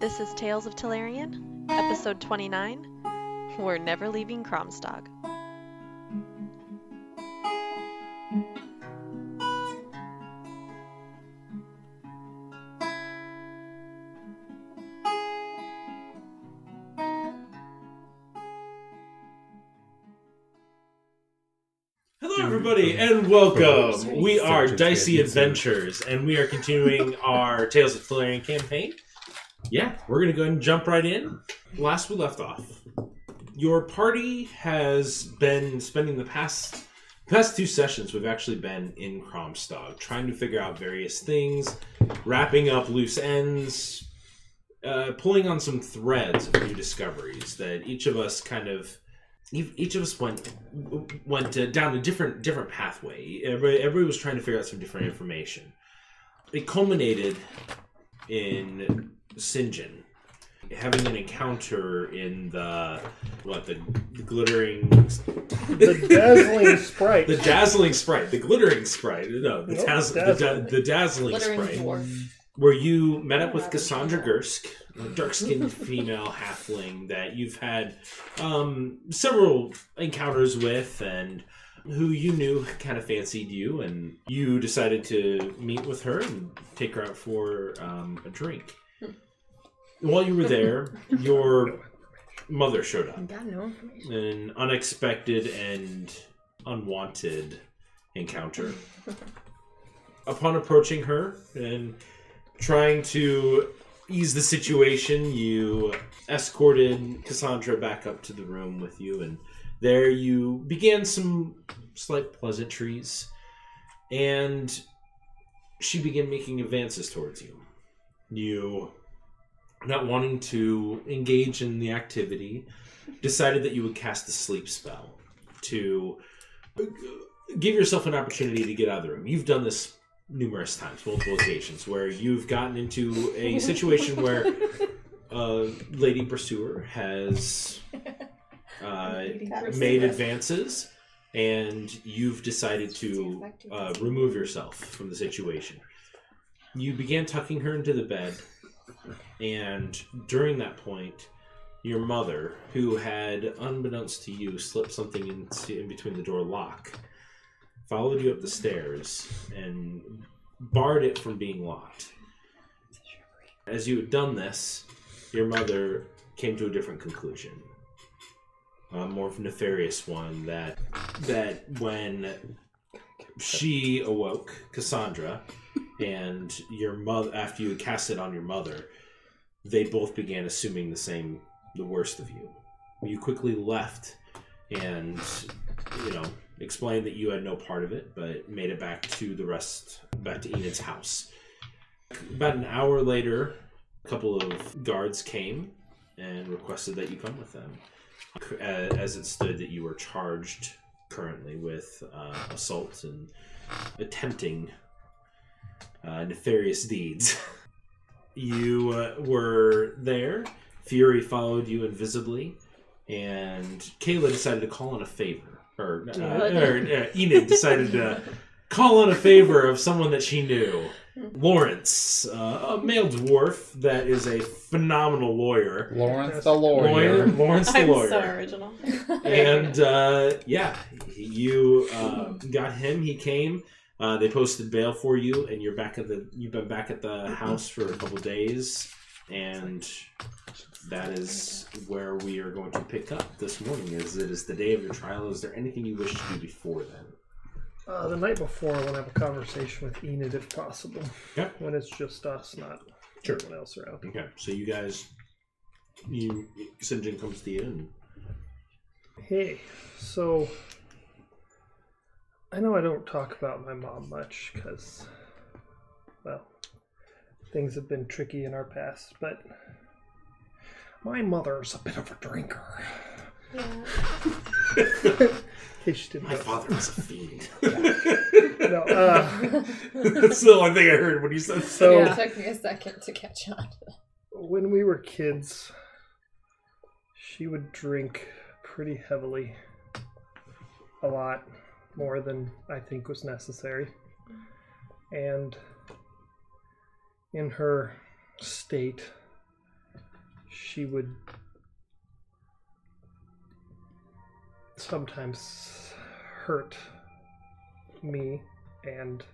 This is Tales of Telerian, episode 29. We're never leaving Kromstog. Hello, everybody, and welcome. Sorry. We are Such a Dicey good Adventures, and we are continuing our Tales of Valerian campaign. Yeah, we're going to go ahead and jump right in. Last we left off, your party has been spending the past past two sessions. We've actually been in Kromstog, trying to figure out various things, wrapping up loose ends, uh, pulling on some threads of new discoveries that each of us kind of each each of us went went uh, down a different different pathway. Everybody, everybody was trying to figure out some different information. It culminated in Sinjin having an encounter in the what the, the glittering the dazzling sprite. the dazzling sprite the glittering sprite no the, Nope, dazz- dazzling. The, da- the dazzling sprite where you met up with Cassandra Gersk, a dark-skinned female halfling that you've had um, several encounters with, and who you knew kind of fancied you, and you decided to meet with her and take her out for um, a drink. While you were there, your mother showed up, Got no an unexpected and unwanted encounter. Upon approaching her and trying to ease the situation, you escorted Cassandra back up to the room with you, and there you began some slight pleasantries, and she began making advances towards you. You, not wanting to engage in the activity, decided that you would cast the sleep spell to give yourself an opportunity to get out of the room. You've done this numerous times, multiple occasions, where you've gotten into a situation where a lady pursuer has uh, made advances and you've decided to uh, remove yourself from the situation. You began tucking her into the bed, and during that point, your mother, who had, unbeknownst to you, slipped something into, in between the door lock, followed you up the stairs and barred it from being locked. As you had done this, your mother came to a different conclusion a more nefarious one that that when she awoke Cassandra and your mother after you had cast it on your mother they both began assuming the same the worst of you you quickly left and you know explained that you had no part of it but made it back to the rest back to Enid's house about an hour later a couple of guards came and requested that you come with them uh, as it stood that you were charged currently with uh, assault and attempting uh, nefarious deeds. you uh, were there. Fury followed you invisibly, and Kayla decided to call on a favor, or, uh, or uh, Enid decided to call on a favor of someone that she knew. Lawrence, uh, a male dwarf that is a phenomenal lawyer. Lawrence the Lawyer, lawyer. Lawrence the lawyer original. and uh, yeah, you uh, got him. He came. Uh, they posted bail for you, and you're back at the. You've been back at the house for a couple days, and that is where we are going to pick up this morning. Is it is the day of your trial? Is there anything you wish to do before then? Uh, the night before, I want to have a conversation with Enid if possible. Yeah. When it's just us, not Sure. everyone else around. Okay, so you guys, you Sinjin comes to you, and Hey, so I know I don't talk about my mom much because, well, things have been tricky in our past, but my mother's a bit of a drinker. In case you didn't my know. father was a fiend. No, uh, That's the only thing I heard when you said so. so. It took me a second to catch on. when we were kids, she would drink pretty heavily. A lot more than I think was necessary. And in her state, she would sometimes hurt me and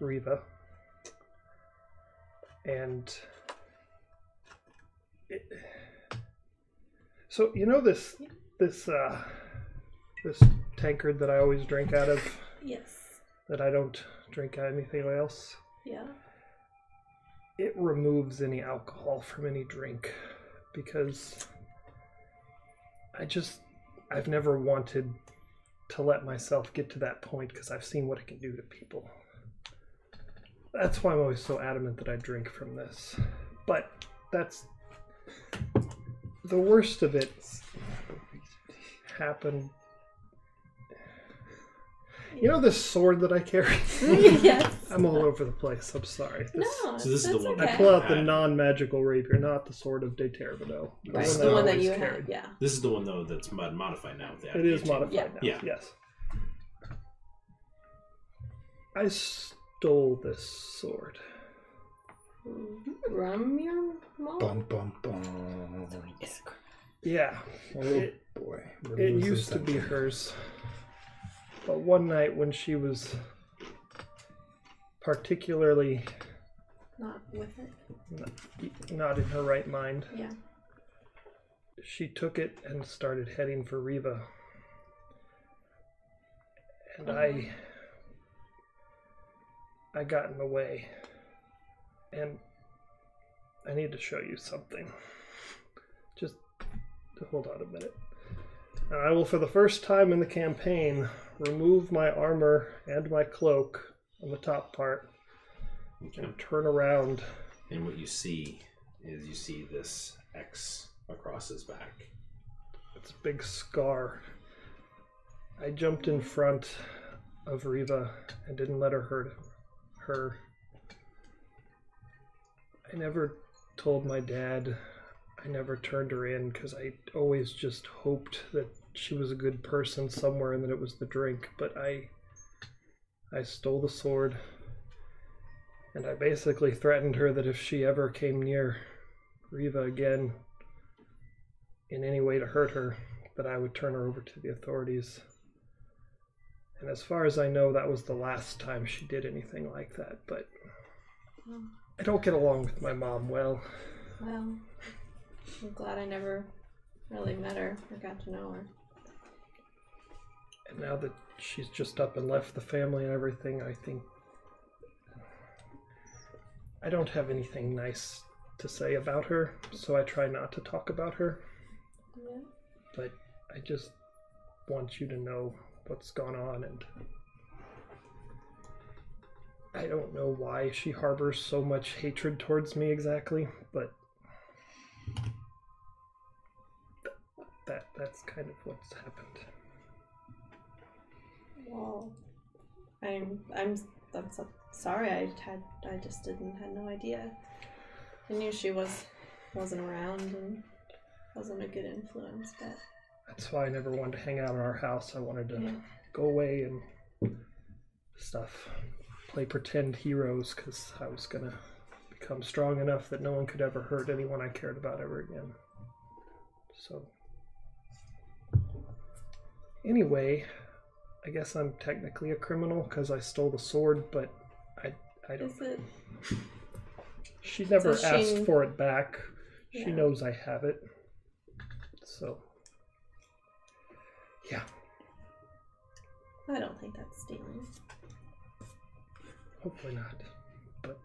Riva. And it, so you know this this uh this tankard that I always drink out of Yes. that I don't drink out of anything else. Yeah. it removes any alcohol from any drink because I just I've never wanted to let myself get to that point because I've seen what it can do to people. That's why I'm always so adamant that I drink from this. But that's the worst of it happened. You know this sword that I carry? yes. I'm all over the place. I'm sorry. No. This- So this is the that's one- Okay. I pull out the non-magical rapier, not the sword of De Terrabito. Right, This is the the one that always you carried. had. Yeah. This is the one though that's mod- modified now. with the It is 18. modified Yeah. now. Yeah. Yes. I stole this sword. From your mom? Bum bum bum. Yeah. Oh It- boy. We're It losing used to be something. hers. But one night when she was particularly Not with it. not in her right mind, Yeah. she took it and started heading for Riva. And I I got in the way. And I need to show you something. Just hold on a minute. And I will for the first time in the campaign remove my armor and my cloak on the top part and turn around And what you see is you see this X across his back. It's a big scar. I jumped in front of Riva and didn't let her hurt her. I never told my dad. I never turned her in because I always just hoped that she was a good person somewhere and that it was the drink. But I, I stole the sword, and I basically threatened her that if she ever came near Riva again, in any way to hurt her, that I would turn her over to the authorities. And as far as I know, that was the last time she did anything like that, but I don't get along with my mom well. Well, I'm glad I never really met her or got to know her. And now that she's just up and left the family and everything, I think I don't have anything nice to say about her, so I try not to talk about her. Yeah. But I just want you to know what's gone on and I don't know why she harbors so much hatred towards me exactly, but that that's kind of what's happened. Well, I'm I'm I'm so sorry. I had I just didn't had no idea. I knew she was wasn't around and wasn't a good influence, but That's why I never wanted to hang out in our house. I wanted to Yeah. go away and stuff. Play pretend heroes cuz I was going to become strong enough that no one could ever hurt anyone I cared about ever again. So Anyway, I guess I'm technically a criminal cuz I stole the sword, but I I don't is it? she never So she- asked for it back. She Yeah. knows I have it. So, yeah, I don't think that's stealing. hopefully not. But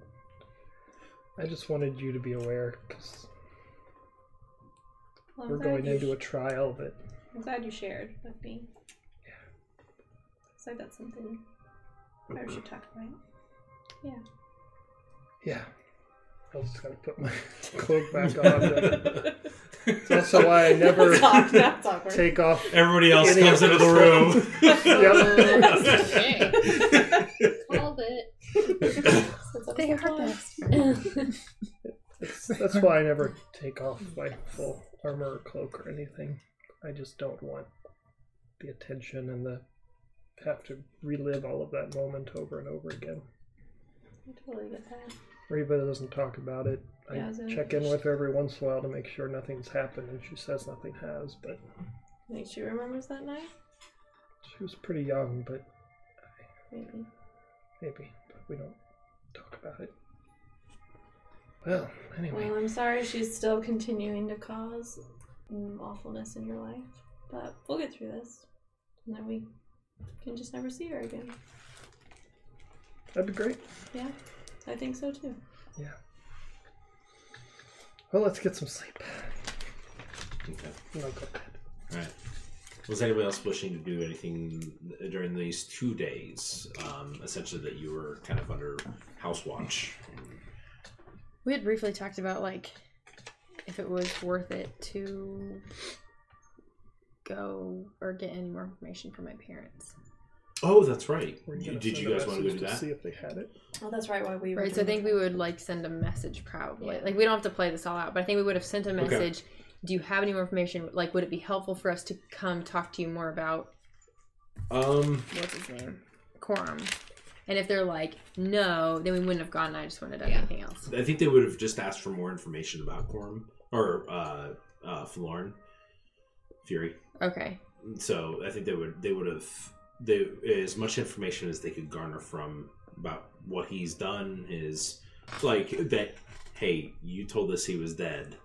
I just wanted you to be aware because Well, I'm we're glad going you into a sh- trial that I'm glad you shared with me. So that's something I should talk about. Yeah. I was just gonna put my cloak back on. That's also why I never That's awkward. That's awkward. take off. Everybody else Any comes of into the us. room. Yep. Okay. Since Called it. I was They the heard tallest. That's, that's why I never take off my full armor or cloak or anything. I just don't want the attention and the have to relive all of that moment over and over again. I totally get that. Reba doesn't talk about it. I Yeah, I was gonna- check in with her every once in a while to make sure nothing's happened, and she says nothing has. But Like she remembers that night? she was pretty young, but Maybe. maybe. But we don't talk about it. Well, anyway, Well, I'm sorry she's still continuing to cause mm, awfulness in your life, but we'll get through this. And then we can just never see her again. that'd be great. Yeah, I think so too. Yeah. Well, let's get some sleep. Okay. And I'll go to bed. All right. Was anyone else wishing to do anything during these two days? Um, essentially, that you were kind of under house watch. We had briefly talked about like if it was worth it to go or get any more information from my parents. Oh, that's right. We're You- gonna did send you a guys want to go message do that? See if they had it. Oh, that's right. Why we were Right, so I doing think we would like send a message probably. Yeah. Like we don't have to play this all out, but I think we would have sent a Okay. message. Do you have any more information? Like would it be helpful for us to come talk to you more about Um, what's his name? Quorum. And if they're like, no, then we wouldn't have gone and I just wouldn't have done Yeah. anything else. I think they would have just asked for more information about Quorum or uh, uh, Florin Fury. Okay. So I think they would they would have they as much information as they could garner from about what he's done is like that. Hey, you told us he was dead.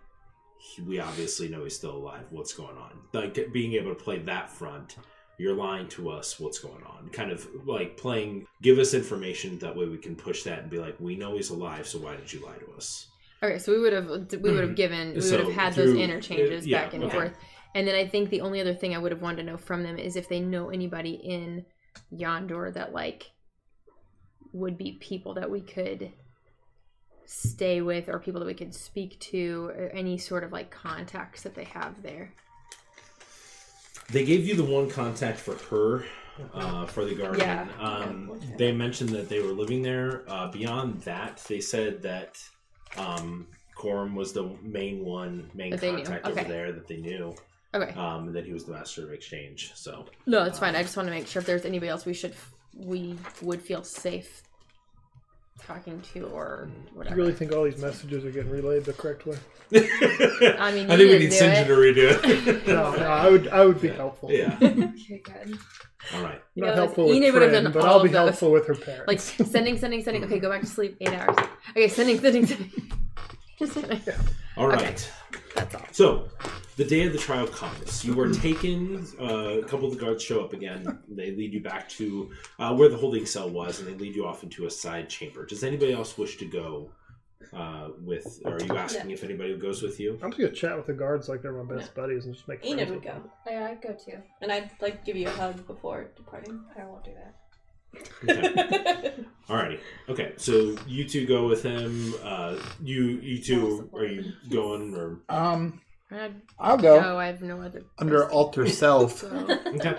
He- We obviously know he's still alive. What's going on? Like being able to play that front. You're lying to us. What's going on? Kind of like playing. Give us information that way we can push that and be like, we know he's alive. So why did you lie to us? Okay, so we would have we would have given we Mm. So, would have had through- those interchanges uh, yeah, back and okay. forth, and then I think the only other thing I would have wanted to know from them is if they know anybody in Yondor that like would be people that we could stay with or people that we could speak to or any sort of like contacts that they have there. They gave you the one contact for her, uh, for the guardian. Yeah. Um, they mentioned that they were living there. Uh, beyond that, they said that um, Corum was the main one, main That they knew. contact Okay. over there that they knew, Okay, um, and that he was the master of exchange. So no, that's fine. I just want to make sure if there's anybody else we should we would feel safe talking to or Do whatever. you really think all these messages are getting relayed the correct way? I mean, I you think we didn't need do Sinjin it. to redo it. No, no, I would, I would be helpful. yeah. okay, good. All right. Not Yeah, helpful Enid with would have Fran, done but all I'll of be those. helpful with her parents. Like sending, sending, sending. Okay, go back to sleep. Eight hours. Okay, sending, sending, sending. Just kidding. All right. That's all. So, the day of the trial comes. You are taken. Uh, a couple of the guards show up again. They lead you back to uh, where the holding cell was, and they lead you off into a side chamber. Does anybody else wish to go uh, with? Or are you asking if anybody goes with you? I'm just gonna chat with the guards like they're my best buddies and just make friends Enid would with go, them. Yeah, I'd go too. and I'd like give you a hug before departing. I won't do that. Okay. Alrighty. Okay. So you two go with him. Uh, you you two are you going or? Um, I'd I'll go. go I have no other. under alter self So, Okay.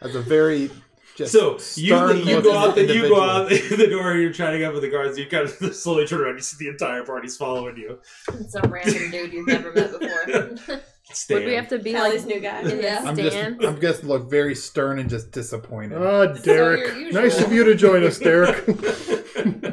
as a very just So you stern you go out the looking you go out individual. the door. You're trying to get with the guards. You kind of slowly turn around. You see the entire party's following you. Some random dude you've never met before. Stan. would we have to be like Sally's new guy. in the Yeah. I'm just stand? I'm just look very stern and just disappointed. Ah, Derek. your usual. nice of you to join us, Derek.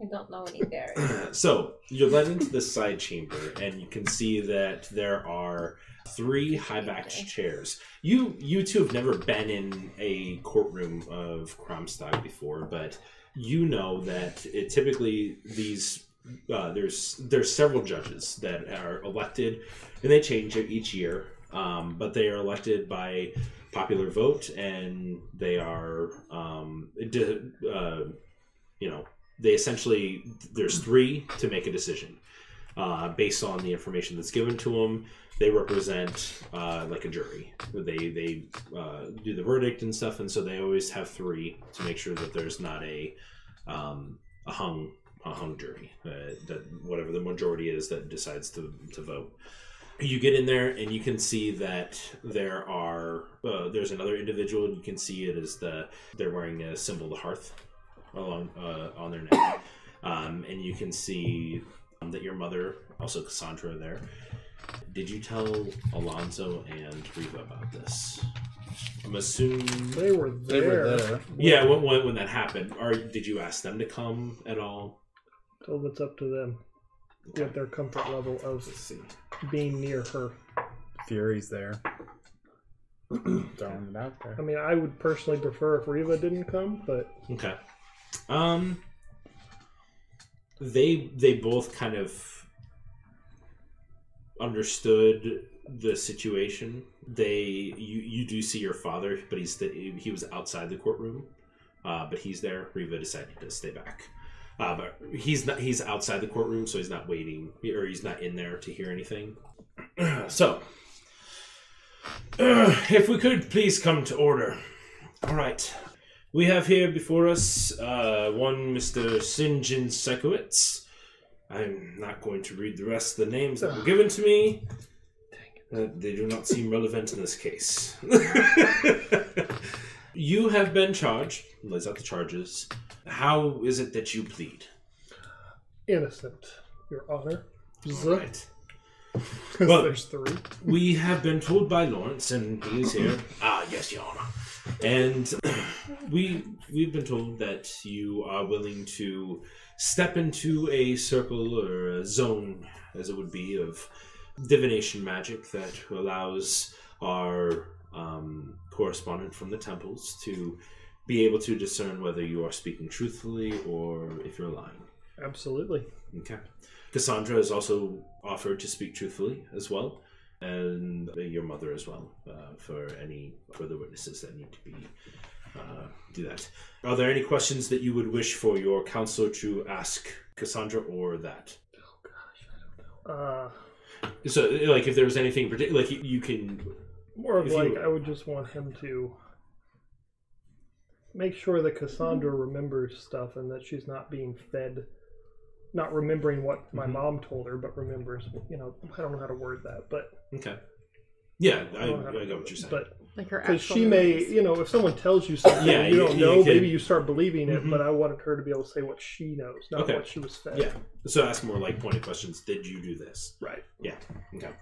I don't know any there. so you're led into the side chamber, and you can see that there are three high-backed chairs. You you two have never been in a courtroom of Kromstock before, but you know that it typically these uh, there's there's several judges that are elected, and they change it each year. Um, but they are elected by popular vote, and they are um, di- uh, you know they essentially there's three to make a decision uh, based on the information that's given to them they represent uh, like a jury they they uh, do the verdict and stuff and so they always have three to make sure that there's not a um, a hung a hung jury uh, that whatever the majority is that decides to, to vote you get in there and you can see that there are uh, there's another individual and you can see it is the they're wearing a symbol of the hearth along uh, on their neck, um, and you can see um, that your mother, also Cassandra, there. Did you tell Alonzo and Reva about this? I'm assuming. They were They there. were there. Yeah, when, when, when that happened, or did you ask them to come at all? So it's up to them with their comfort level of Let's see. being near her. Fury's there. Throwing it out there. I mean, I would personally prefer if Riva didn't come, but Okay. Um they they both kind of understood the situation. They you you do see your father, but he's the, he was outside the courtroom. Uh, but he's there. Riva decided to stay back. Uh, but he's not he's outside the courtroom, so he's not waiting or he's not in there to hear anything. so if we could please come to order. All right. We have here before us uh, one Mr. Sinjin Sekowitz. I'm not going to read the rest of the names that were given to me. Uh, they do not seem relevant in this case. you have been charged, lays out the charges. How is it that you plead? innocent, Your Honor. All right. 'Cause Well- there's three. We have been told by Lawrence, and he is here. Ah, yes, Your Honor. And we we've been told that you are willing to step into a circle or a zone, as it would be, of divination magic that allows our um, correspondent from the temples to be able to discern whether you are speaking truthfully or if you're lying. Absolutely. Okay. Cassandra has also offered to speak truthfully as well, and your mother as well, uh, for any further witnesses that need to be uh, do that. Are there any questions that you would wish for your counselor to ask Cassandra or that? Uh, So, like, if there was anything particular, like you- you can. more of If like you- I would just want him to make sure that Cassandra remembers stuff and that she's not being fed, not remembering what my Mhm. mom told her, but remembers. You know, I don't know how to word that, but Okay. Yeah, I, don't know how to I do got what it, you're saying. But Like her because actual she may, memories. you know, if someone tells you something Yeah, you you- don't you know, can- maybe you start believing it. Mhm. But I wanted her to be able to say what she knows, not Okay. what she was fed. Yeah. So ask more like pointed questions. Did you do this? Right. Yeah. Okay.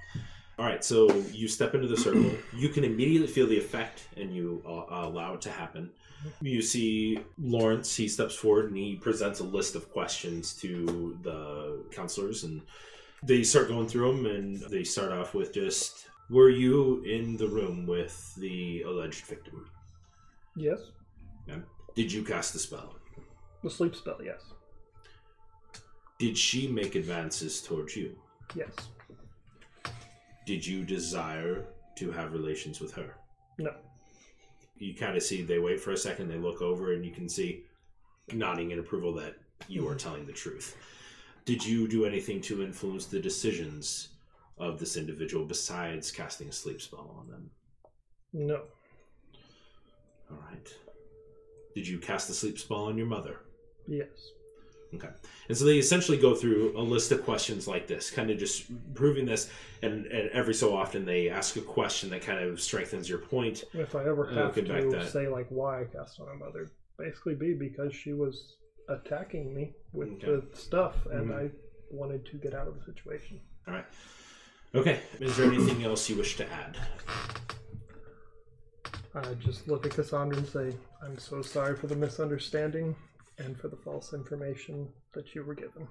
All right. So you step into the circle. You can immediately feel the effect, and you uh, allow it to happen. You see Lawrence. He steps forward and he presents a list of questions to the counselors, and they start going through them. And they start off with just, "Were you in the room with the alleged victim? Yes. Did you cast the spell? The sleep spell. Yes. Did she make advances towards you? Yes. Did you desire to have relations with her?" No. you kind of see they wait for a second, they look over, and you can see nodding in approval that you are telling the truth. Did you do anything to influence the decisions of this individual besides casting a sleep spell on them? No. All right. Did you cast the sleep spell on your mother? Yes. And so they essentially go through a list of questions like this, kind of just proving this. And, and every so often they ask a question that kind of strengthens your point. If I ever Uh, have looking back to that- say like why I cast on my mother, basically be because she was attacking me with Okay. the stuff, and Mhm. I wanted to get out of the situation. All right. Okay. Is there anything else you wish to add? I just look at Cassandra and say, "I'm so sorry for the misunderstanding and for the false information that you were given."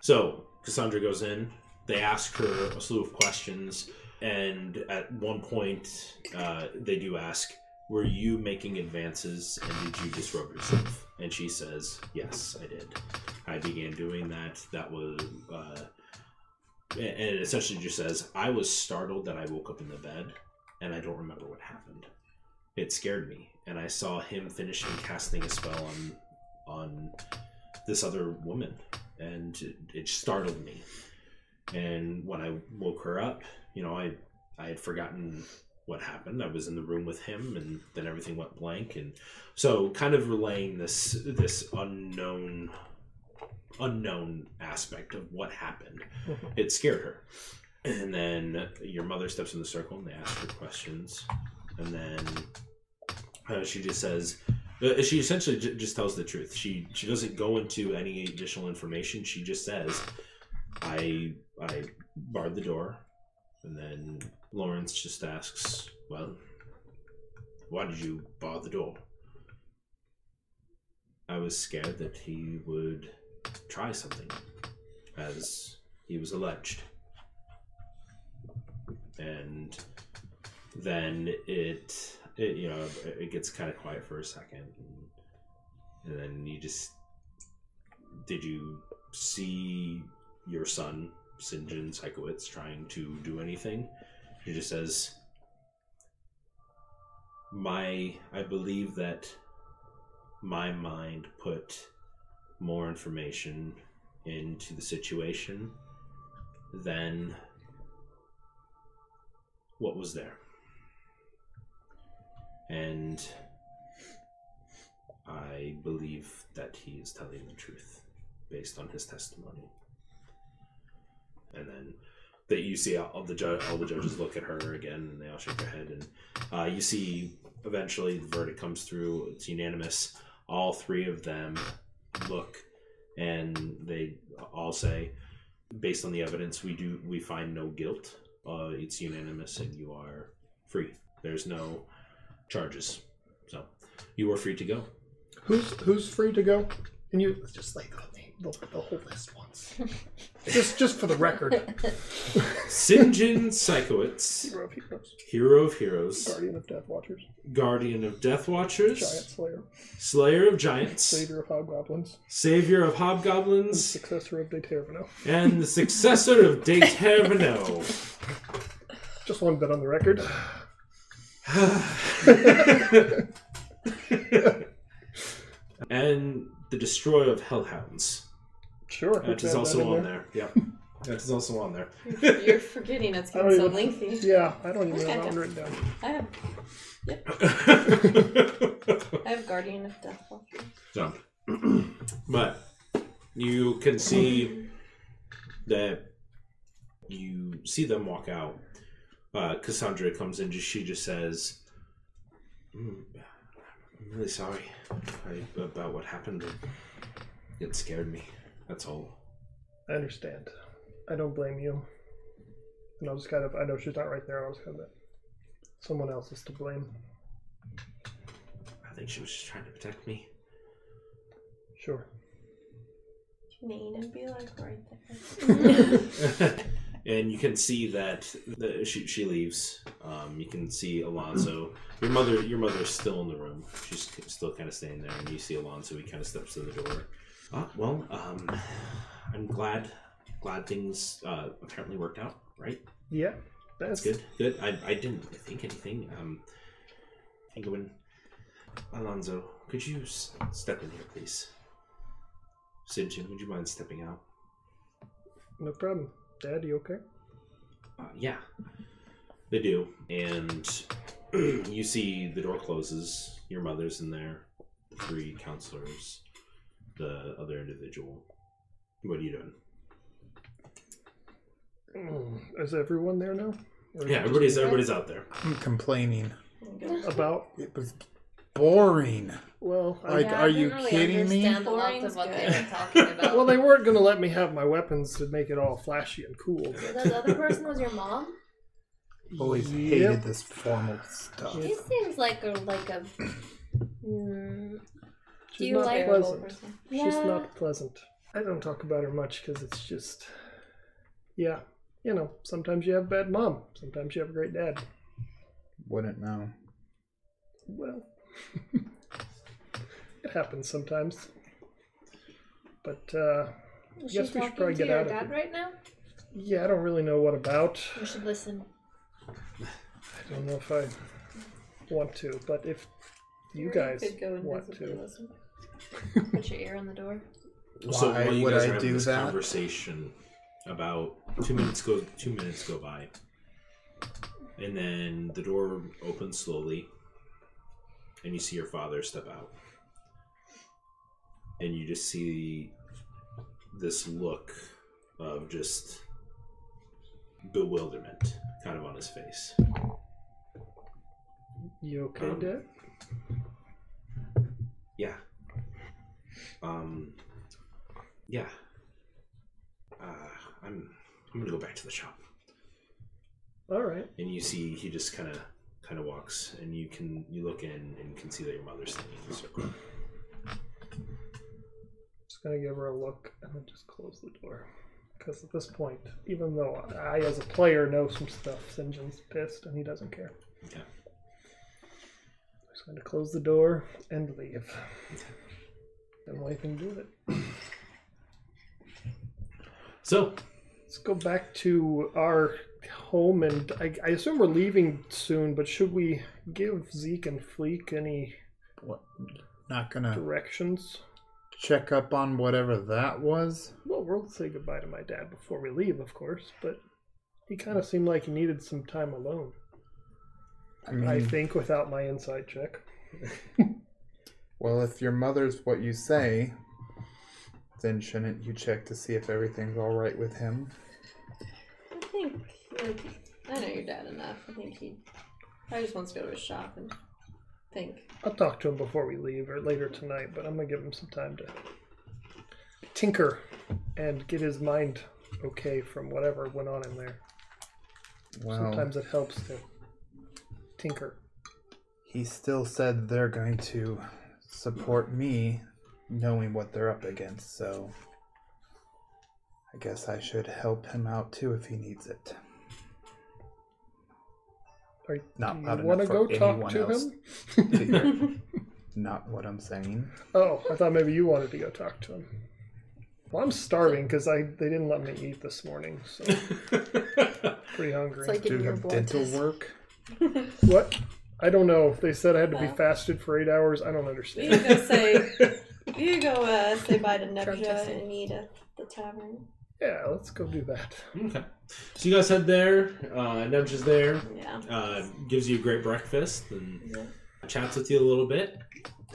So Cassandra goes in. They ask her a slew of questions, and at one point, uh, they do ask, "Were you making advances, and did you disrobe yourself?" And she says, "Yes, I did. I began doing that. That was." Uh, and it essentially just says, "I was startled that I woke up in the bed, and I don't remember what happened. It scared me, and I saw him finishing casting a spell on on this other woman." and it, it startled me. And when I woke her up, you know, I I had forgotten what happened. I was in the room with him, and then everything went blank. And so, kind of relaying this this unknown unknown aspect of what happened, it scared her. And then your mother steps in the circle, and they ask her questions, and then uh, she just says, uh, she essentially j- just tells the truth. She she doesn't go into any additional information. She just says, "I I barred the door," and then Lawrence just asks, "Well, why did you bar the door?" I was scared that he would try something, as he was alleged. And then it, it you know, it- it gets kind of quiet for a second, and, and then you just did you see your son St. John Psychowitz trying to do anything? She just says, "My, I believe that." my mind put more information into the situation than what was there. And I believe that he is telling the truth based on his testimony. And then that you see all the ju- all the judges look at her again and they all shake their head and uh, you see eventually the verdict comes through it's unanimous all three of them look and they all say based on the evidence we do we find no guilt uh, it's unanimous and you are free there's no charges so you are free to go Who's who's free to go? And you just like the name, the, the whole list once. just just for the record. sinjin psychowitz Hero of heroes, hero of heroes guardian of death watchers, guardian of death watchers giant slayer, slayer of giants savior of hobgoblins, savior of hobgoblins successor of Detervino. and the successor of Determino. Just wanted that on the record. and the destroyer of hellhounds. Sure. we That is can add that in also on there. Yeah. That is also on there. You're forgetting it's I don't getting so even- lengthy. Yeah, I don't even have Okay. that one written down. I have I have Guardian of Death Watchers. so, but you can see that you see them walk out. Uh, Cassandra comes in. Just she just says, "Mm, "I'm really sorry I, about what happened. It scared me. That's all." I understand. I don't blame you. And I was kind of, I know she's not right there. I was kind of, someone else is to blame. I think she was just trying to protect me. Sure. Mean and be like right there. and you can see that the, she, she leaves. Um, you can see Alonso. Your mother, your mother's still in the room. She's c- still kind of staying there, and you see Alonso. He kind of steps to the door. Ah, well, um, I'm glad, glad things uh, apparently worked out, right? Yeah, that's That's good. Good. I, I didn't really think anything. Um, Penguin, Alonzo, could you s- step in here, please? Sinjin, would you mind stepping out? No problem. Dad, you okay? Uh, yeah, they do. And you see the door closes. Your mother's in there, the three counselors, the other individual. What are you doing? Mm, Is everyone there now? Or is Yeah, it everybody's just everybody's out there. I'm complaining. me? About, It was boring. well, I, Like, Yeah, are I didn't you really kidding me? understand a lot Boring's of what they good. were talking about. well, they weren't going to let me have my weapons to make it all flashy and cool. So But that other person was your mom. Always Yep. hated this formal stuff. She seems like a like a. Mm, she's do you not like- pleasant. yeah. She's not pleasant. I don't talk about her much because it's just, yeah, you know, sometimes you have a bad mom, sometimes you have a great dad. Wouldn't know. Well, it happens sometimes. But uh, Is Yes, she we should talking probably to get your out of dad here. right now? yeah, I don't really know what about. You should listen. I don't know if I want to, but if you Or guys could go want invisibly to, listen. Put your ear on the door. Why while you would guys I are having do this that? Conversation about two minutes go. Two minutes go by, and then the door opens slowly, and you see your father step out, and you just see this look of just bewilderment kind of on his face. you okay, Um, Dad? Yeah. Um. Yeah. Uh, I'm. I'm gonna go back to the shop. All right. and you see he just kind of kind of walks and you can you look in and can see that your mother's standing in the circle gonna give her a look and then just close the door. Because at this point, even though I, as a player, know some stuff, Sinjin's pissed and he doesn't care. Okay. He's going to close the door and leave. Don't know anything to do with it. So, Let's go back to our home, and I, I assume we're leaving soon. But should we give Zeke and Fleek any What? Not gonna directions? check up on whatever that was. Well, we'll say goodbye to my dad before we leave, of course. But he kind of seemed like he needed some time alone. I mean, I think without my inside check. well, if your mother's what you say, then shouldn't you check to see if everything's all right with him? I think like I know your dad enough. I think he. I just wants to go to a shop and think. I'll talk to him before we leave or later tonight. But I'm gonna give him some time to tinker and get his mind okay from whatever went on in there. Well, Sometimes it helps to tinker. he still said they're going to support me, knowing what they're up against. So, I guess I should help him out too if he needs it. Are, Not do loud you enough want to for go talk anyone to else. him? Not what I'm saying. Oh, I thought maybe you wanted to go talk to him. Well, I'm starving because I they didn't let me eat this morning, so pretty hungry. It's like Do in you your have dental blood. work? what? I don't know. They said I had to be Well. fasted for eight hours. I don't We understand. could go say. We could go uh, say bye to Drug Nebja testing. and eat at the tavern. Yeah, let's go do that. okay. So you guys head there. Uh, Nebja's there. Yeah. Uh, gives you a great breakfast and chats with you a little bit.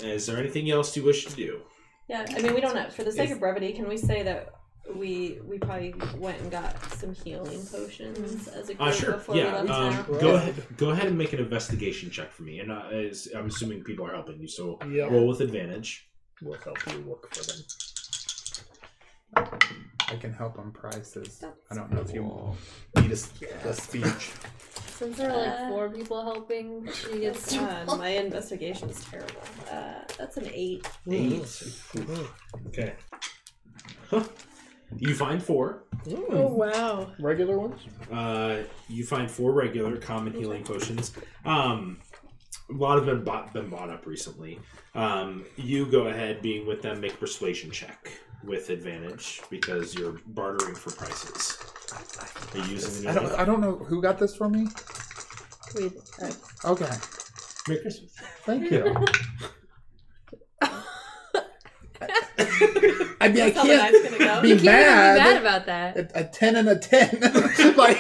Is there anything else you wish to do? Yeah. I mean, we don't know. For the sake Is- of brevity, can we say that we we probably went and got some healing potions as a group Uh, sure. before yeah. we left Um, town? go ahead. Go ahead and make an investigation check for me. And uh, is, I'm assuming people are helping you, so Yeah, roll with advantage. we'll help you look for them. I can help on prices. I don't know if you need a, s- a speech. Since there are like four people helping, she gets Um, Uh, my investigation is terrible. Uh, that's an eight. Eight. Okay. Huh. You find four. Oh wow! Regular ones? Uh, you find four regular common healing potions. Um, a lot have been bought been bought up recently. Um, you go ahead, being with them, make a persuasion check with advantage because you're bartering for prices. Are you using I any? don't, I don't know who got this for me. We, uh, Okay, Merry Christmas. thank you. I mean, I can't That's gonna go. be you can't mad. be mad mad. about that, A, a ten and a ten, like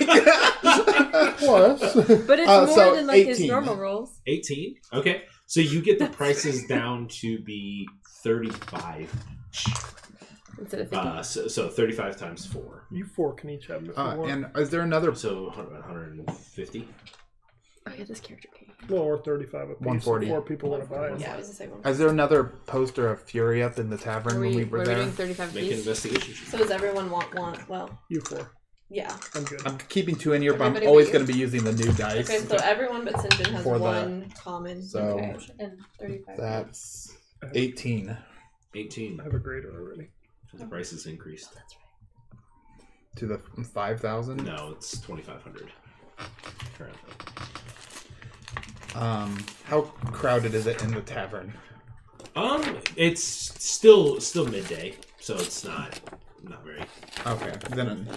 Plus, but it's Uh, more so than like his 18. normal rolls. 18 okay so you get the prices down to be 35 Instead of 50. uh so, so 35 times 4 you four can each have. Uh, one. and is there another so 150 oh yeah, this character page. well, we're thirty-five apiece. 140. Four people want to buy them. Yeah, I was gonna say one. is there another poster of Fury up in the tavern Are when we, we were what are we there? doing? Thirty-five make an apiece. investigation check. So does everyone want want? Well, You four. yeah. I'm good. I'm keeping two in here, but I'm Everybody always leave. going to be using the new dice. Okay, so everyone but Sinjin has For the- one common. So- Okay. And 35. That's eighteen. 18 I have a grader already. the price is increased to the five thousand. no it's 2500 currently Um, how crowded is it in the tavern? um it's still still midday so it's not not very Okay, then I'm,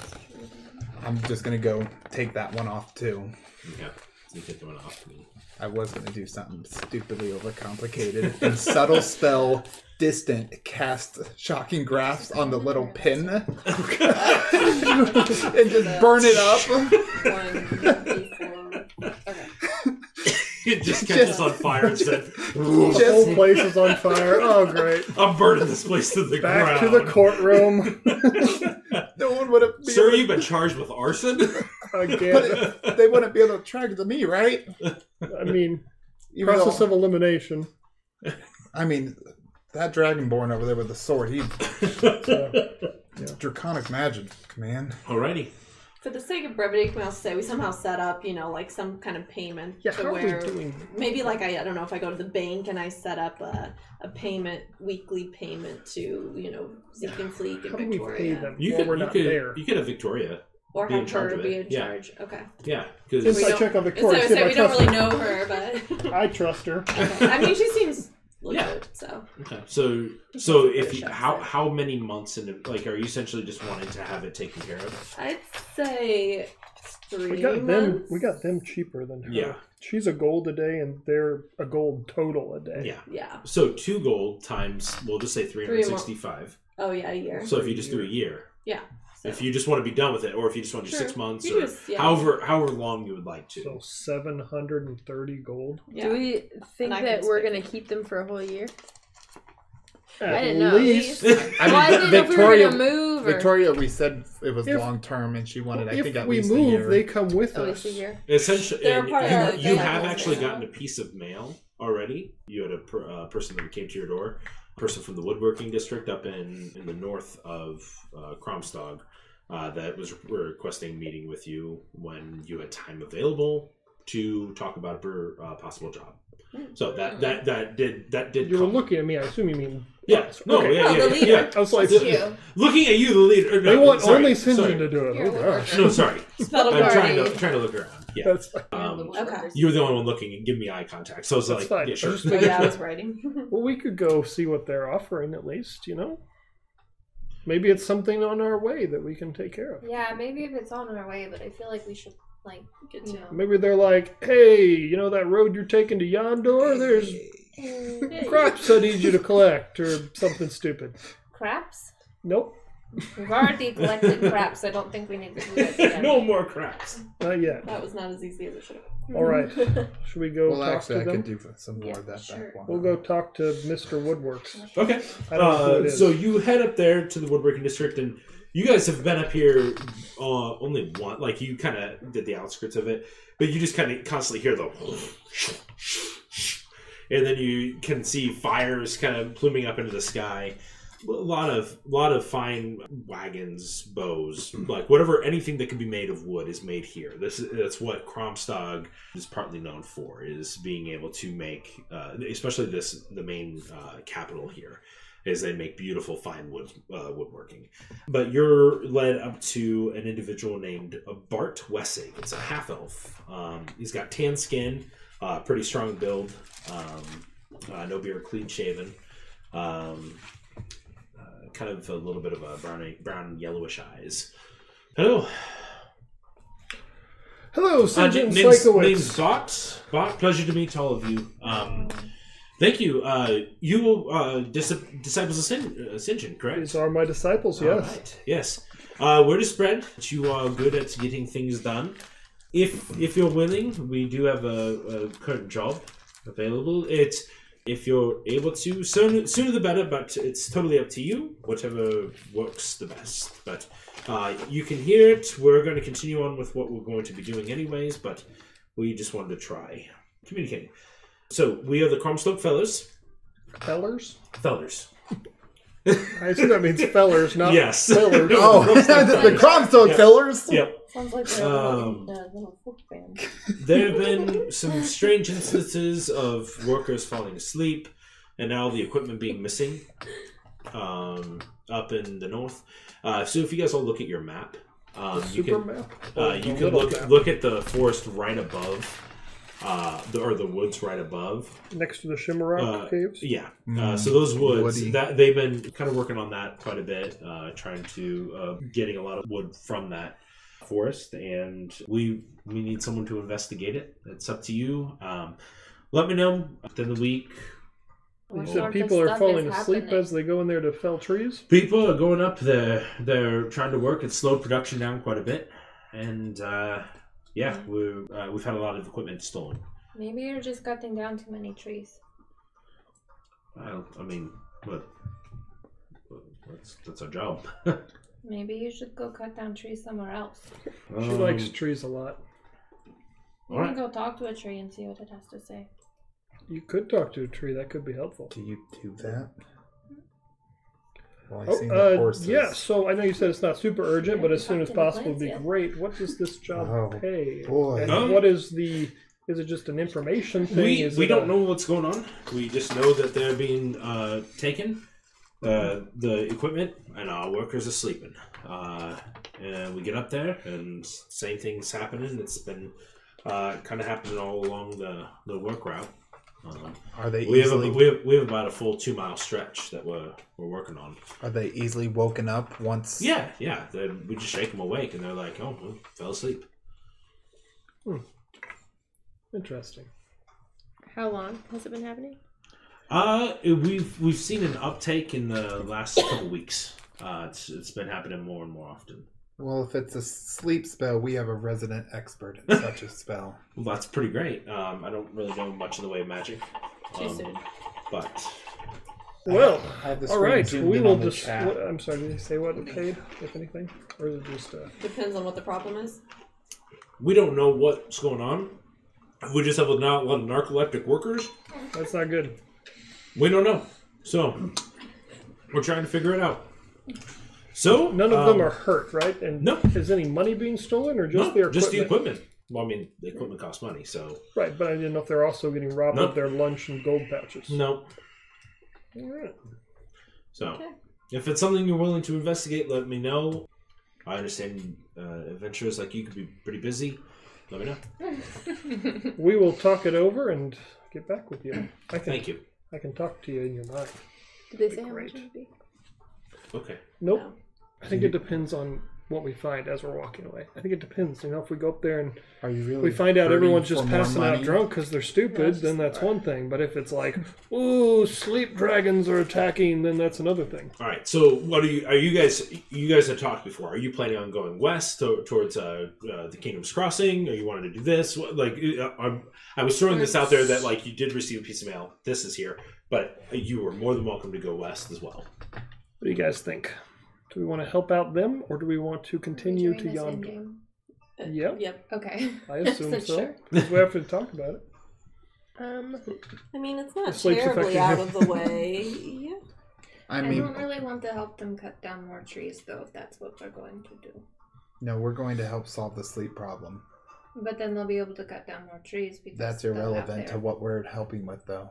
I'm just gonna go take that one off too. okay you get the one off me I was gonna do something stupidly overcomplicated and subtle spell distant cast shocking grasps on the little pin and just burn it up. One, three, four. it just catches on fire and said The whole place is on fire. Oh, great. i'm burning this place to the Back to ground the courtroom No one would have. Sir, you've been charged with arson? again. They wouldn't be able to track it to me, right? I mean, Even process though- of elimination. I mean, that dragonborn over there with the sword, he So, draconic magic, man. Alrighty. For the sake of brevity, can we also say we somehow set up, you know, like some kind of payment Yeah, to how where are we doing? maybe like I, I don't know if I go to the bank and I set up a, a payment weekly payment to you know Zeke and Fleek and How do we pay Victoria them You while could, we're you not could, there? you could have Victoria. or Be in have charge her of be it, in yeah. charge. Okay. Yeah, Since because we Inside don't- check on So, Victoria. see if so I we don't trust really her. know her, but I trust her. okay. I mean she seems Yeah. legit. So okay. So so Just if for you, show, how so. how many months in like are you essentially just wanting to have it taken care of? I'd say three We got them. months. We got them cheaper than her. Yeah. She's a gold a day, and they're a gold total a day. Yeah. yeah. So two gold times we'll just say three hundred sixty-five. Oh yeah, a year. So if you just do a year, So- if you just want to be done with it, or if you just want to do Sure. six months, You or just- yeah. however however long you would like to. So seven hundred and thirty gold. yeah. Do we think And I that can we're speak gonna it. keep them for a whole year? At I didn't know. least I mean, well, I Vi- didn't Victoria- know if we were gonna move or Victoria, we said it was If- long term, and she wanted, I if think, at we least a move, year. they come with at us. least a year. Essentially, They're and part you, of you the have family actually now. gotten a piece of mail already. You had a per, uh, person that came to your door, a person from the woodworking district up in, in the north of uh, Kromstog, uh, that was requesting meeting with you when you had time available to talk about a uh, possible job. Hmm. So that that that did that did. You were come. looking at me. I assume you mean Yeah. us. No. Okay. Yeah. Well, Yeah. Oh, the yeah, leader. yeah. I was like, It's you. Looking at you, the leader. or no, they want sorry, only Sinjin sorry. to do it. You're Oh a gosh, No, sorry. Spell I'm trying to authority. trying to look around. Yeah. that's fine. Um, Okay. you were the only one looking and giving me eye contact, so I was like, That's fine. yeah, I sure. just Oh, figured- yeah, I was writing. Well, we could go see what they're offering at least. You know, maybe it's something on our way that we can take care of. Yeah, maybe if it's on our way, but I feel like we should like Good you to know. Maybe they're like, hey, you know that road you're taking to Yondor? There's Mm, crops I need you to collect, or something stupid. Craps? Nope, We've already collected craps. I don't think we need to do that again. no more craps. not yet. That was not as easy as it should have. been. All right, should we go well, talk actually, I to them? could do some more Yeah, of that sure. back one. We'll go talk to Mr. Woodworks. Okay. I don't know who it Uh, is. so you head up there to the woodworking district, and you guys have been up here uh, only one. Like you kind of did the outskirts of it, but you just kind of constantly hear the, and then you can see fires kind of pluming up into the sky. A lot of lot of fine wagons, bows, like whatever anything that can be made of wood is made here. This is that's what Kromstog is partly known for is being able to make, uh, especially this the main uh, capital here is they make beautiful fine wood uh, woodworking. But you're led up to an individual named Bart Wessig. It's a half elf. Um, he's got tan skin, uh, pretty strong build, um, uh, no beard, clean shaven, um, uh, kind of a little bit of a brown, brown and yellowish eyes. Hello, Oh, Hello, uh, Sergeant n- name's, name's Psychowitz. Bot. Bot, pleasure to meet all of you. Um, thank you. Uh, you will uh, dis- disciples of Sin- uh, Sinjin, correct? These are my disciples, yes. All right. Yes. Uh, word is spread that you are good at getting things done. If if you're willing, we do have a, a current job available. It's if you're able to, sooner, sooner the better. But it's totally up to you. Whatever works the best. But uh, you can hear it. We're going to continue on with what we're going to be doing anyways. But we just wanted to try communicating. So we are the Cromstock Fellers. Fellers? Fellers. I assume that means fellers, not yes. fellers. Oh, the, the Cromstock Yeah. fillers. Yep. Sounds like we're a Um, little, uh, little folk band. There have been some strange instances of workers falling asleep and now the equipment being missing um, up in the north. Uh, so if you guys all look at your map, um, you Super can map. Or uh, the you can little look map look at the forest right above, uh, the, or the woods right above. next to the Shimmerock uh, caves. Yeah. Uh, Mm, so those woods woody. that they've been kind of working on that quite a bit, uh, trying to uh, getting a lot of wood from that forest, and we we need someone to investigate it. It's up to you. Um, let me know within the week. You What said sort of people are stuff falling is asleep happening? as they go in there to fell trees. People are going up. They're they're trying to work. It's slowed production down quite a bit, and uh, yeah, we're, uh, we've had a lot of equipment stolen. Maybe you're just cutting down too many trees. I, I mean, but that's that's our job. Maybe you should go cut down trees somewhere else. She Um, likes trees a lot. all You right. can go talk to a tree and see what it has to say. You could talk to a tree. That could be helpful. Do you do that? Well, I seen the Oh, uh, horses. yeah. So I know you said it's not super urgent, Yeah, but we as soon as haven't done possible would be plans yet. great. What does this job Oh, pay? boy. And Huh? what is the? Is it just an information thing? Um, We, Is uh, we it don't a- know what's going on. We just know that they're being uh, taken, uh, the equipment, and our workers are sleeping. Uh, and we get up there, and same thing's happening. It's been uh, kind of happening all along the, the work route. Um, Are they we, have a, easily we, have, we have about a full two mile stretch that we're, we're working on. are they easily woken up once? Yeah, yeah. They, we just shake them awake, and they're like, oh, we fell asleep. Interesting. How long has it been happening? Uh, we've we've seen an uptake in the last couple weeks. Uh, it's it's been happening more and more often. Well, if it's a sleep spell, we have a resident expert in such a spell. Well, that's pretty great. Um, I don't really know much in the way of magic. Too um, soon. But Well, I have the all screen right. zoomed We in will on the just. chat. What, I'm sorry. Did they say what it paid, if anything, or is it just? Uh, Depends on what the problem is. we don't know what's going on. We just have a not a lot of narcoleptic workers. that's not good. We don't know. So we're trying to figure it out. So None of um, them are hurt, right? And no. is any money being stolen or no, just their equipment? just the equipment. Well, I mean, the equipment costs money, so Right, but I didn't know if they're also getting robbed No. of their lunch and gold pouches. no. All right. So, if it's something you're willing to investigate, let me know. I understand uh, adventurers like you could be pretty busy. Let me know. We will talk it over and get back with you. I can Thank you. I can talk to you in your mind. Did they say how Great. much it would be? Okay. Nope. No. I think it Mm-hmm. depends on what we find as we're walking away. I think it depends. You know, if we go up there and Are you really? we find out hurting everyone's for just more passing out money? drunk because they're stupid, then that's one thing. But if it's like, ooh, sleep dragons are attacking, then that's another thing. All right. So, what are you? Are you guys? You guys have talked before. Are you planning on going west to, towards uh, uh, the Kingdom's Crossing? Or you wanted to do this? What, like, uh, I'm, I was throwing this out there that like you did receive a piece of mail. This is here, but you are more than welcome to go west as well. What do you guys think? Do we want to help out them or do we want to continue During to this Yondor? endgame? Uh, Yep. Yep. Okay. I assume So so. sure. 'cause we have to talk about it. Um, I mean, it's The not sleep's terribly affecting out him. of the way. Yeah. I I, mean, don't really want to help them cut down more trees, though, if that's what they're going to do. no, we're going to help solve the sleep problem. But then they'll be able to cut down more trees because That's they'll have irrelevant to their- what we're helping with, though.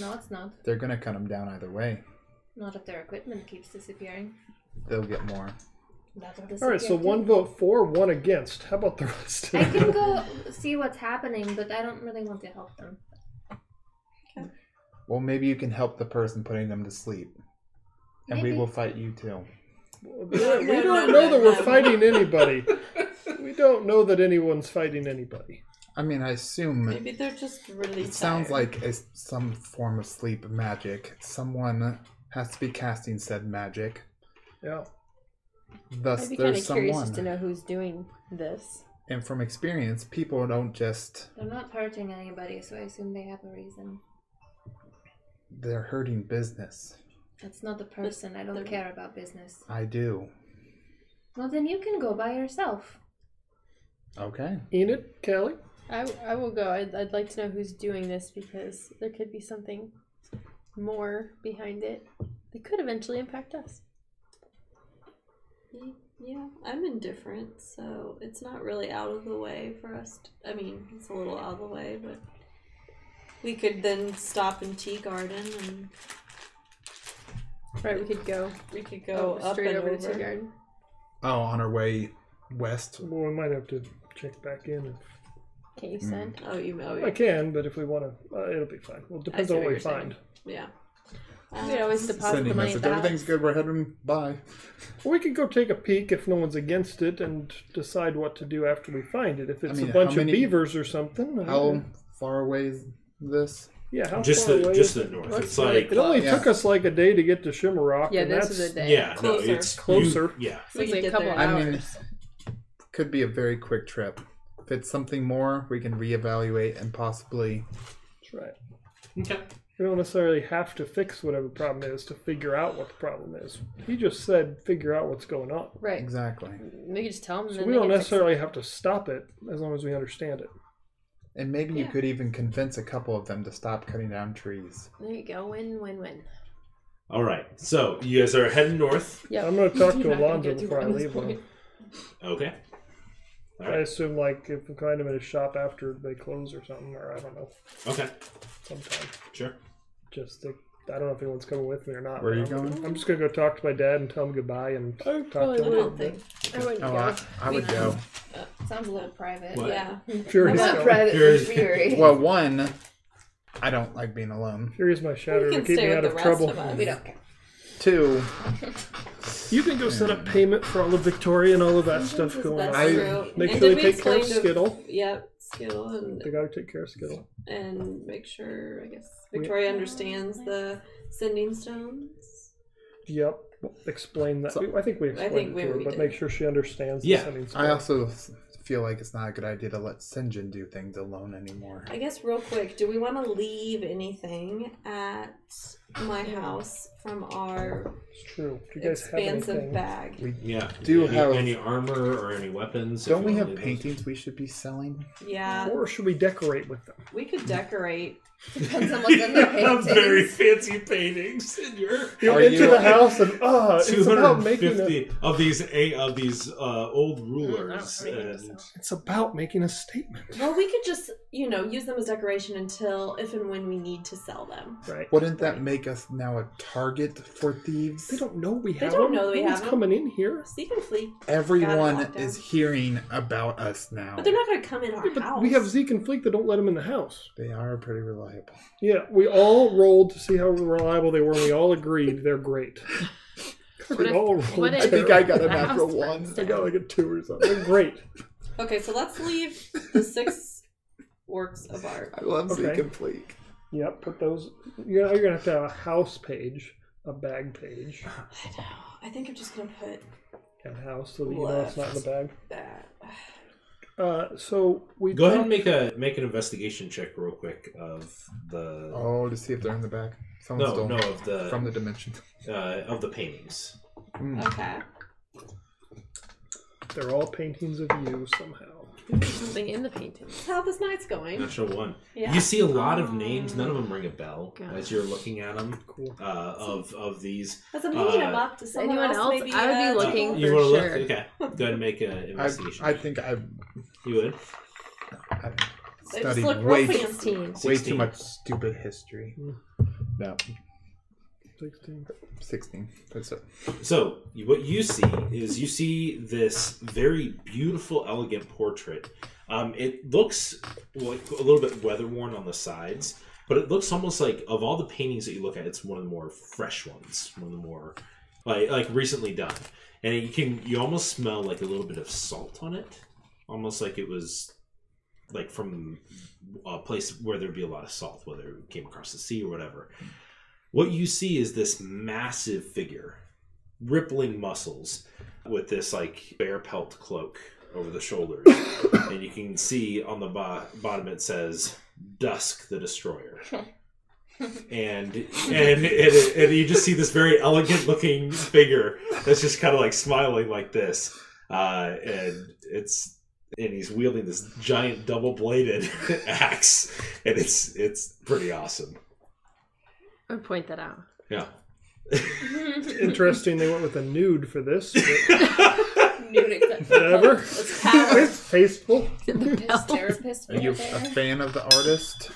No, it's not. They're gonna cut them down either way. Not if their equipment keeps disappearing. They'll get more. That'll All disappear right, so too. one vote for, one against. How about the rest? I can go see what's happening, but I don't really want to help them. Well, maybe you can help the person putting them to sleep, and we Maybe. will fight you too. we don't No, no, know that we're no. fighting anybody. We don't know that anyone's fighting anybody. I mean, I assume Maybe they're just really. It sounds tired. like a, some form of sleep magic. Someone has to be casting said magic. Yeah. Thus, I'd be kind there's of curious just to someone. know who's doing this. And from experience, people don't just. They're not hurting anybody, so I assume they have a reason. They're hurting business. That's not the person. I don't they're- care about business. I do. Well, then you can go by yourself. Okay. Enid, Kelly, I, I will go. I'd, I'd like to know who's doing this because there could be something more behind it that could eventually impact us. Yeah, I'm indifferent, so it's not really out of the way for us. To, I mean, it's a little out of the way, but we could then stop in Tea Garden and Right, we could go we could go over- up straight and over, over. to Tea Garden. Oh, on our way west. well, we might have to check back in. Can't you send? Oh, you know, I can, but if we want to, uh, it'll be fine. Well, it depends see on what what we you're saying. find. yeah. We could always deposit the Sending money at message. the Everything's house. good. We're heading. Bye. We could go take a peek if no one's against it and decide what to do after we find it. If it's mean, a how bunch many- of beavers or something. I How don't- far away is this? yeah, how Just far the away just is- the north. Let's It's like It only Yeah. took us like a day to get to Shimmerock. Yeah, and this that's, is a day. Uh, yeah, Closer. no, it's you- Closer. yeah, It's like We a could couple get there. I mean- hours. Could be a very quick trip. If it's something more, we can reevaluate and possibly. That's right. okay. We don't necessarily have to fix whatever problem is to figure out what the problem is. He just said figure out what's going on. right. Exactly. We could just tell them. So then we they don't can fix it. necessarily have to stop it as long as we understand it. And maybe you Yeah. could even convince a couple of them to stop cutting down trees. There you go. Win, win, win. All right. So you guys are heading north. Yep. I'm going to talk You're to not gonna Alonzo get to before I run this leave point. him. Okay. All I right. assume, like, if we find him in his shop after they close or something, or I don't know, Okay. sometime. Sure. Just to, I don't know if anyone's coming with me or not. Where are you but I'm- going? I'm just going to go talk to my dad and tell him goodbye and I talk probably to him. would. for a Good. bit. I wouldn't Oh, go. I, I would go. Sounds a little private. What? Yeah. Sure I'm he's not going. private Here and is- fury. Well, one, I don't like being alone. Here is my shadow You to can keep stay me with out the of rest trouble. of us. we don't care. Two, You can go set up payment for all of Victoria and all of that stuff That's going on. I- true. Make And sure did they we take care of explain to- Skittle. Yep, Skittle, and They gotta take care of Skittle. and make sure I guess We- Victoria understands the sending stones. Yep. Explain that. I think we I explained think it to we- her, we but did. make sure she understands Yeah. the sending I story. also s- feel like it's not a good idea to let Sinjin do things alone anymore. I guess real quick, do we want to leave anything at my house from our It's true. Do you guys have expansive anything? bag? Yeah. Do any, have- any armor or any weapons? if Don't you we wanna have do those. paintings we should be selling? Yeah, Or should we decorate with them? we could decorate. Depends on what's in the have very paintings. fancy paintings in your You're Are into you- the house and ah, it's about making a, 250 of these a of these uh, old rulers I don't know. and it's about making a statement, Well, we could just you know use them as decoration until if and when we need to sell them. right? Wouldn't that make us now a target for thieves? They don't know we have don't them. know we No one's have them. coming in here. So you can flee, Got it Everyone locked is down. hearing about us now. but they're not going to come in our Yeah, but house. we have Zeke and Fleek that don't let them in the house. They are pretty reliable. Yeah, we all rolled to see how reliable they were, and we all agreed they're great. What we if- all what rolled. if- I think I got a The house natural burns one. I got like a two or something. They're great. Okay, so let's leave the six works of art. I love Okay. Zeke and Fleek. Yep, put those. You know, you're gonna have to have a house page, a bag page, I know. I think I'm just gonna put and house so that you know it's not in the bag. that. Uh, so we go ahead and talked- make a make an investigation check real quick of the Oh, to see if they're in the back. Someone no stole no of the, from the dimension. uh, of the paintings. Mm. Okay. They're all paintings of you somehow. Maybe there's something in the painting. That's how this night's going. Natural one. Yeah. Oh, You see a lot of names. None of them ring a bell Gosh. as you're looking at them. Cool. Uh, of of these. As I'm hanging him Uh, up to someone anyone else, else? maybe, I would be uh, looking. you for wanna sure. look? Okay. Go ahead and make an I, investigation. I think I've you would. I've They just studied look way, real fancy. 16. way 16. too much stupid history. Hmm. No, Sixteen. 16. That's it. So you- what you see is you see this very beautiful, elegant portrait. Um, it looks like a little bit weather worn on the sides, but it looks almost like of all the paintings that you look at, it's one of the more fresh ones, one of the more like like recently done. And you can you almost smell like a little bit of salt on it, almost like it was like from a place where there'd be a lot of salt, whether it came across the sea or whatever. What you see is this massive figure rippling muscles with this like bear pelt cloak over the shoulders and you can see on the bo- bottom it says dusk the destroyer and and, and and you just see this very elegant looking figure that's just kind of like smiling like this uh, and it's and he's wielding this giant double bladed axe and it's it's pretty awesome I would point that out. yeah Interesting. They went with a nude for this. but Nude except Whatever. It's power. it's tasteful. Is therapist Are you over a there? fan of the artist?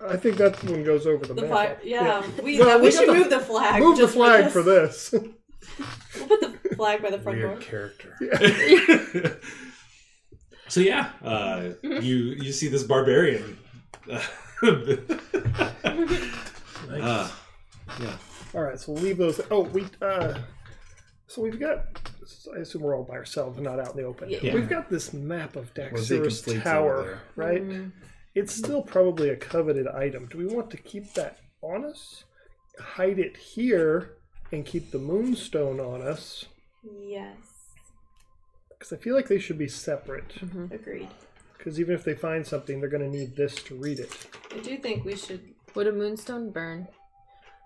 I think that one goes over the, The map. flag, yeah. We, Well, we, we got should the- move the flag. Move the just flag for this. We'll put the flag by the front door. Weird character. so yeah, uh, you you see this barbarian. Uh, yeah. All right, so we'll leave those. Oh, we. uh So we've got. I assume we're all by ourselves, and not out in the open. Yeah. Yeah. We've got this map of Well, Zeke and Daxter's Fleek's over tower, there. right? It's still probably a coveted item. Do we want to keep that on us, hide it here, and keep the moonstone on us? Yes. Because I feel like they should be separate. Agreed. Because even if they find something, they're going to need this to read it. I do think we should. Would a moonstone burn?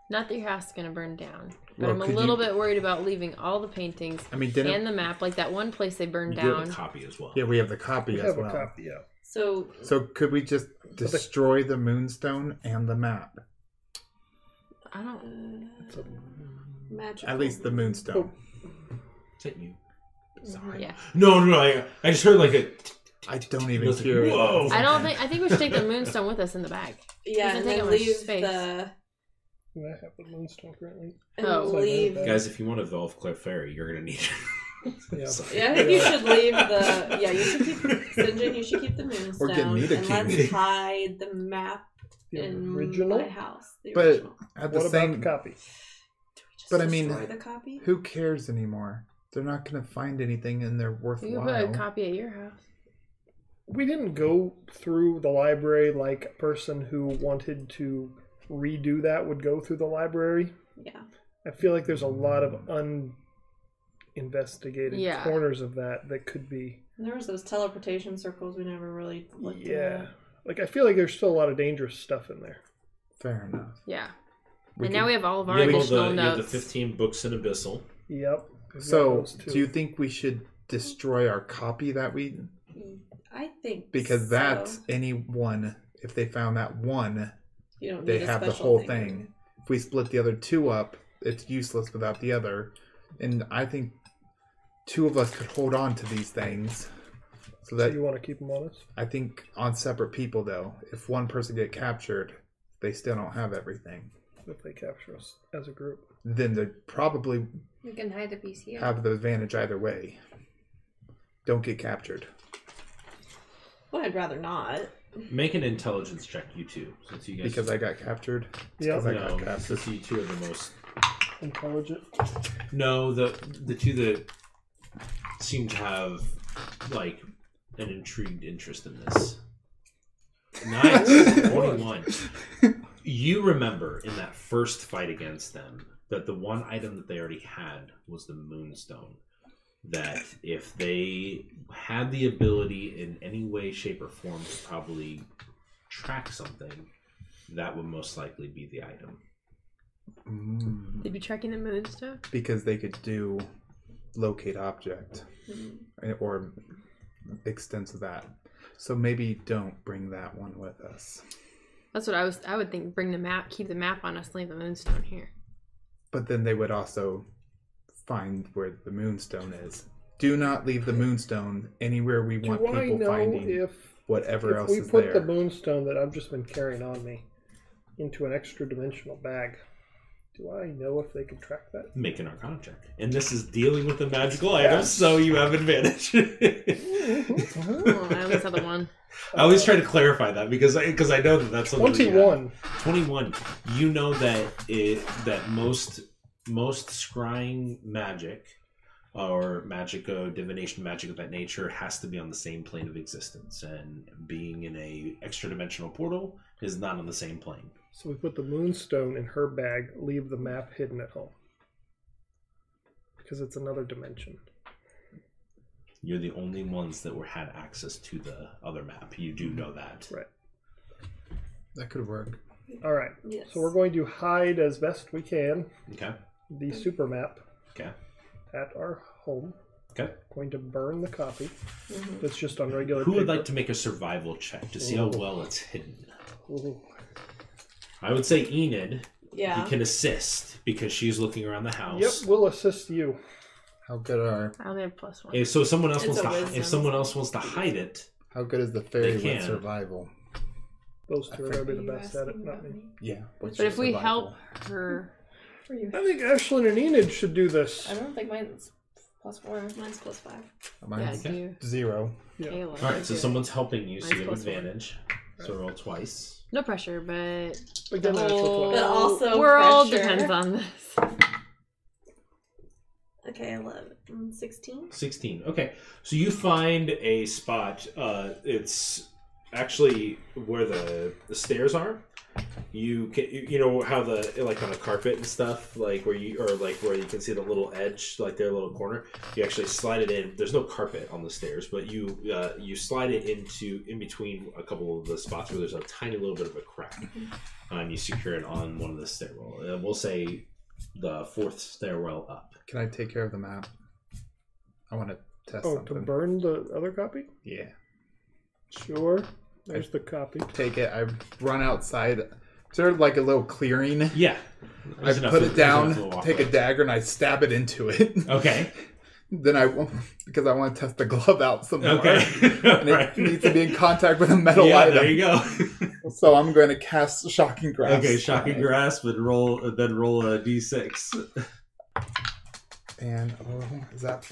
Not that your house is gonna burn down, but Well, I'm a could little you- bit worried about leaving all the paintings I mean, didn't. and the map, like that one place they You burned do have a down. copy as well. yeah, we have the copy We as have well. a copy, yeah. So So could we just destroy the moonstone and the map? I don't. It's a Magic. At least the moonstone. Is that you? Sorry. Yeah. No, no, no. I, I just heard like a. I don't even Nothing. hear it. Whoa. I don't think. I think we should take the moonstone with us in the bag. Yeah, Doesn't and take then up much leave space. the I have the moonstone currently. and Oh. So I know leave. that- Guys, if you want to evolve Clefairy, you're gonna need it. Yeah. Sorry. Yeah, I think you should leave the. Yeah, you should keep. Sinjin, you should keep the Or moonstone. get me the and king. let's hide the map The in original. my house. The But- original. At What the about same, the copy? Do we just but I mean- destroy the copy? who cares anymore? They're not going to find anything, and they're You can put a worthwhile. copy at your house. We didn't go through the library like a person who wanted to redo that would go through the library. Yeah. I feel like there's a lot of uninvestigated Yeah. corners of that that could be. And there was those teleportation circles we never really looked Yeah. at. Like I feel like there's still a lot of dangerous stuff in there. Fair enough. Yeah. We and can- now we have all of You our have all additional the, you have notes. the 15 books in Abyssal. Yep. We've got so, those two. do you think we should destroy our copy that we? I think Because so. that's any one. If they found that one, you don't they need a have the special whole thing. If we split the other two up, it's useless without the other. And I think two of us could hold on to these things. So So that you want to keep them honest? I think on separate people though, if one person get captured, they still don't have everything. If they capture us as a group. Then they probably We can hide the piece here. have the advantage either way. Don't get captured. Well, I'd rather not. Make an intelligence check, you two, since you guys. Because I got captured. Yeah. 'Cause I got no, captured. since you two are the most. Intelligent. No, the the two that seem to have like an intrigued interest in this. Nice, twenty-one. You remember in that first fight against them that the one item that they already had was the moonstone. That if they had the ability in any way, shape, or form to probably track something, that would most likely be the item. Mm, They'd be tracking the moonstone. because they could do locate object Mm-hmm. eh, or extends of that. So maybe don't bring that one with us. That's what I was. I would think. Bring the map. Keep the map on us. Leave the moonstone here. But then they would also find where the moonstone is. Do not leave the moonstone anywhere we want Do I people know finding if whatever if else we is put there. the moonstone that I've just been carrying on me into an extra dimensional bag, do I know if they can track that? Make an arcana check. And this is dealing with the magical item, so you have advantage. Oh, I always had the one. I always try to clarify that because I, because I know that that's something that you have. Twenty-one. 21 you know that it that most most scrying magic or magic of divination magic of that nature has to be on the same plane of existence and being in a extra dimensional portal is not on the same plane So we put the moonstone in her bag, leave the map hidden at home because it's another dimension. you're the only ones that were had access to the other map you do know that Mm-hmm. Right. That could work. All right. Yes. So we're going to hide as best we can okay the super map okay at our home. okay Going to burn the copy Mhm. that's just on regular. who would paper. like to make a survival check to see Oh. how well it's hidden Ooh. i would say enid Yeah. you can assist because she's looking around the house Yep, we'll assist you. How good are I only have plus one. If so, if someone else It's wants a to. hi- wisdom. If someone else wants to hide it, how good is the fairy They with can. survival? Those two are I gonna be Were the you best at it, asking not about me. Yeah. what's but your if we survival? help her, Were you- I think Ashlyn and Enid should do this. I don't think mine's plus four. Mine's plus five. yeah, Mine's you, zero. Yeah. Kayla. all right. So someone's helping you, so Mine's you have plus one. advantage. So roll twice. No pressure, but But the then that's what- whole But also world pressure. depends on this. Okay, 11. Mm, 16? Sixteen. Okay. So you find a spot. Uh, it's actually where the, the stairs are. You can you you know how the like on a carpet and stuff like where you or like where you can see the little edge like their little corner. You actually slide it in. There's no carpet on the stairs, but you uh, you slide it into in between a couple of the spots where there's a tiny little bit of a crack. and you secure it on one of the stairwell. Uh, we'll say the fourth stairwell up. Can I take care of the map? I want to test Oh, to something. burn the other copy? yeah. Sure. There's the copy. Take it. I run outside Is there like a little clearing? Yeah. I There's enough put to- it there's enough to down, walk take a with. dagger, and I stab it into it. Okay. then I won't- because I want to test the glove out some more. Okay. And it Right. needs to be in contact with a metal yeah, item. there you go. So I'm going to cast shocking grasp. okay, shocking on it. grasp, but roll then roll a d6. And oh, is that?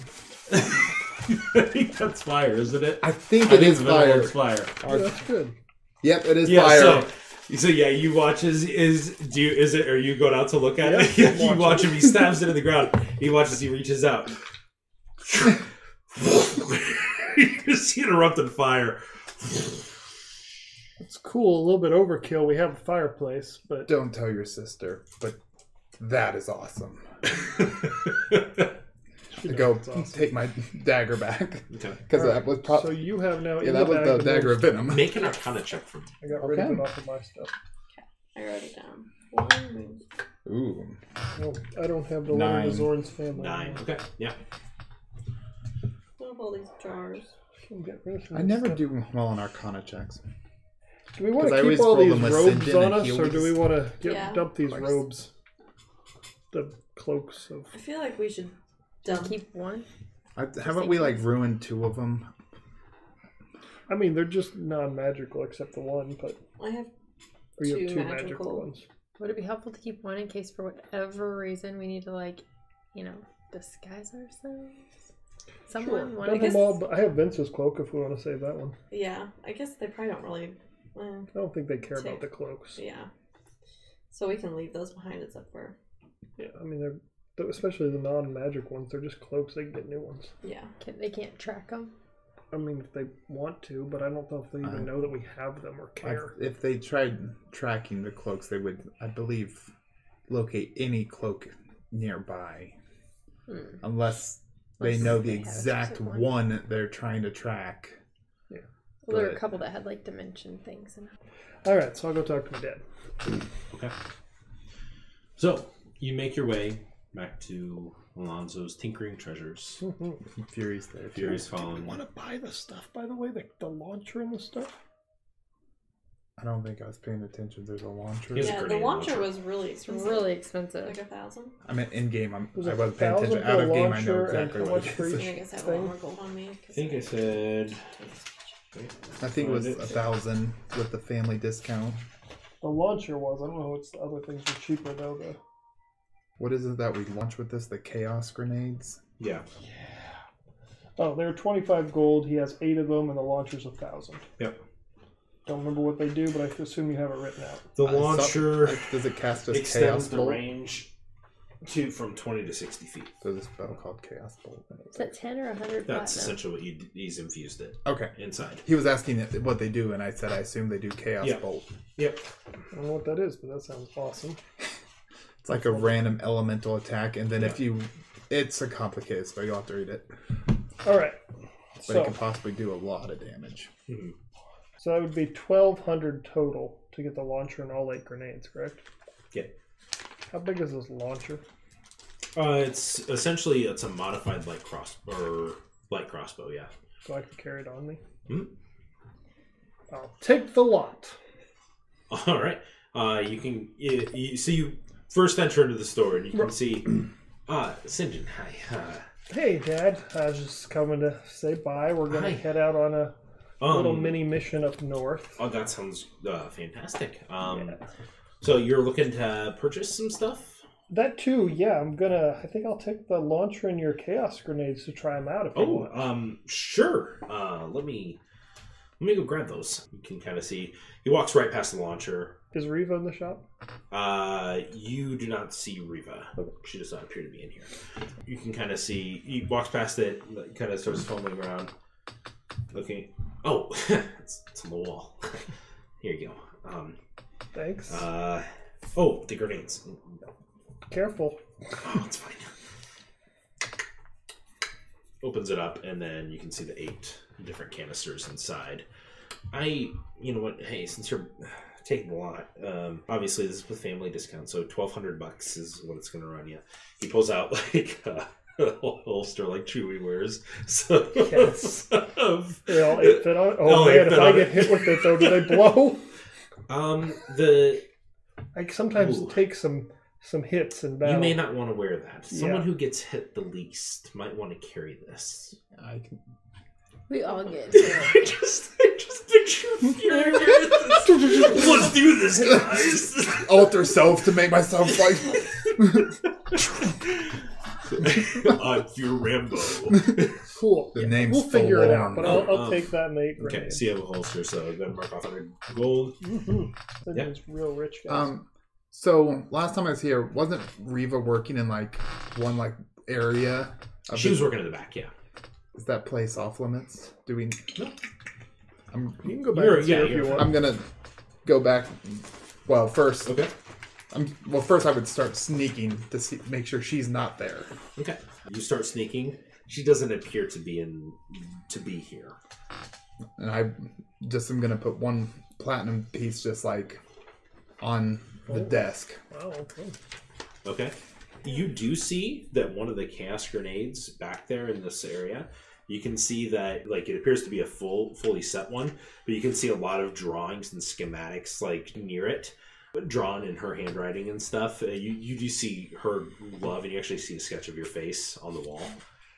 I think that's fire, isn't it? I think I it think is the middle fire. one's fire. Our- That's good. Yep, it is yeah, fire. so so yeah, you watch as is do you is it are you going out to look at it? Yep, I'm you watching. watch him, he stabs it in the ground. He watches he reaches out. you just see it erupt in fire. It's cool. A little bit overkill. We have a fireplace, but Don't tell your sister, but that is awesome. she To knows go it's awesome. take my dagger back okay. because All that right, was pro- so you have now. yeah, in that was bag the dagger of most- venom. Make an arcana check for me. I got rid of Okay. it off of my stuff. I wrote it down. One move. Ooh, Well, Oh, I don't have the Nine. Lord of Zorn's family. Nine. anymore. Okay. Yeah. What of all these jars? Can get rid of I that never stuff. do well in Arcana checks. Do we want 'Cause I to keep always all roll these them with robes Sinjin on and us, or do Heelys. we want to get, Yeah. dump these Of course. robes? The cloaks of. I feel like we should dump. Keep one. I, haven't we like ruined two of them? I mean, they're just non-magical except the one, but I have we Two have two magical, magical. ones. Would it be helpful to keep one in case for whatever reason we need to like, you know, disguise ourselves? Someone Sure. one Dump of us. them all, but I have Vince's cloak if we want to save that one. yeah. I guess they probably don't really. Well, I don't think they care Save. about the cloaks. yeah. So we can leave those behind as if we're Yeah, I mean, they're th- especially the non-magic ones. They're just cloaks. They can get new ones. yeah. Can, they can't track them. I mean, if they want to, but I don't know if they even I- know that we have them or I- care. if they tried tracking the cloaks, they would, I believe, locate any cloak nearby, Hmm. unless they Unless know the they have a exact specific one. one. they're trying to track. Well, there were a But- couple that had like dimension things and All right, so I'll go talk to my dad. Okay. So you make your way back to Alonzo's tinkering treasures. Fury's there. too. Fury's following. Want to buy the stuff, by the way, the, the launcher and the stuff. I don't think I was paying attention. There's a launcher. Here's a Yeah, the grenade launcher launcher. was really it's expensive. really expensive. like a thousand. I mean, in game, I'm, There's I a wasn't paying thousand attention. for Out a of game, I know launcher and exactly how what much it for is. I each? guess I have Thing. one more gold on me. I think I said. I think it was a Find it. thousand with the family discount. The launcher was. I don't know. It's the other things were cheaper though. The What is it that we launch with this? The chaos grenades. Yeah. Oh, they're 25 gold. He has eight of them, and the launcher's a thousand. Yep. Don't remember what they do, but I assume you have it written out. The Uh, some- launcher like, does it cast us chaos extends the bolt? range to from twenty to sixty feet. There's a spell called chaos bolt. Is that ten or hundred That's platinum? essentially what he, he's infused it Okay. inside. He was asking if- what they do, and I said I assume they do chaos Yeah. bolt. Yep. I don't know what that is, but that sounds awesome. It's like a random elemental attack, and then if you, it's a complicated spell. You'll have to read it, All right. but So, it can possibly do a lot of damage. Hmm. so that would be 1,200 total to get the launcher and all eight grenades, correct? Yeah. How big is this launcher? Uh, it's essentially it's a modified light cross or light crossbow. Yeah. So I can carry it on me. Hmm. I'll take the lot. All right. Uh, you can you, you, so you first enter into the store and you can see. Ah, St. John, hi. Uh, Hey, Dad. I was just coming to say bye. We're gonna Hi. head out on a um, little mini mission up north. Oh, that sounds uh, fantastic. Um, So you're looking to purchase some stuff? That too, yeah. I'm gonna. I think I'll take the launcher and your chaos grenades to try them out if you Oh, want. um, sure. Uh, let me let me go grab those. You can kind of see he walks right past the launcher. Is Reva in the shop? Uh, you do not see Riva. She does not appear to be in here. You can kind of see. He walks past it, kind of starts fumbling around, looking. Oh, it's, it's on the wall. here you go. Um, Thanks. uh, oh, the grenades. Careful. Oh, it's fine. Opens it up, and then you can see the eight different canisters inside. I, you know what? Hey, since you're taking a lot, um, obviously this is with family discount, so twelve hundred bucks is what it's going to run you. He pulls out like uh, a, holster like Chewy wears, so Yes. of They all eight fit on. All Oh eight man, if fit I on get it. hit with it though, do they blow? um the I sometimes Ooh. take some some hits and battle. You may not want to wear that. Someone Yeah. who gets hit the least might want to carry this. I can. We all get I just, I just picture Fury with this. Let's do this, guys. Alter self to make myself like. I'm Fury Rambo. Cool. The name's We'll figure it out, forlorn. but I'll, I'll Um, take that and eight Okay, grenade. so you have a holster, so then mark off 100 gold. They're yeah. just Mm-hmm. real rich guys. Um, so last time I was here, wasn't Reva working in like one like area? Of She was the, working in the back, yeah. is that place off limits? Do we? No. I'm you can go back you're- and see yeah, if you you're- want. I'm gonna go back. Well, first, Okay, I'm well. First, I would start sneaking to see, make sure she's not there. okay. You start sneaking. She doesn't appear to be in to be here. and I just am gonna put one platinum piece just like on Oh. the desk. Wow, okay. Okay. You do see that one of the chaos grenades back there in this area. You can see that like it appears to be a full fully set one, but you can see a lot of drawings and schematics like near it drawn in her handwriting and stuff. Uh, you you do see her love and you actually see a sketch of your face on the wall.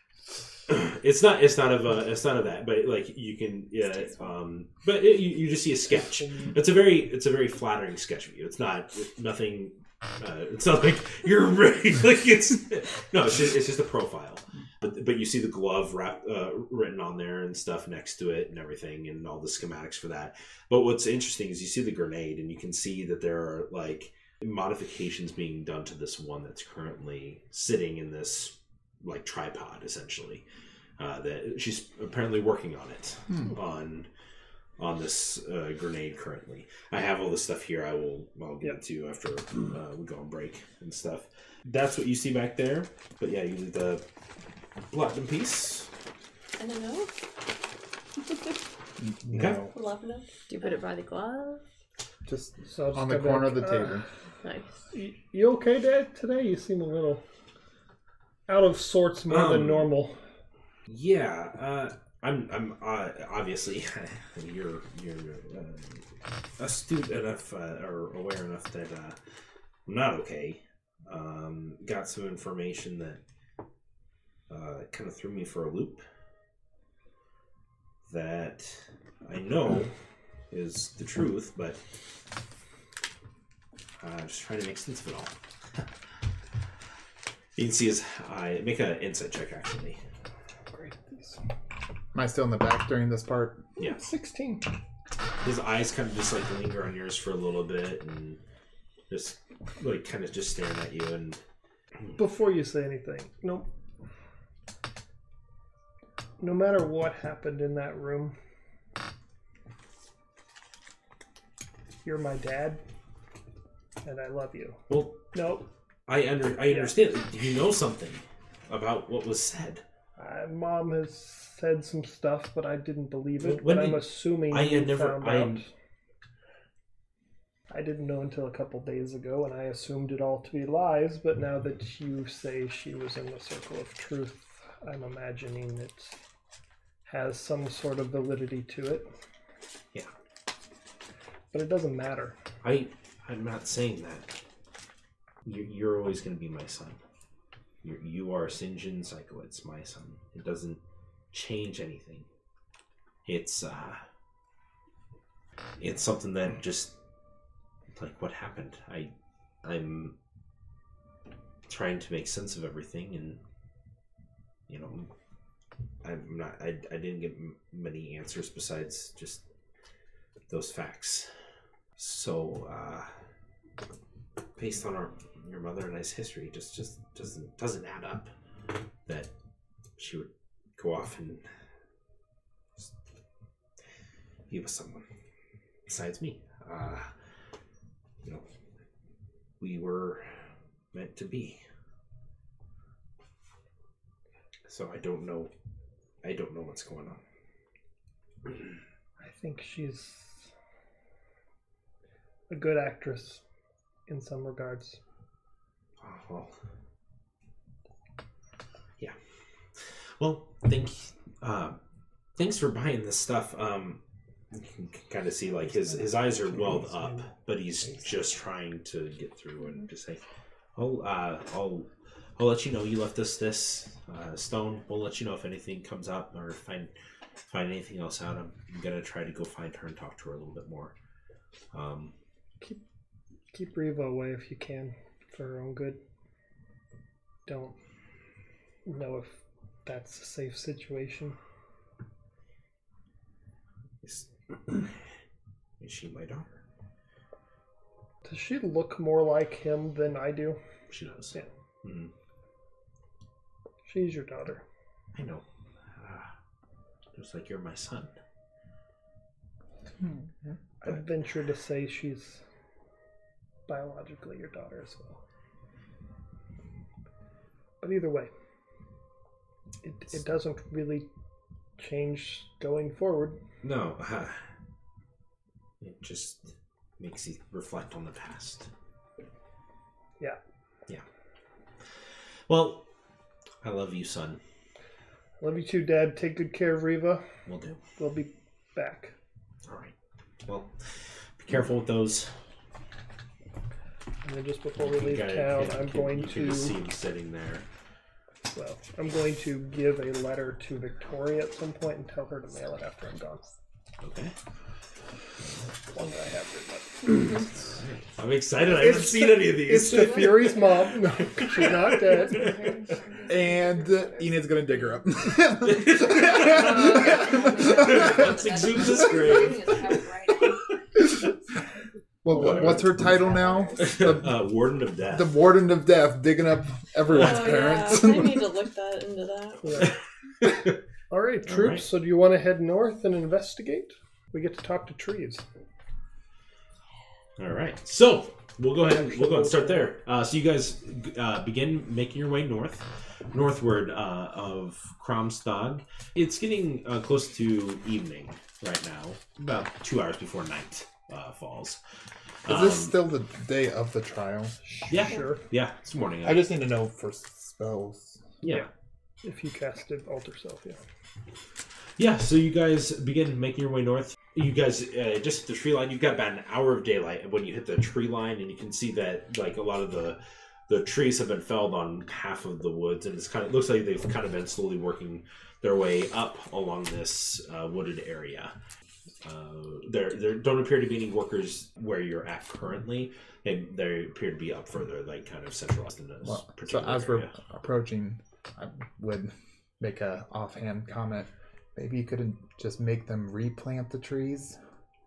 it's not it's not of uh it's not of that, but like you can yeah um but it, you, you just see a sketch. It's a very it's a very flattering sketch of you. It's not it's nothing uh, it's not like you're ready. like it's no, it's just, it's just a profile. But but you see the glove wrap, uh, written on there and stuff next to it and everything and all the schematics for that. But what's interesting is you see the grenade and you can see that there are like modifications being done to this one that's currently sitting in this like tripod essentially. Uh, that she's apparently working on it Hmm. on on this uh, grenade currently. I have all this stuff here. I will. I'll get it to you after uh, we go on break and stuff. That's what you see back there. But yeah, you did the platinum piece. I don't know. No, Love note. Do you put it by the glove? just So I'll just on the go back, corner of the uh, table. Nice. y- you okay, Dad? Today you seem a little out of sorts more Um, than normal. Yeah, uh, I'm. I'm uh, obviously you're you're uh, astute enough uh, or aware enough that uh, I'm not okay. Um, got some information that uh, kind of threw me for a loop. That I know is the truth, but uh, just trying to make sense of it all. you can see his eye. Make an insight check, actually. Am I still in the back during this part? Yeah. Sixteen. his eyes kind of just like linger on yours for a little bit and just like kind of just staring at you and Before you say anything, no. No matter what happened in that room, you're my dad, and I love you. well No, i under i understand you know something about what was said I, uh, mom has said some stuff, but I didn't believe it. When but I'm did- assuming I you had never- found I- out. I didn't know until a couple days ago, and I assumed it all to be lies. But now that you say she was in the circle of truth, I'm imagining it has some sort of validity to it. Yeah. But it doesn't matter. i i'm not saying that you, you're always going to be my son you, you are st john psycho it's my son it doesn't change anything it's uh it's something that just like what happened i i'm trying to make sense of everything and you know i'm not i, I didn't get m- many answers besides just those facts so uh based on our your mother and i's history it just just doesn't doesn't add up that she would go off and just be with someone besides me uh you know we were meant to be so i don't know i don't know what's going on I think she's a good actress in some regards. Oh, well. Yeah. Well, thank. Uh, thanks for buying this stuff. Um, You can kind of see like his his eyes are welled up, but he's just trying to get through and just say, "Oh, uh, I'll I'll let you know you left us this uh, stone. We'll let you know if anything comes up or find find anything else out. I'm, I'm gonna try to go find her and talk to her a little bit more." Um, Keep Reva away if you can, for her own good. Don't know if that's a safe situation. is, is she my daughter? Does she look more like him than I do? She does. Yeah. Mhm. She's your daughter. I know. Ah, just like you're my son. I'd venture to say she's biologically your daughter as well. But either way, it, it doesn't really change going forward. No, uh, it just makes you reflect on the past. Yeah. Yeah. Well, I love you, son. Love you too, Dad. Take good care of Reva. We'll do. We'll be back. All right. Well, be careful with those. And then just before we leave town, I'm going You can see to him sitting there. well, I'm going to give a letter to Victoria at some point and tell her to mail it after I'm gone. Okay. One that I have written up. I'm excited. I haven't seen any of these. It's the Fury's mom. No, she's not dead. And uh, Enid's gonna dig her up. Let's Oh, exhume this grave. well, what- what's her title now? uh, Warden of Death. The Warden of Death, digging up everyone's oh, parents. yeah. I need to look that into that. All right, troops. right. So do you want to head north and investigate? We get to talk to trees. All right. So we'll go ahead. and We'll go ahead and start there. Uh, so you guys uh, begin making your way north, northward uh, of Kromstad. It's getting uh, close to evening right now. About two hours before night uh, falls. Is this still the day of the trial? Um, Yeah. Sure. Yeah. It's morning. I just need to know for spells. yeah. If you casted alter self, yeah. Yeah, so you guys begin making your way north. You guys uh, just hit the tree line. You've got about an hour of daylight when you hit the tree line, and you can see that like a lot of the the trees have been felled on half of the woods, and it's kind of looks like they've kind of been slowly working their way up along this uh, wooded area. Uh, there, there don't appear to be any workers where you're at currently, and they appear to be up further, like kind of centralized in this Well, so particular as we're area. approaching, I would make a offhand comment. Maybe you could just make them replant the trees.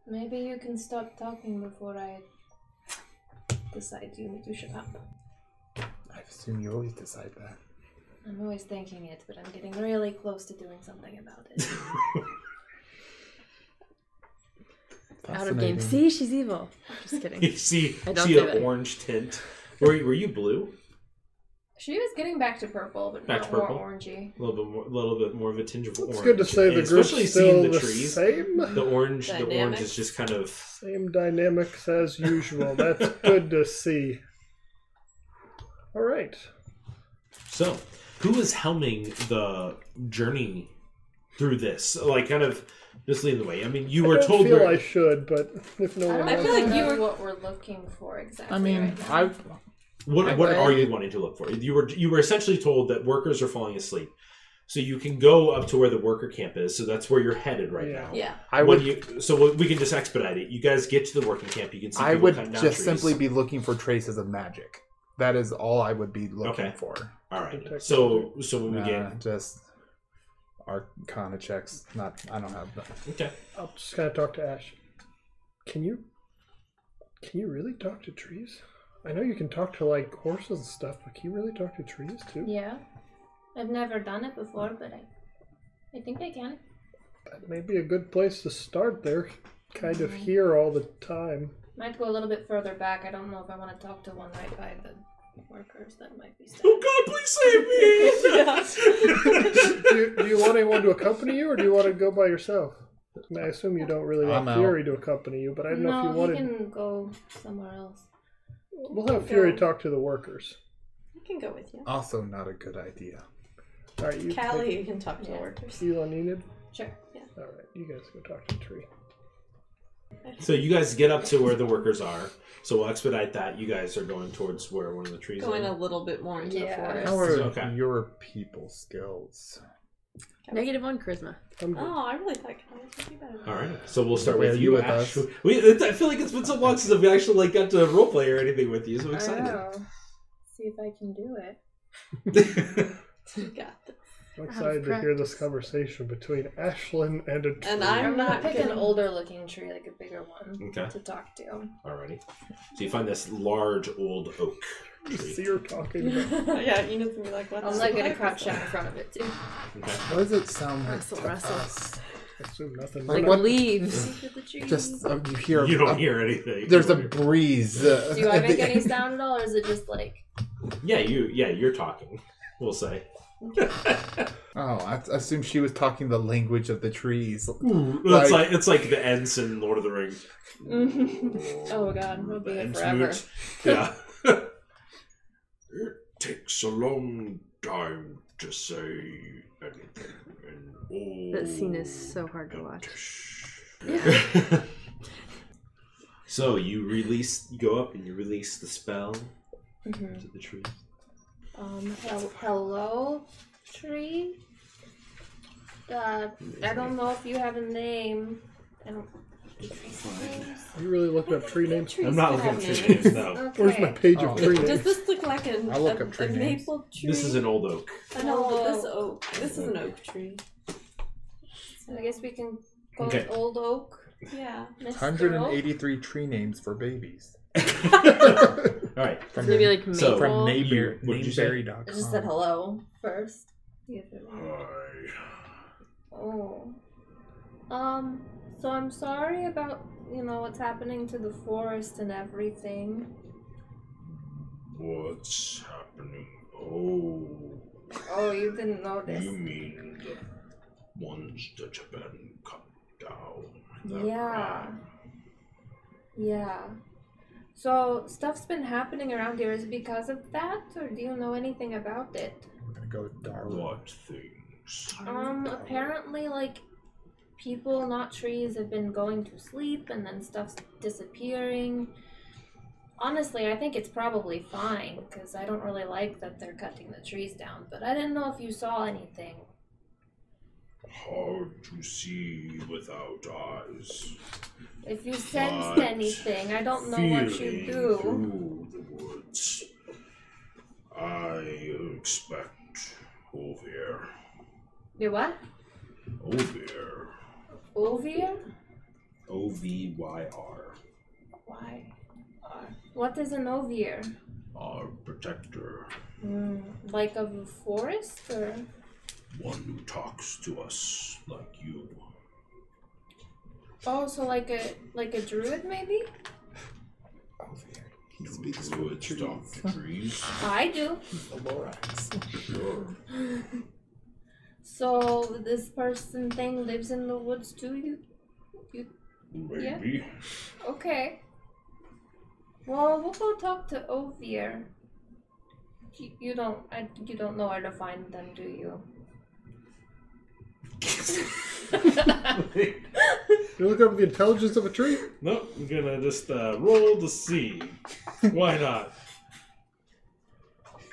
Maybe you can stop talking before I decide you you should up. I assume you always decide that. I'm always thinking it, but I'm getting really close to doing something about it. Out of game. Fascinating. See, she's evil. Just you kidding. see, I don't see say an that. orange tint. Were, were you blue? She was getting back to purple, but Back not to purple? more orangey. A little bit more, little bit more of a tinge of orange. It's good to say and the group's especially still seeing the, the, trees. same. The orange, the orange Dynamic. is just kind of. Same dynamics as usual. That's good to see. All right. So, who is helming the journey through this? Like, kind of just leading the way. I mean, you I were don't told. feel we're- I should, but if no one I I else feel feel like like you you were- what we're looking for exactly. I mean, right now. I What I what would. are you wanting to look for? You were you were essentially told that workers are falling asleep, so you can go up to where the worker camp is. So that's where you're headed right Yeah. now. Yeah. I When would you so we- we can just expedite it. You guys get to the working camp. You can see. I people would cutting just down trees. simply be looking for traces of magic. That is all I would be looking Okay. for. All right. So so when we Uh, get just arcana checks. Not I don't have. that. okay. I'll just kind of talk to Ash. Can you can you really talk to trees? I know you can talk to like horses and stuff, but can you really talk to trees too? yeah, I've never done it before, but I, I think I can. That may be a good place to start. They're kind Mm. of here all the time. Might go a little bit further back. I don't know if I want to talk to one right by the workers. That might be. Sad. Oh God, please save me! Do you, do you want anyone to accompany you, or do you want to go by yourself? I, mean, I assume you don't really want I'm out. Fury to accompany you, but I don't no, know if you he wanted. can go somewhere else. We'll have Fury talk to the workers. I can go with you. Also, not a good idea. All right, you, Callie, you can talk to the Yeah. workers. Elon Enid. Sure. All right, you guys go talk to the tree. So you guys get up to where the workers are. So we'll expedite that. You guys are going towards where one of the trees Going are. a little bit more into Yeah. the How forest. are Okay. your people skills? Negative one charisma. I'm good. Oh, I really thought Calyx would be better. than All right. that. So we'll start Yeah, with you you, with Ash. us. We, it's- I feel like it's been so long since I've actually like got to roleplay or anything with you. So I'm I excited. know. See if I can do it. You got this. I'm Out of excited to hear this practice. conversation between Ashlyn and a tree. And I'm gonna not pick getting- an older looking tree, like a bigger one, okay. to talk to. Alrighty. So you find this large old oak See tree. her talking. About. I'm Yeah, Enid's gonna be like, what the like gonna fuck crouch is down that? in front of it too. Okay. What does it sound like Russell, to Russell. us? I assume nothing. Like Like what- leaves. See through the trees. Just uh, you hear. You a, don't hear anything. There's a You don't breeze. uh, Do I at the make any end. sound at all, or is it just like hear- Yeah, you. Yeah, you're talking. We'll say. Oh, I I assume she was talking the language of the trees. it's Like- like it's like the Ents in Lord of the Rings. Mm-hmm. Oh god, we'll be The here Ents forever. moot. Yeah. it takes a long time to say anything. And all That scene is so hard to watch. so you release, you go up and you release the spell Mm-hmm. Mhm. to the tree. Um, hel- hello, tree. Uh, I don't know if you have a name. I don't. do trees have names? You really looking up tree names? Trees I'm not could looking at have tree names names. no. Okay. Where's my page Oh. of tree Does names? this look like an, I'll look a, up tree a names. maple tree? This is an old oak. Uh, no, Oh. this oak. This is an oak tree. I guess we can call Okay. it Old Oak. Yeah. Mr. Oak. 183 tree names for babies. All right. It's gonna be like maple. So- from You- neighbor, what did you say? nameberry.com. I just said hello first. The other one. Hi. Oh. Um, so I'm sorry about, you know, what's happening to the forest and everything. What's happening? Oh, Oh, you didn't know this. you mean the ones that have been cut down? that Yeah. ran? Yeah. So stuff's been happening around here. Is it because of that, or do you know anything about it? We're gonna go with Darwin. What things? Um, apparently, like people, not trees, have been going to sleep, and then stuff's disappearing. Honestly, I think it's probably fine because I don't really like that they're cutting the trees down. But I didn't know if you saw anything. Hard to see without eyes. If you sensed But anything, I don't know what you Feeling do. Through the woods, I expect Ovir. You what? Ovir. Ovir? O V Y R. Why? What is an ovir? Our protector. Mm, like of a forest or One who talks to us like you. oh so like a like a druid maybe Oh, there. He Do speaks for the druids talk trees. to trees? i do The Lorax. Sure. so this person thing lives in the woods too you Yeah. Maybe. okay well we'll go talk to ovir you, you don't I, you don't know where to find them do you You look up the intelligence of a tree. Nope, I'm gonna just uh, roll to see. Why not?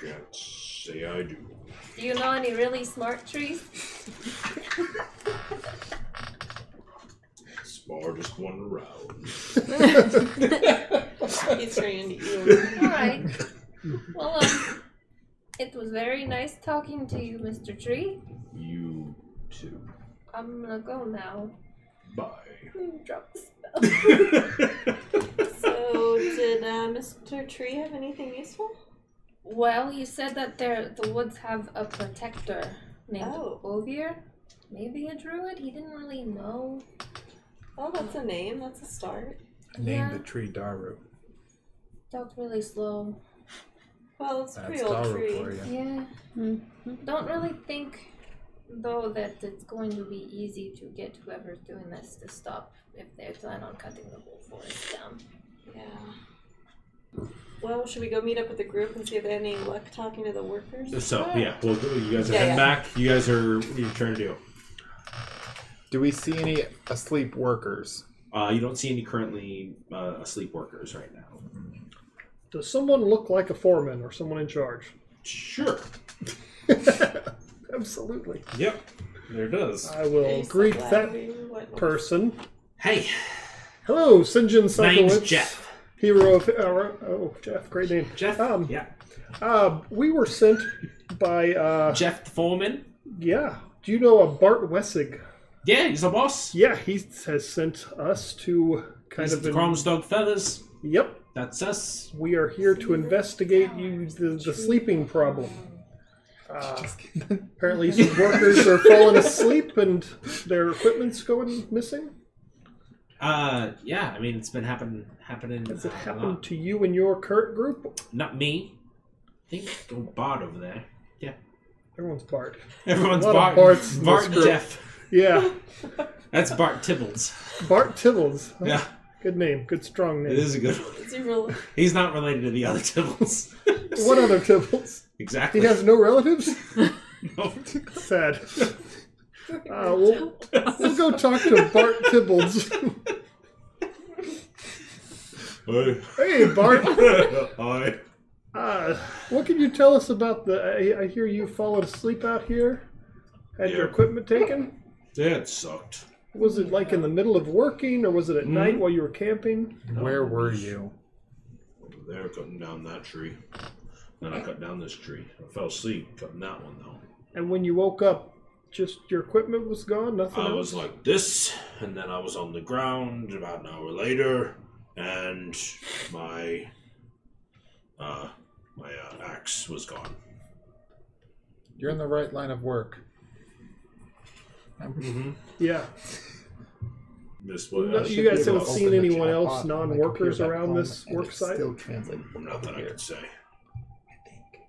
Can't say I do. do you know any really smart trees Smartest one around. He's turning into you. all right well um, it was very nice talking to you mr tree You too. i'm gonna go now Bye. Mm, drop the spell So, did uh, Mr. Tree have anything useful? Well, you said that there the woods have a protector named Oh. Ovir. Maybe a druid? He didn't really know. Oh, that's a name. That's a start. Name Yeah. the tree Daru. Talked really slow. Well, it's a That's pretty old Daru tree. for you. Yeah. mm-hmm. Don't really think though that it's going to be easy to get whoever's doing this to stop if they plan on cutting the whole forest down. Yeah. Well, should we go meet up with the group and see if they have any luck talking to the workers? So yeah, well you guys are Yeah, heading yeah. back. You guys are what are you trying to do? Do we see any asleep workers? Uh, you don't see any currently uh, asleep workers right now. Does someone look like a foreman or someone in charge? Sure. Absolutely. Yep. There it does. I will I'm so greet glad that we went- person. Hey, Hello, St. John name's Sakowitz, Jeff. Hero of. Uh, oh, Jeff, great name. Jeff. Um, yeah. Uh, we were sent by. Uh, Jeff the foreman. yeah. Do you know a Bart Wessig? Yeah, he's a boss. Yeah, he has sent us to kind He's of. the in- Cromstock feathers. yep. That's us. We are here to investigate you the, the sleeping problem. Uh, apparently, some workers are falling asleep and their equipment's going missing. Uh, yeah. I mean, it's been happen happening. Has it a happened lot. to you and your current group? Not me. I think go Bart over there. Yeah. Everyone's barred. Everyone's A lot Bart. of Barts in Bart this and group. Jeff. Yeah, That's Bart Tibbles. Bart Tibbles. Yeah, Good name. Good strong name. it is a good one. Is he real? He's not related to the other Tibbles. What other Tibbles? He exactly. has no relatives? No. Sad. Uh, we'll, we'll go talk to Bart Tibbles. hey, Bart. Hi. Uh, what can you tell us about the? I, I hear you fallen asleep out here. Had your Yeah. equipment taken? That sucked. Was it like in the middle of working, or was it at Hmm? night while you were camping? Where were you? They're cutting down that tree. Then I cut down this tree. I fell asleep cutting that one though. And when you woke up, just your equipment was gone. Nothing I else. was like this, and then I was on the ground about an hour later, and my uh, my uh, axe was gone. You're in the right line of work. yeah. This was No, I you should guys be able haven't to seen open it. anyone else on my non-workers computer at around home, this and work it's site? Still translated. Not that I Here. could say.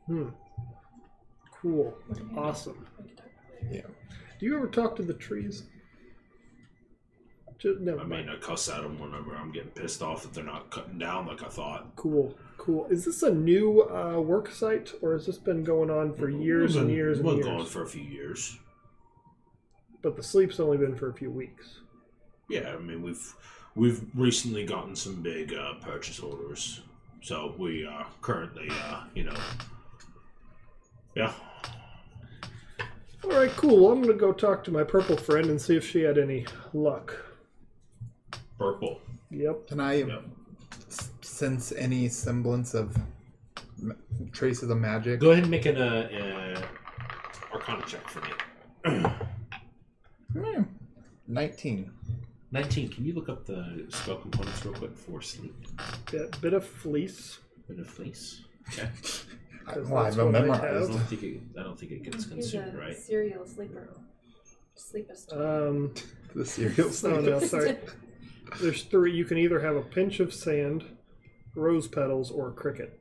Hmm. Cool. Awesome. Yeah. Do you ever talk to the trees? Just, never I mind. mean, I cuss at them whenever I'm getting pissed off that they're not cutting down like I thought. Cool, cool. Is this a new uh, work site, or has this been going on for years and Been- years and been years? going for a few years. But the sleep's only been for a few weeks. Yeah, I mean we've we've recently gotten some big uh, purchase orders, so we are currently, uh, you know, yeah. All right, cool. Well, I'm gonna go talk to my purple friend and see if she had any luck. Purple. Yep. Can I s- sense any semblance of ma- traces of magic? Go ahead and make an uh, uh, Arcana check for me. Hmm. Nineteen. Nineteen. Can you look up the spell components real quick for sleep Bit, bit of fleece. and a fleece? Okay. I, Because well, I that's have them what I I memorized. don't think it. I don't think it gets He's consumed, a right? serial sleeper. Sleepist. Um. The cereal. Oh no, sorry. There's three. You can either have a pinch of sand, rose petals, or cricket.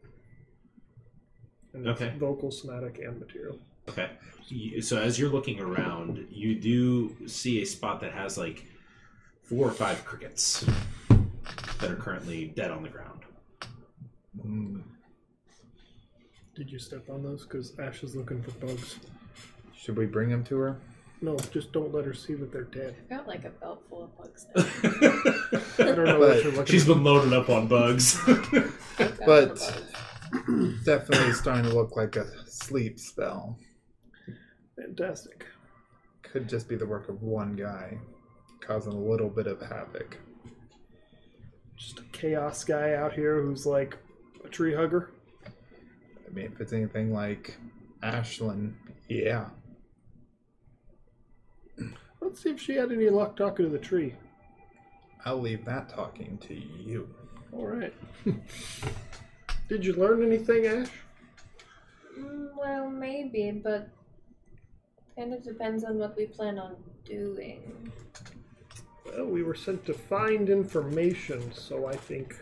And it's Okay. Vocal, somatic, and material. Okay. You- So as you're looking around, you do see a spot that has like four or five crickets that are currently dead on the ground. Mm. Did you step on those? Because Ash is looking for bugs. Should we bring them to her? No, just don't let her see that they're dead. I've got like a belt full of bugs. I don't know what But you're looking She's been loaded up on bugs. But definitely starting to look like a sleep spell. Fantastic. Could just be the work of one guy, causing a little bit of havoc. Just a chaos guy out here who's like a tree hugger. I mean, if it's anything like Ashlyn, yeah. Let's see if she had any luck talking to the tree. I'll leave that talking to you. All right. Did you learn anything, Ash? Mm, well, maybe, but kind of depends on what we plan on doing. Well, we were sent to find information, so I think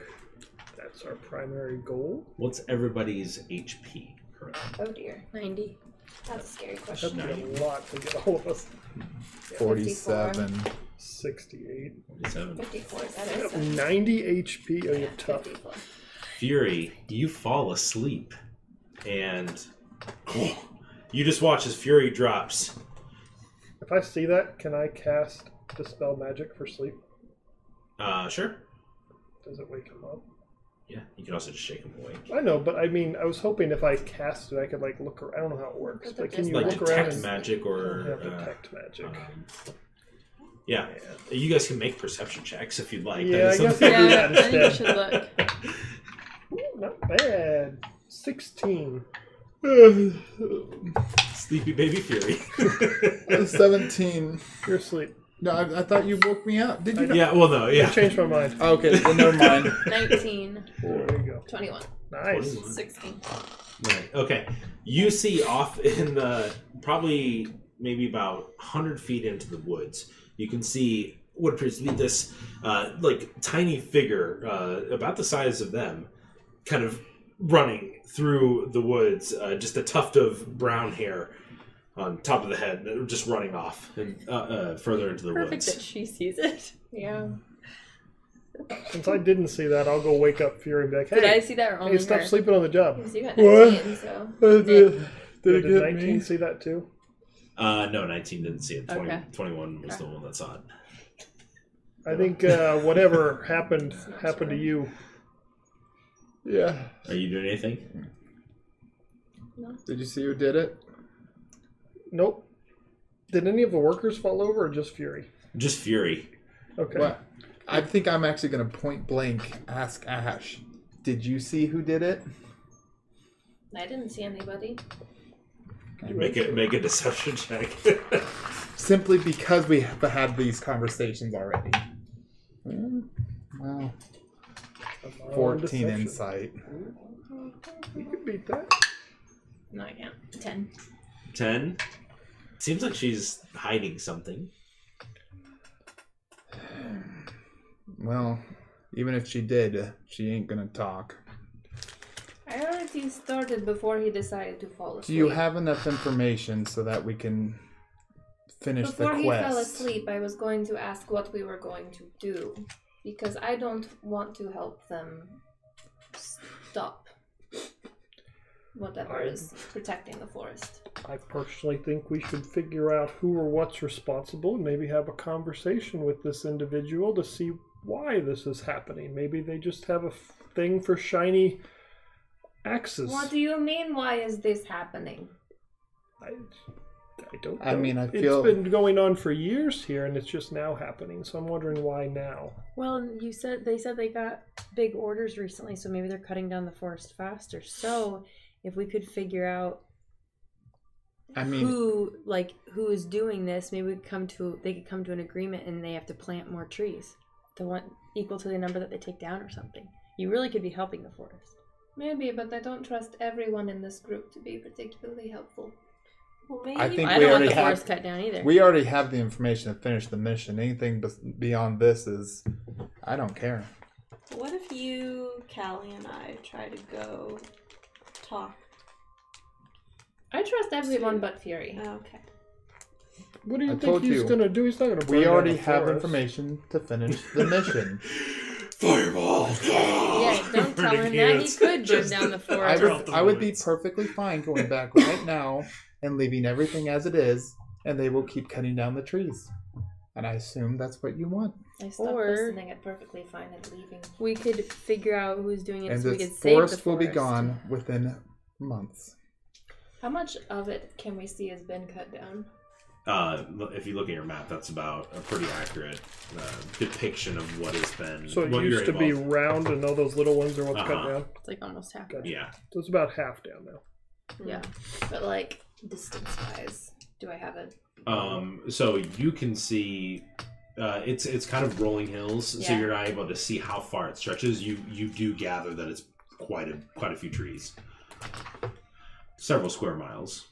that's our primary goal. What's everybody's HP currently? Oh dear, 90. that's a scary That'd question. be a lot to get all of us. 47. 68. Forty-seven. Fifty-four. That I is have a 90 HP. Oh, you're tough. fifty-four. Fury, you fall asleep, and you just watch as Fury drops. If I see that, can I cast Dispel Magic for sleep? Uh, sure. Does it wake him up? Yeah, you can also just shake him awake. I know, but I mean, I was hoping if I cast it, I could like look. Around. I don't know how it works, With the but can you like look around detect and magic yeah, or uh, detect magic? um, yeah. You guys can make perception checks if you'd like. Yeah, I is guess something- I'll do Yeah, that I think you instead. should look. Ooh, not bad. Sixteen. Sleepy baby fury. Seventeen. You're asleep. No, I, I thought you woke me up. Did you? Not? yeah. Well, no. I Yeah. changed my mind. Oh, okay, then never mind. 19, There you go. 21. Nice. 16. Right. Okay. You see off in the probably maybe about 100 feet into the woods, you can see what appears to be this uh, like tiny figure uh, about the size of them kind of running through the woods, uh, just a tuft of brown hair on top of the head, just running off and uh, uh, further into the Perfect that woods. she sees it. Yeah. Since I didn't see that, I'll go wake up Fury and be like, Did I "Hey, see that or only hey, stop her? sleeping on the job." Because you got What? 19, so. Uh, did, Yeah, did Did, it get 19 me? see that too? Uh, no, 19 didn't see it. 20, Okay. 21 was the one that saw it. I think uh, whatever happened not happened to sure. you. Yeah. Are you doing anything? Did you see who did it? Nope. Did any of the workers fall over or just Fury? Just fury. Okay. What? I think I'm actually gonna point blank ask Ash. Did you see who did it? I didn't see anybody. Make a make a deception check. Simply because we have had these conversations already. Hmm, Wow. Come on, 14 Uh, deception. insight. You can beat that. No, yeah. 10. Ten. Seems like she's hiding something. Well, even if she did, she ain't gonna talk. I already started before he decided to fall asleep. Do you have enough information so that we can finish Before the he quest? fell asleep, I was going to ask what we were going to do because I don't want to help them stop whatever is protecting the forest. I personally think we should figure out who or what's responsible and maybe have a conversation with this individual to see why this is happening. Maybe they just have a f- thing for shiny axes. What do you mean? Why is this happening? I, I don't I know. mean, I feel- It's been going on for years here and it's just now happening, so I'm wondering why now. Well, you said they said they got big orders recently, so maybe they're cutting down the forest faster. So, if we could figure out I mean, who like who is doing this, maybe we could come to they could come to an agreement and they have to plant more trees, the one equal to the number that they take down or something. You really could be helping the forest. Maybe, but I don't trust everyone in this group to be particularly helpful. Well, maybe. I think I we don't want already the have forest cut down either. we already have the information to finish the mission. Anything bes- beyond this is, I don't care. What if you, Callie, and I try to go talk? I trust everyone but Fury. Oh. Okay. What do you I think told he's you. gonna do? He's not gonna. burn We down already the have forest. information to finish the mission. Oh, Fireball. Yeah, don't tell him that. He could burn down the I forest. Throughout would, the I would be woods. perfectly fine going back right now and leaving everything as it is, and they will keep cutting down the trees. And I assume that's what you want. I stopped Or- listening at perfectly fine and leaving. We could figure out who's doing it, and so we the could forest, save the will be forest. gone within months. How much of it can we see has been cut down? Uh, lo- if you look at your map, that's about a pretty accurate uh, depiction of what has been. So it what you're used to be involved- round, and all those little ones are what's cut Uh-huh. down. It's like almost half. Gotcha. Yeah. So it's about half down now. Yeah. But like distance wise, do I have a Um. So you can see. Uh, it's it's kind of rolling hills, so Yeah. you're not able to see how far it stretches. You you do gather that it's quite a quite a few trees, several square miles.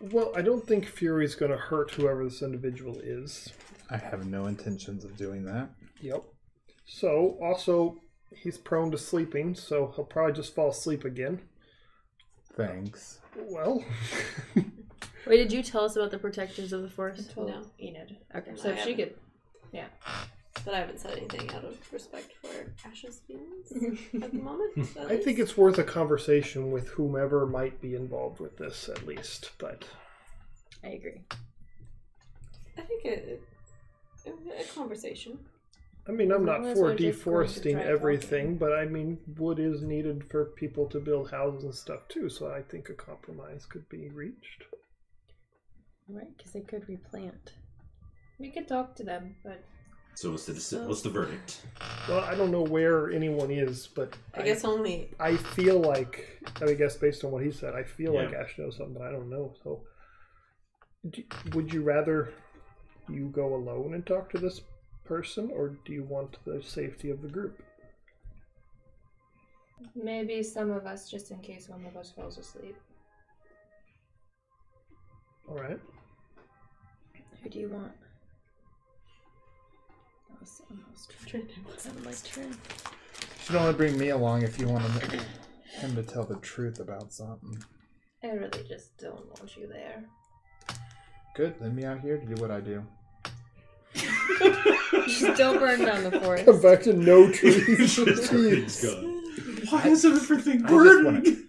Well, I don't think Fury's gonna hurt whoever this individual is. I have no intentions of doing that. Yep. So also, he's prone to sleeping, so he'll probably just fall asleep again. Thanks. Well, Wait, did you tell us about the protectors of the forest? told No. Enid? Okay. No, So I if she haven't. could But I haven't said anything out of respect for Ash's feelings at the Hmm. moment. at I think least. it's worth a conversation with whomever might be involved with this, at least. But I agree. I think it. a conversation. I mean, I'm not long as for we're just going to try deforesting everything, but I mean, wood is needed for people to build houses and stuff too. So I think a compromise could be reached. Right, because they could replant. We could talk to them, but So what's the deci- what's the verdict? Well, I don't know where anyone is, but I guess only I feel like I guess based on what he said, I feel Yeah. like Ash knows something, but I don't know. So, do, would you rather you go alone and talk to this person, or do you want the safety of the group? maybe some of us just in case one of us falls asleep. All right. Who do you want? That was almost Sounded like Trin. You should only bring me along if you want him him to tell the truth about something. I really just don't want you there. Good, let me out here to do what I do. Just don't burn down the forest. Come back to no trees. Everything's gone. Why is everything I just burning? want to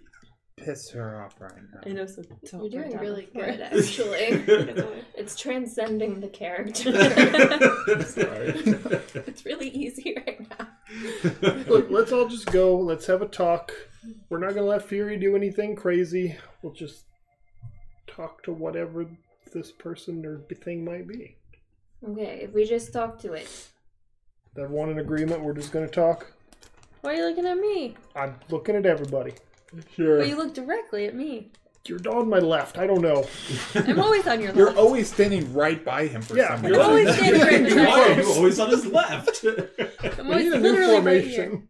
piss her off right I now. know. So don't You're doing burn down really the good, forest. actually. it's transcending the character. it's really easy right now. Look, let's all just go. Let's have a talk. We're not gonna let Fury do anything crazy. We'll just talk to whatever this person or thing might be. Okay, if we just talk to it. Everyone in agreement? We're just gonna talk. Why are you looking at me? I'm looking at everybody. Sure. Well, you look directly at me. You're on my left. I don't know. I'm always on your You're left. always standing right by him for Yeah, some you're reason. always standing right Why are there. you always on his left? I'm We always need a new literally right here. formation.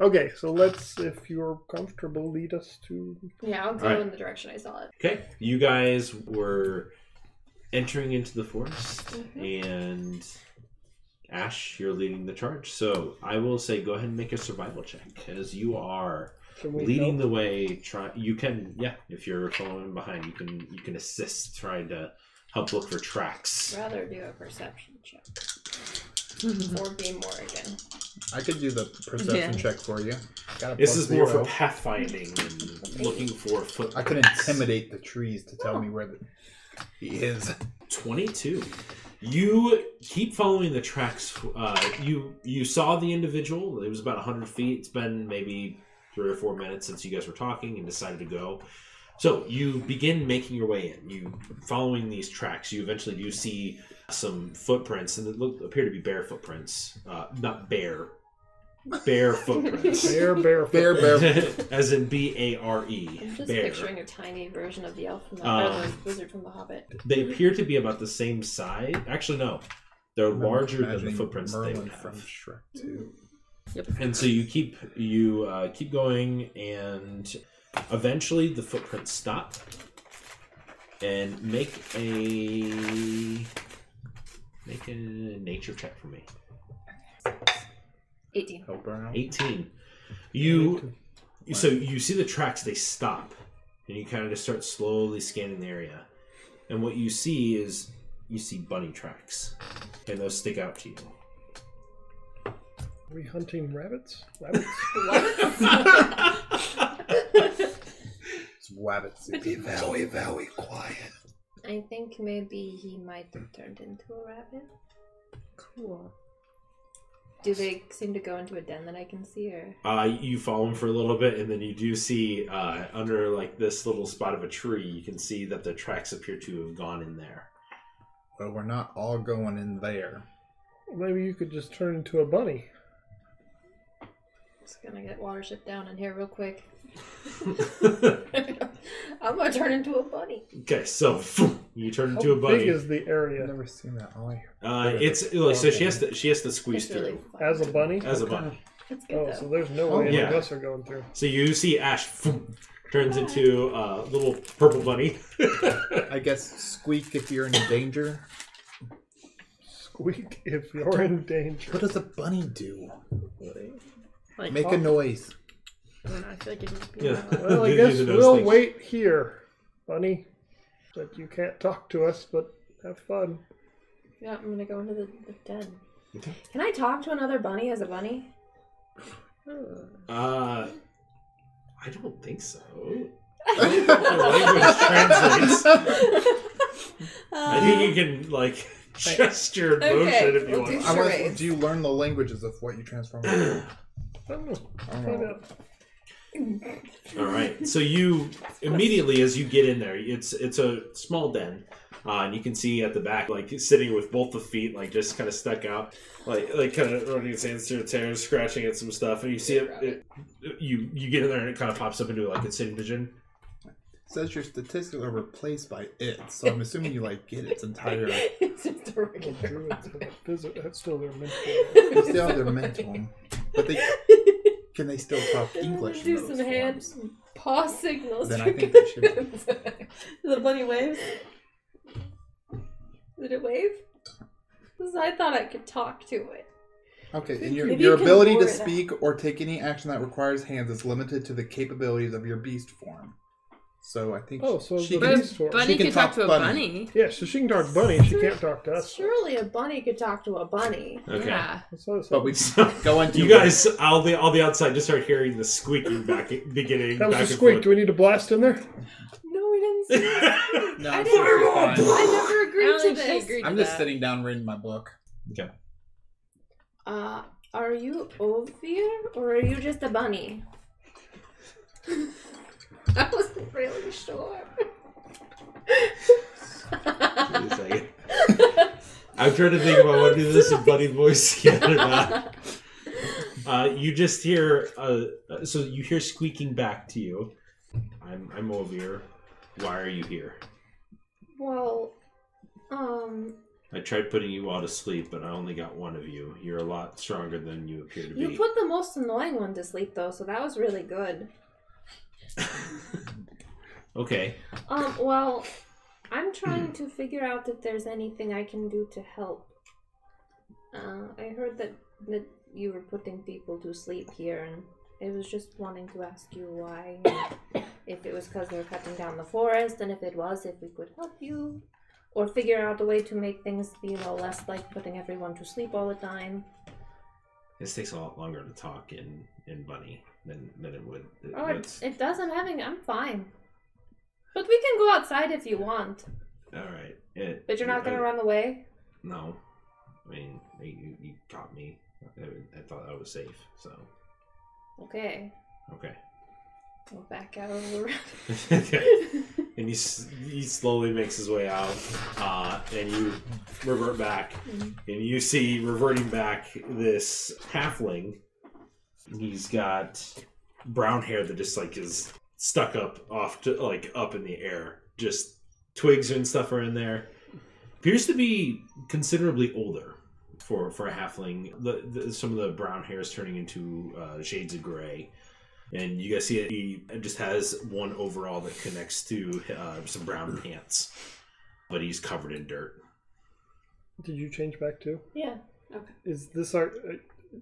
okay, so let's, if you're comfortable, lead us to. Yeah, I'll go Alright. in the direction I saw it. Okay, you guys were entering into the forest, and Ash, you're leading the charge. So I will say, go ahead and make a survival check, as you are Can we leading help? the way. Try you can, yeah. If you're following behind, you can you can assist, trying to help look for tracks. Rather do a perception check. or be Morrigan. I could do the perception Yeah. check for you. Got a This plus is more for zero. pathfinding and looking for foot. I could intimidate the trees to Oh. tell me where the, he is. 22 you keep following the tracks uh, you you saw the individual it was about 100 feet it's been maybe three or four minutes since you guys were talking and decided to go so you begin making your way in you following these tracks you eventually do see some footprints and it look appear to be bare footprints uh, not bare bare footprints Bear, bear, Bear, bear. as in b-a-r-e I'm just E. bare. picturing a tiny version of the elf from the, or Um, the wizard from the Hobbit. they appear to be about the same size actually no they're larger than the Imagining footprints that they Merlin would have. from Shrek 2. and so you keep you uh, keep going and eventually the footprints stop and make a make a nature check for me 18. Help her out. 18 you so you see the tracks they stop and you kind of just start slowly scanning the area and what you see is you see bunny tracks and those stick out to you Are we hunting rabbits? Rabbits? It's wabbits. Very, very quiet. I think maybe he might have turned into a rabbit. Cool. Do they seem to go into a den that I can see, or Uh, you follow him for a little bit, and then you do see uh, under like this little spot of a tree, you can see that the tracks appear to have gone in there. Well, we're not all going in there. Maybe you could just turn into a bunny. just gonna get watership down in here real quick? I'm gonna turn into a bunny. okay, so you turn into How a bunny. big is the I've area? never seen that. All I hear. uh, it's like so she has to she has to squeeze It's really through fun. As a bunny? as a bunny. It's good Oh, though. so there's no Oh, way any of yeah. us are going through. So you see Ash turns into a little purple bunny. I guess squeak if you're in danger. Squeak if you're in danger. What does a bunny do? Like, Make a noise. I don't know, I feel like it would be Yeah. oh. Well, I You do guess those we'll things. wait here, bunny. But you can't talk to us, but have fun. Yeah, I'm gonna go into the, the den. Okay. Can I talk to another bunny as a bunny? Hmm. Uh, I don't think so. I don't think the language translates. I think you can like gestured Okay, motion if you we'll want. do I want, Charades. do you learn the languages of what you transform into? I don't know. All right. So you immediately, as you get in there, it's it's a small den, uh, and you can see at the back, like sitting with both the feet, like just kind of stuck out, like like kind of running its hands through its hair, scratching at some stuff, and you see it. it you you get in there and it kind of pops up into like its hidden vision. It says your statistics are replaced by it, so I'm assuming you like get its entire. it's just a regular. Druids have a visit. That's still their mentor. You still have their mental, but they can they still talk And then English? in do those some hand forms? paw signals. Then I for think they should- guns. the bunny waves. Did it wave? 'Cause I thought I could talk to it. Okay, and your, Maybe your you can ability lure to it out. speak or take any action that requires hands is limited to the capabilities of your beast form. So I think Oh, so she the can, beast form- she Bunny can could talk, to a bunny. Yeah, so she can talk bunny. She can't talk to us. Surely a bunny could talk to a bunny. Okay. Oh. Yeah. That's not- but we So go into you guys, all the all the outside just start hearing the squeaking back beginning. that was back a and squeak. Do forth. we need to blast in there? No, we didn't see it. No, I I'm didn't- perfectly fine. I never I agreed don't to think she this. agreed I'm to just that. sitting down reading my book. Uh, are you Ophir or are you just a bunny? I wasn't really sure. Wait a second. I'm trying to think if I want to do this in Buddy voice again or not. Uh, you just hear, uh, uh, so you hear squeaking back to you. I'm I'm over here. Why are you here? Well, um, I tried putting you all to sleep, but I only got one of you. You're a lot stronger than you appear to you be. put the most annoying one to sleep though, so that was really good. okay. Um, well, I'm Hmm. trying to figure out if there's anything I can do to help. Uh, I heard that that you were putting people to sleep here, and I was just wanting to ask you why, and if it was because they were cutting down the forest, and if it was, if we could help you, or figure out a way to make things, you know, less like putting everyone to sleep all the time. This takes a lot longer to talk in in Bunny than than it would. it- Oh, it, it's- it doesn't having. I'm fine. But we can go outside if you want. all right. It- But you're not gonna I- run away. No, I mean you, you caught me. I, I thought I was safe. So Okay. okay. Go back out of the room. and he s- he slowly makes his way out, uh, and you revert back, hmm. and you see reverting back this halfling. He's got brown hair that just like is stuck up off to like up in the air. Just twigs and stuff are in there. Appears to be considerably older for for a halfling. The, the, some of the brown hair is turning into uh, shades of gray and you guys see it, he just has one overall that connects to uh, some brown pants, but he's covered in dirt. Did you change back too? Yeah. Is this our? Uh,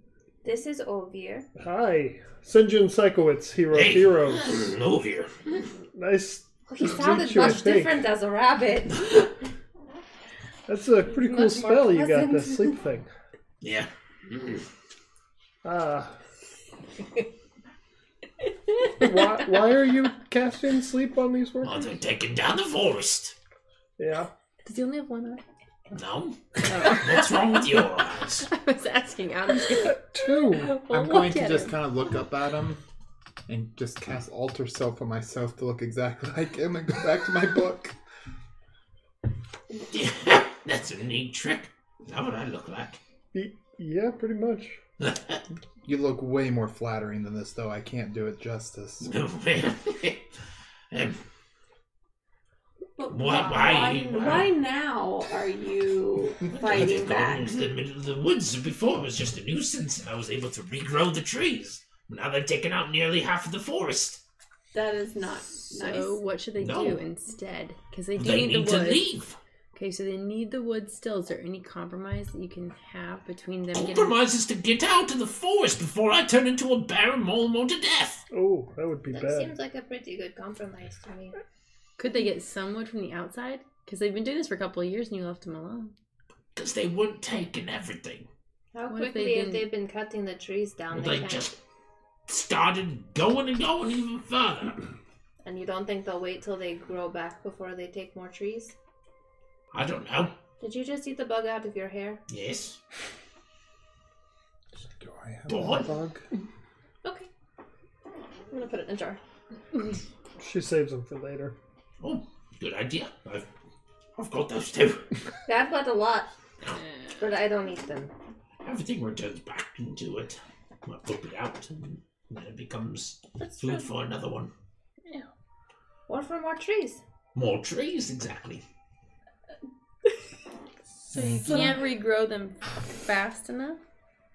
This is Ovir. hi, Sinjin Psychowitz, hero of Hey. heroes. No here. Nice. He Did sounded you much think? different as a rabbit. That's a pretty cool Much more spell you got. The pleasant. sleep thing. Yeah. Mm. Ah. why, why are you casting sleep on these Well, workers? they're taking down the forest. Yeah. Does he only have one eye? No. Oh. What's wrong with your eyes? I was asking Adam's Two. I'm going to just kind of look up at him and just cast alter self on myself to look exactly like him and go back to my book. Yeah, that's a neat trick. Is that what I look like? Y- Yeah, pretty much. You look way more flattering than this, though. I can't do it justice. Um, But Why- why, why- why, now are you I fighting just got back? into the middle of the woods. Before it was just a nuisance, and I was able to regrow the trees. Now they've taken out nearly half of the forest. That is not So what should they No. do instead? Because they do They need, need the to wood. leave. Okay, so they need the wood still. Is there any compromise that you can have between them getting Compromise is to get out of the forest before I turn into a barren mole more to death. Oh, that would be That bad. seems like a pretty good compromise to me. Could they get some wood from the outside? Because they've been doing this for a couple of years and you left them alone. Because they weren't taking everything. How What if they quickly have didn't- they been cutting the trees down? they can't- just started going and going even further. And you don't think they'll wait till they grow back before they take more trees? I don't know. Did you just eat the bug out of your hair? Yes. Do I have Do a what? bug? Okay. I'm gonna put it in a jar. She saves them for later. Oh, good idea. I've, I've got those too. I've got a lot, but I don't eat them. Everything returns back into it. I poop it out, and then it becomes food for another one. Or for more trees. More trees, exactly. So you can't regrow them fast enough.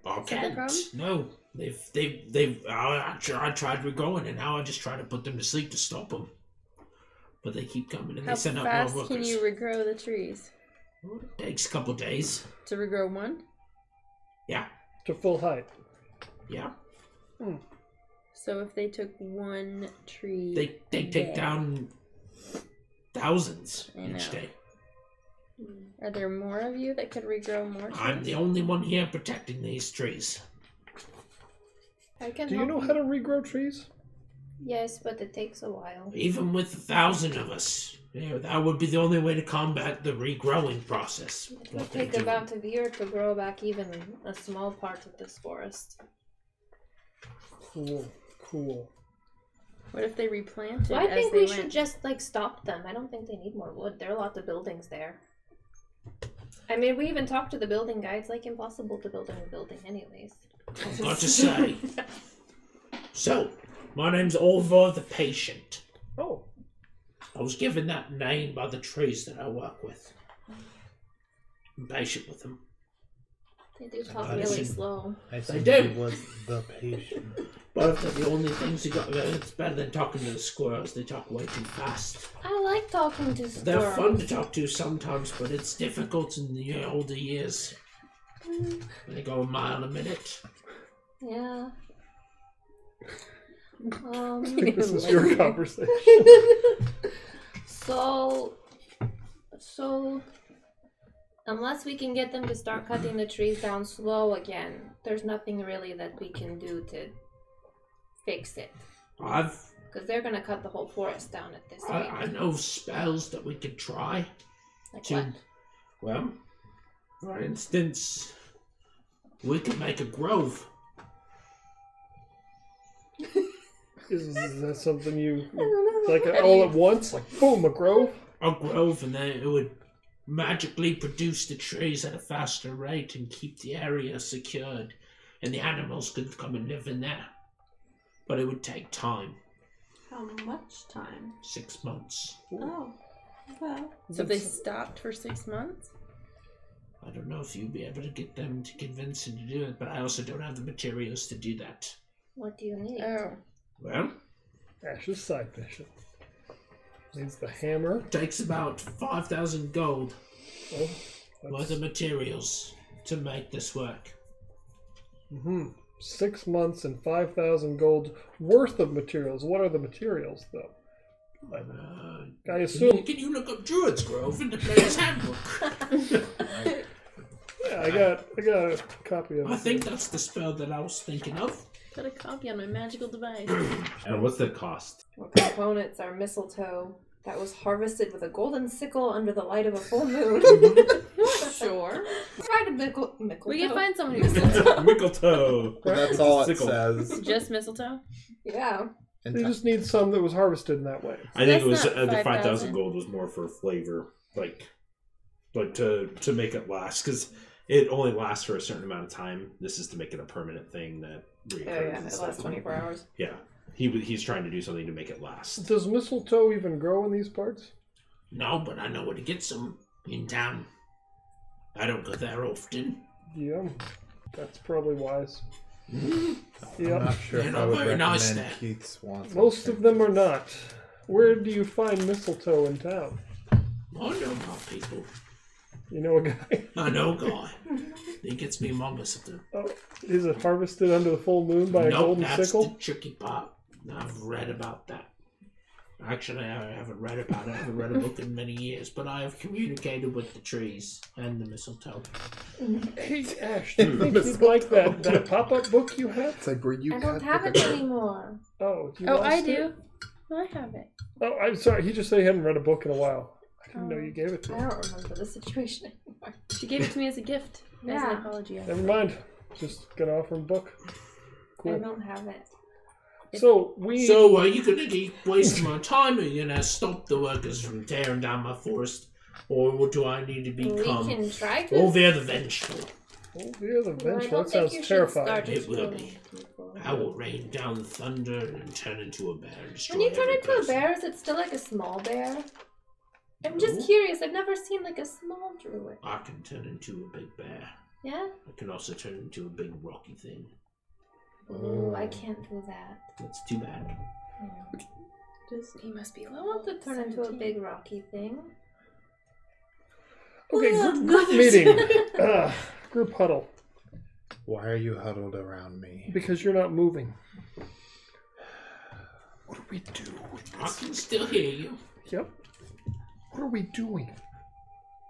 I that the can't. No, they've they've they've. I, I, tr- I tried regrowing, and now I just try to put them to sleep to stop them. But they keep coming, and How they send out fast more can workers. you regrow the trees? Well, it takes a couple days. To regrow one? Yeah, To full height. yeah. So if they took one tree, They they take Yeah. down thousands I each know. day. are there more of you that could regrow more trees? I'm the only one here protecting these trees. I can Do you help know how to regrow trees? Yes, but it takes a while. Even with a thousand of us, yeah, that would be the only way to combat the regrowing process. It What would they take do. about a year to grow back even a small part of this forest. Cool, cool. What if they replanted? So I as think they we went? should just like stop them. I don't think they need more wood. There are lots of buildings there. I mean, we even talked to the building guy. It's like impossible to build a new building, anyways. I've got to say. So, my name's Orvar the Patient. Oh, I was given that name by the trees that I work with. I'm patient with them. They do talk thought it really seemed- slow. I They think do. he was the patient. But if they're the only things you got, Uh, it's better than talking to the squirrels. They talk way too fast. I like talking to squirrels. They're fun to talk to sometimes, but it's difficult in the older years. Mm, They go a mile a minute. Yeah. I think Um, this is your conversation. so, so, unless we can get them to start cutting the trees down slow again, there's nothing really that we can do to fix it. I've Because they're gonna cut the whole forest down at this I, rate. I know spells that we could try. Like to- what? Well, for instance, we could make a grove. Is that something you don't know. like all at once? Like boom, a grove. A grove, and then it would magically produce the trees at a faster rate and keep the area secured, and the animals could come and live in there. But it would take time How much time? six months. Oh, well, So if they stopped for six months. I don't know if you'd be able to get them to convince them to do it, but I also don't have the materials to do that. What do you need? Oh, Well, Ash's side mission. Needs the hammer. it takes about 5,000 gold Oh, worth of materials to make this work. hmm Six months and five thousand gold worth of materials. What are the materials though? Uh, I Can you, assume. can you look up Druid's Grove in the Player's Handbook? Yeah, I got. I got a copy of. I it. think that's the spell that I was thinking of. got a copy on my magical device. And what's the cost? What components are mistletoe that was harvested with a golden sickle under the light of a full moon? sure. Try to mickle, mickle we can toe. find someone who's Mickletoe. That's all it Sickle. says. just mistletoe. Yeah. They just need some that was harvested in that way. I think it was, That's not uh, the 5,000 5,000 gold was more for flavor, like, like to to make it last because it only lasts for a certain amount of time. This is to make it a permanent thing that. Oh yeah, it lasts 24 hours. Yeah, he he's trying to do something to make it last. Does mistletoe even grow in these parts? No, but I know where to get some in town. I don't go there often. Yeah, that's probably wise. I'm Yeah, not sure They're if not I would very recommend nice there. Keith Swanson. most of them are not. Where do you find mistletoe in town? I know my people. You know a guy. I know guy. He gets me humongous at the Oh, is it harvested under the full moon by a Nope, golden that's the sickle? tricky part. I've read about that. Actually, I haven't read about it. I haven't read a book in many years, but I have communicated with the trees and the mistletoe. Hey, Ash, do you think you'd like that, that pop up book you have? It's like where you I don't cut have the it anymore. Oh, you Oh, I lost it? do. I have it. Oh, I'm sorry. He just said he hadn't read a book in a while. I didn't know Oh. you gave it to I him. don't remember the situation. She gave it to me as a gift. As an Yeah. apology. Never mind. Just gonna offer him a book. I Cool. don't have it. So we. So are you gonna keep wasting my time? Are you gonna stop the workers from tearing down my forest, or do I need to We become can try to. all the other vengeful? oh, you're the Well, I don't bench. that think sounds you should terrifying. start It will killing be. people. I will rain down thunder and turn into a bear. and destroy When you turn every into a person. bear, is it still like a small bear? I'm No. just curious. I've never seen like a small druid. I can turn into a big bear. Yeah? I can also turn into a big rocky thing. Ooh, I can't do that. That's too bad. Just He must be I low. want to turn into a big rocky thing. Oh, Okay, group, group meeting. uh, group huddle. Why are you huddled around me? Because you're not moving. What do we do with I can still hear you. Yep. What are we doing?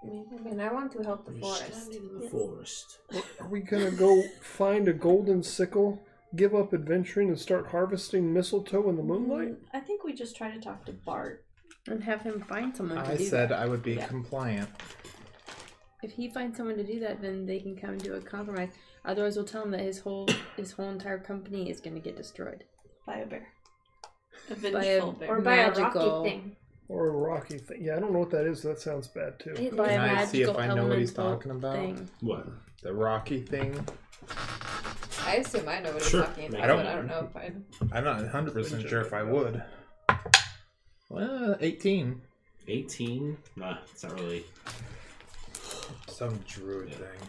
I mean, I want to help the You're forest. standing in the forest. Are we gonna go find a golden sickle, give up adventuring, and start harvesting mistletoe in the moonlight? Mm, I think we just try to talk to Bart. And have him find someone to I do said that. I would be Yeah. compliant. If he finds someone to do that, then they can come to a compromise. Otherwise, we'll tell him that his whole his whole entire company is going to get destroyed. By a bear. A By a- vengeful bear. Or by a Magical. rocky thing. Or a rocky thing? Yeah, I don't know what that is. That sounds bad too. It- By Can a I see if magical I know what he's elemental talking about? thing. What? The rocky thing. I assume I know what he's Sure. talking about, I don't- but I don't know if I. I'm not 100 percent sure if I would. Well, 18. 18? Nah, it's not really. Some druid thing.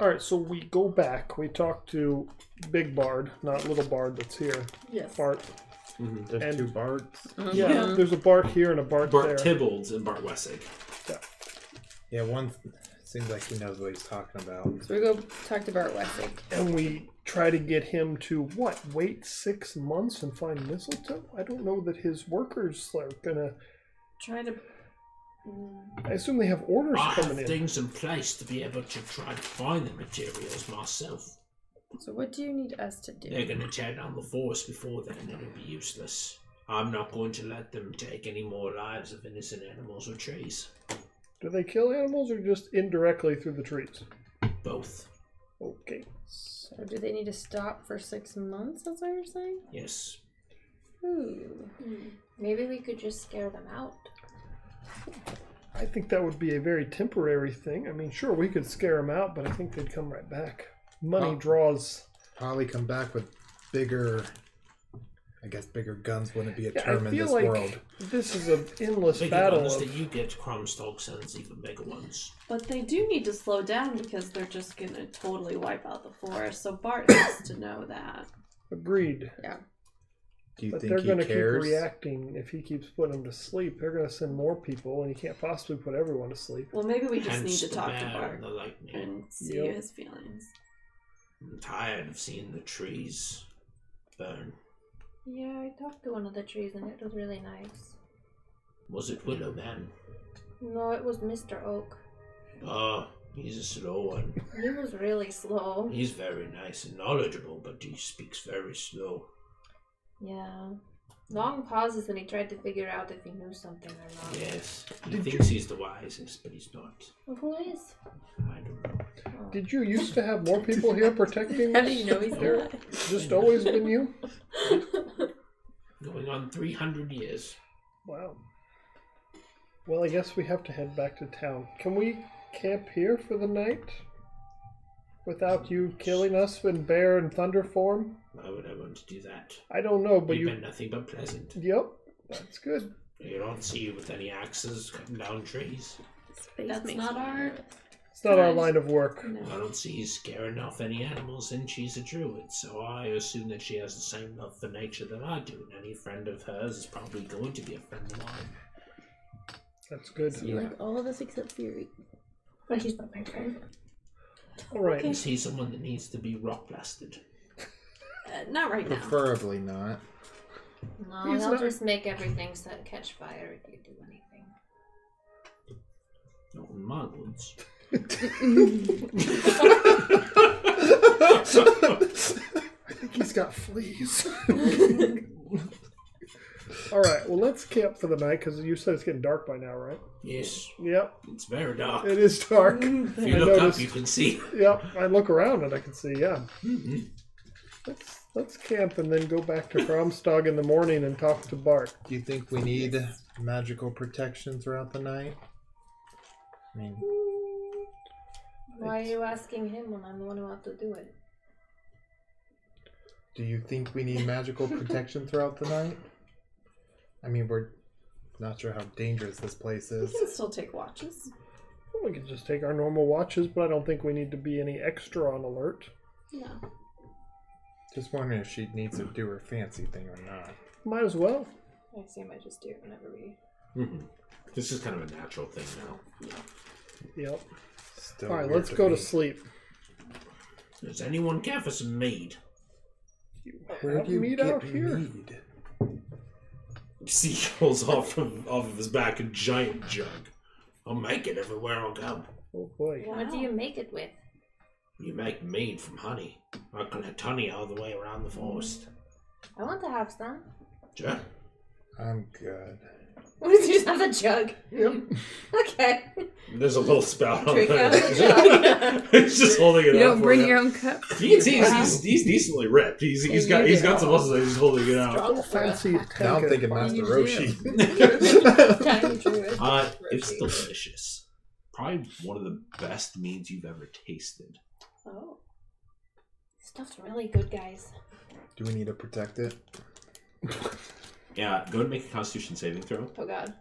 All right, so we go back. We talk to Big Bard, not Little Bard. That's here. Yes. Bart. Mm-hmm. There's And- two bards. Um, Yeah, there's a Bart here and a Bart, there. Bart Tibbolds and Bart Wessig. Yeah, one seems like he knows what he's talking about. So we go talk to Bart Wessig. and we try to get him to what wait six months and find mistletoe i don't know that his workers are gonna Try to. Mm. i assume they have orders I have coming in things in place to be able to try to find the materials myself. So what do you need us to do? They're going to tear down the forest before then, it'll be useless. I'm not going to let them take any more lives of innocent animals or trees. do they kill animals or just indirectly through the trees Both. okay So do they need to stop for six months? That's what you're saying? Yes. Ooh. Hmm. Maybe we could just scare them out. i think that would be a very temporary thing i mean sure we could scare them out but i think they'd come right back money Oh. draws Probably come back with bigger. I guess bigger guns wouldn't be a Yeah, term i in feel this like world. this is an endless Bigger battle ones of- that you get, Crumstock sends even bigger ones. But they do need to slow down because they're just gonna totally wipe out the forest. So Bart needs to know that. agreed Do you But think they're he going to keep cares? reacting if he keeps putting them to sleep. They're going to send more people, and he can't possibly put everyone to sleep. Well, maybe we just Hence need to the talk to bear Bart and the lightning. and see Yep. his feelings. I'm tired of seeing the trees burn. Yeah, I talked to one of the trees and it was really nice. Was it Willow Man? No, it was Mr. Oak. Ah, he's a slow one. He was really slow. He's very nice and knowledgeable, but he speaks very slow. Yeah. Long pauses when he tried to figure out if he knew something or not. Yes, he thinks he's the wisest, but he's not. Well, who is? I don't know. Oh. Did you used to have more people here protecting How this? do you know he's There- not? Just always been you? Going on 300 years. Wow. Well, I guess we have to head back to town. Can we camp here for the night? Without you killing us in bear and thunder form? Why would I want to do that? I don't know, but You've you. been nothing but pleasant. Yep, that's good. You don't see you with any axes cutting down trees. Space That's makes not me our- nervous. It's not our Nice. line of work. I don't see you scaring off any animals, and she's a druid, so I assume that she has the same love for nature that I do, and any friend of hers is probably going to be a friend of mine. That's good. You like all of us except Fury. But he's not my friend. All right. You see someone that needs to be rock blasted. Uh, not right now. Preferably not. No, He's they'll not- just make everything set, catch fire if you do anything. Not in my woods. I think he's got fleas. All right. Well, let's camp for the night because you said it's getting dark by now, right? Yes, Yep. it's very dark. It is dark. If you I look noticed. up, you can see. Yep. I look around and I can see. Yeah. Mhm. Mm-hmm. Let's let's camp and then go back to Kromstog in the morning and talk to Bart. Do you think we need magical protection throughout the night? I mean, Why are you asking him when I'm the one who have to do it? do you think we need magical protection throughout the night? I mean, we're not sure how dangerous this place You is. can still take watches. Well, we can just take our normal watches, but I don't think we need to be any extra on alert. No. Just wondering if she needs to do her fancy thing or not. Might as well. I assume I just do it whenever we. Mhm. This is kind of a natural thing now. Yep. Still All right. weird Let's go to me. sleep. Does anyone care for some mead? Where Have do you meat get out here. mead? Sea pulls off of, off of his back a giant jug. I'll make it everywhere I go. Oh boy. What do you make it with? You make mead from honey. I collect honey all the way around the forest. I want to have some. Sure. I'm good. What did you just have a jug? Yep. Okay. There's a little spout on Drink there. out of the He's just holding Oh, it You out. don't for bring you. your own cup. He's, he's, he's, he's decently ripped. He's, he's you got he's do. got some muscles. that He's holding it out. Little fancy Now I'm tank thinking of- Master you Roshi. Tiny druid. Uh, it's delicious. Probably one of the best meads you've ever tasted. Oh. Stuff's really good, guys. do we need to protect it? Yeah, go and make a Constitution saving throw. Oh god.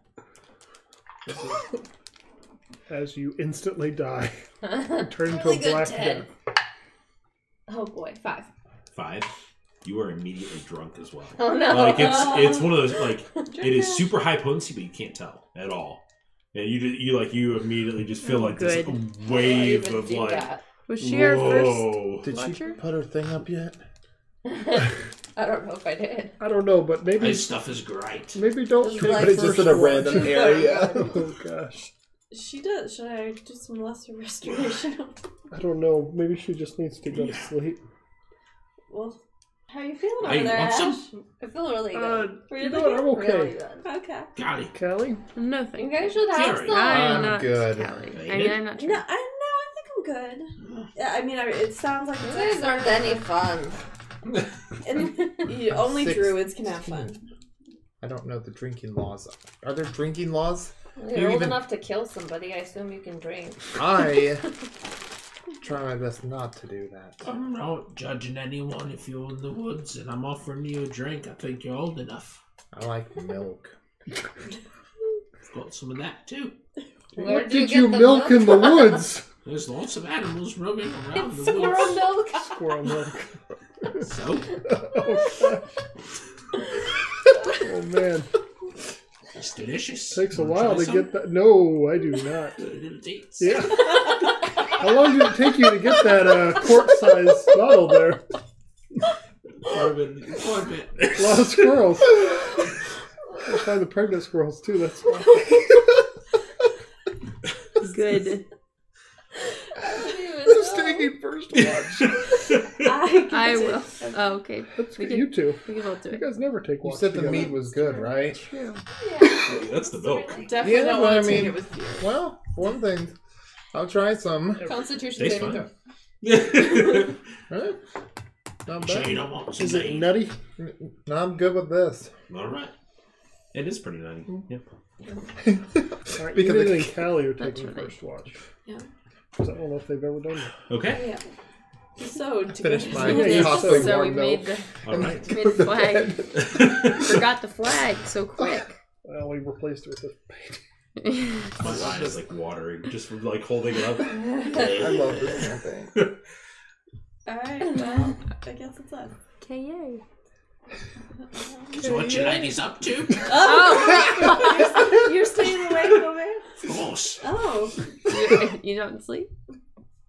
as you instantly die. oh Turn into Really a good black Ted. death. boy, five. Five. You are immediately drunk as well. Oh no. Like it's it's one of those like Drink it is it. super high potency, but you can't tell at all. And you ju- you like you immediately just feel like this Oh, Good. wave Even of do like that. Was she our first? whoa. Did Watcher? she put her thing up yet? I don't know if I did. I don't know, but maybe This stuff is great. maybe don't Just take like- But it's just first in a watch. random area. Oh gosh. She does. Should I do some lesser restoration? I don't know. Maybe she just needs to go to sleep. well, how you feeling Hey, over there? want Ash? some? I feel really Uh, good. you know what? I'm Really okay. good. Okay. Golly. Callie? No, You thank you. guys should have Sorry. some. I'm I'm not good. Callie. I mean, I'm not No, sure. I no, I think I'm good. Yeah, I mean, I, it sounds like You it's guys aren't any fun. And you- only Six. druids can have fun. I don't know the drinking laws. Are there drinking laws? You're You old even- enough to kill somebody. I assume you can drink. I try my best not to do that. I'm not judging anyone if you're in the woods and I'm offering you a drink. I think you're old enough. I like milk. I've got some of that too. Where what do you did get you the milk in the milk from? woods? There's lots of animals roaming around the Squirrel woods. milk. Squirrel milk. So Oh gosh. Oh man. it's delicious. Takes a Wanna while try to some? get that no, I do not. Little- little dates. Yeah. How long did it take you to get that uh, quart size bottle there? Quite a bit- quite a bit. A lot of squirrels. I find the pregnant squirrels too, that's why. Good. Who's taking first watch? I, I will. Oh, okay. That's We you two. We can both do You it. guys never take You walks said the together. meat was good, right? True. That's the milk. definitely Yeah, don't but I want to take mean- it with you. Well, one thing. I'll try some. Constitution Tastes saving fine. throw. Huh? Not Sure you bad. don't want some Is it meat? nutty? No, I'm good with this. All right. It is pretty nutty. Yeah. Alright, Because because it- Ian and Callie are taking really- first watch. Yeah. 'Cause I don't know if they've ever done that. Okay. So to Finish get- my Yeah, yeah, hot so- thing So we warm made milk. the All right. made the flag. Forgot the flag so quick. Well, we replaced it with this paint. My eye is like watering just from like holding it up. I love this campaign. All right. Well, I guess it's up. KA. So what you ladies up to? Oh. Oh. You're staying awake over there. Of course. Oh. You, you don't sleep?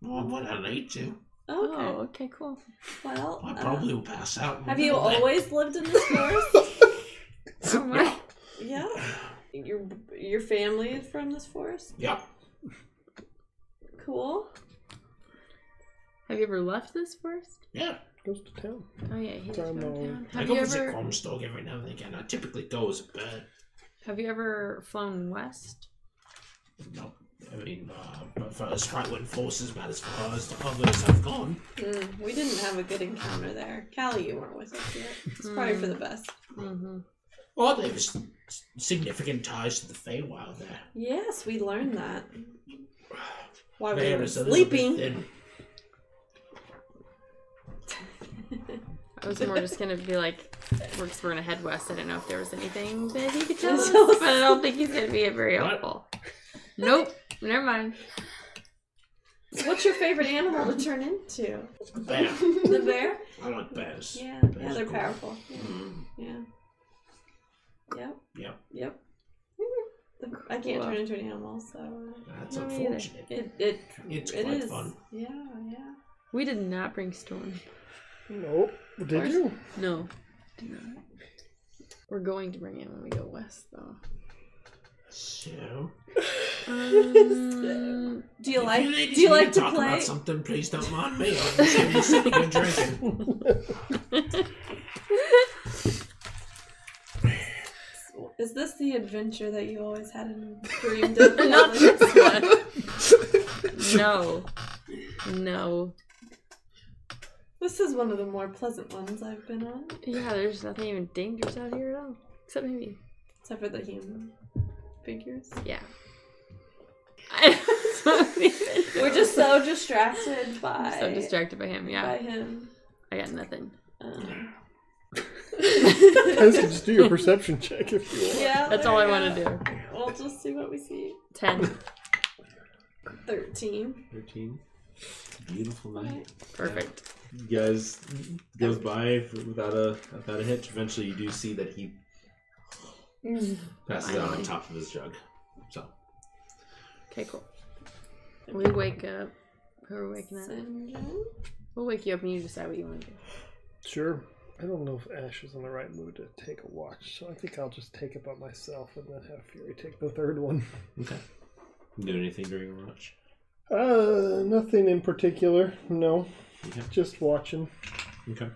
Well, when I need to, Okay. Oh, okay, cool. Well. I uh, probably will pass out. in the have you middle of that. always lived in this forest? Oh my. yeah. Your your family is from this forest. Yep. Cool. Have you ever left this forest? Yeah. goes to town. Oh yeah, he does Time go on. down. I Have go you visit ever Comstock every now and again. I typically go as a bird. have you ever flown west? No, I mean, uh, but for as Strightwind forces, about as far as the others have gone. Mm, we didn't have a good encounter there. Callie, you weren't with us yet. It's probably for the best. Mm-hmm. Well, there was significant ties to the Feywild there. Yes, we learned that. While we There were is a little bit sleeping. thin. I was more just gonna be like, we're, 'cause we're gonna head west. I don't know if there was anything that he could tell us, but I don't think he's gonna be very What? helpful. Nope, never mind. What's your favorite animal to turn into? Bear. the bear? I like bears. Yeah, yeah, Bears they're are cool. powerful. Mm, Yeah. Yep. Yep. Yep. I can't turn into an animal, so uh, that's No, me either. unfortunate. it it It's it quite is. fun. Yeah, yeah. We did not bring storm. Nope. oh, Did Where's- you? No, did not. We're going to bring it when we go west, though. So, Um, Do you like if you ladies do you need like to talk play? about something, please don't mind me. I'm just here sitting and drinking. Is this the adventure that you always had and dreamed of? Not Callie? this one. No, no. This is one of the more pleasant ones I've been on, Yeah, there's nothing even dangerous out here at all, except maybe. except for the human figures. Yeah. I don't even know. We're just so distracted by I'm so distracted by him. by Yeah, him. I got nothing. Um, Guys, just do your perception check if you want. yeah, That's all I want to do. do. We'll just see what we see. Ten. Thirteen. Thirteen. Beautiful night. Perfect. You guys goes by without a without a hitch. Eventually, you do see that he Mm. passes out on Finally. top of his jug. So Okay, cool. We wake up. Who are we waking up? Sinjin? We'll wake you up and you decide what you want to do. Sure. I don't know if Ash is in the right mood to take a watch, so I think I'll just take it by myself and then have Fury take the third one. okay. Do anything during your lunch? Uh, nothing in particular. No, Okay. just watching. Okay.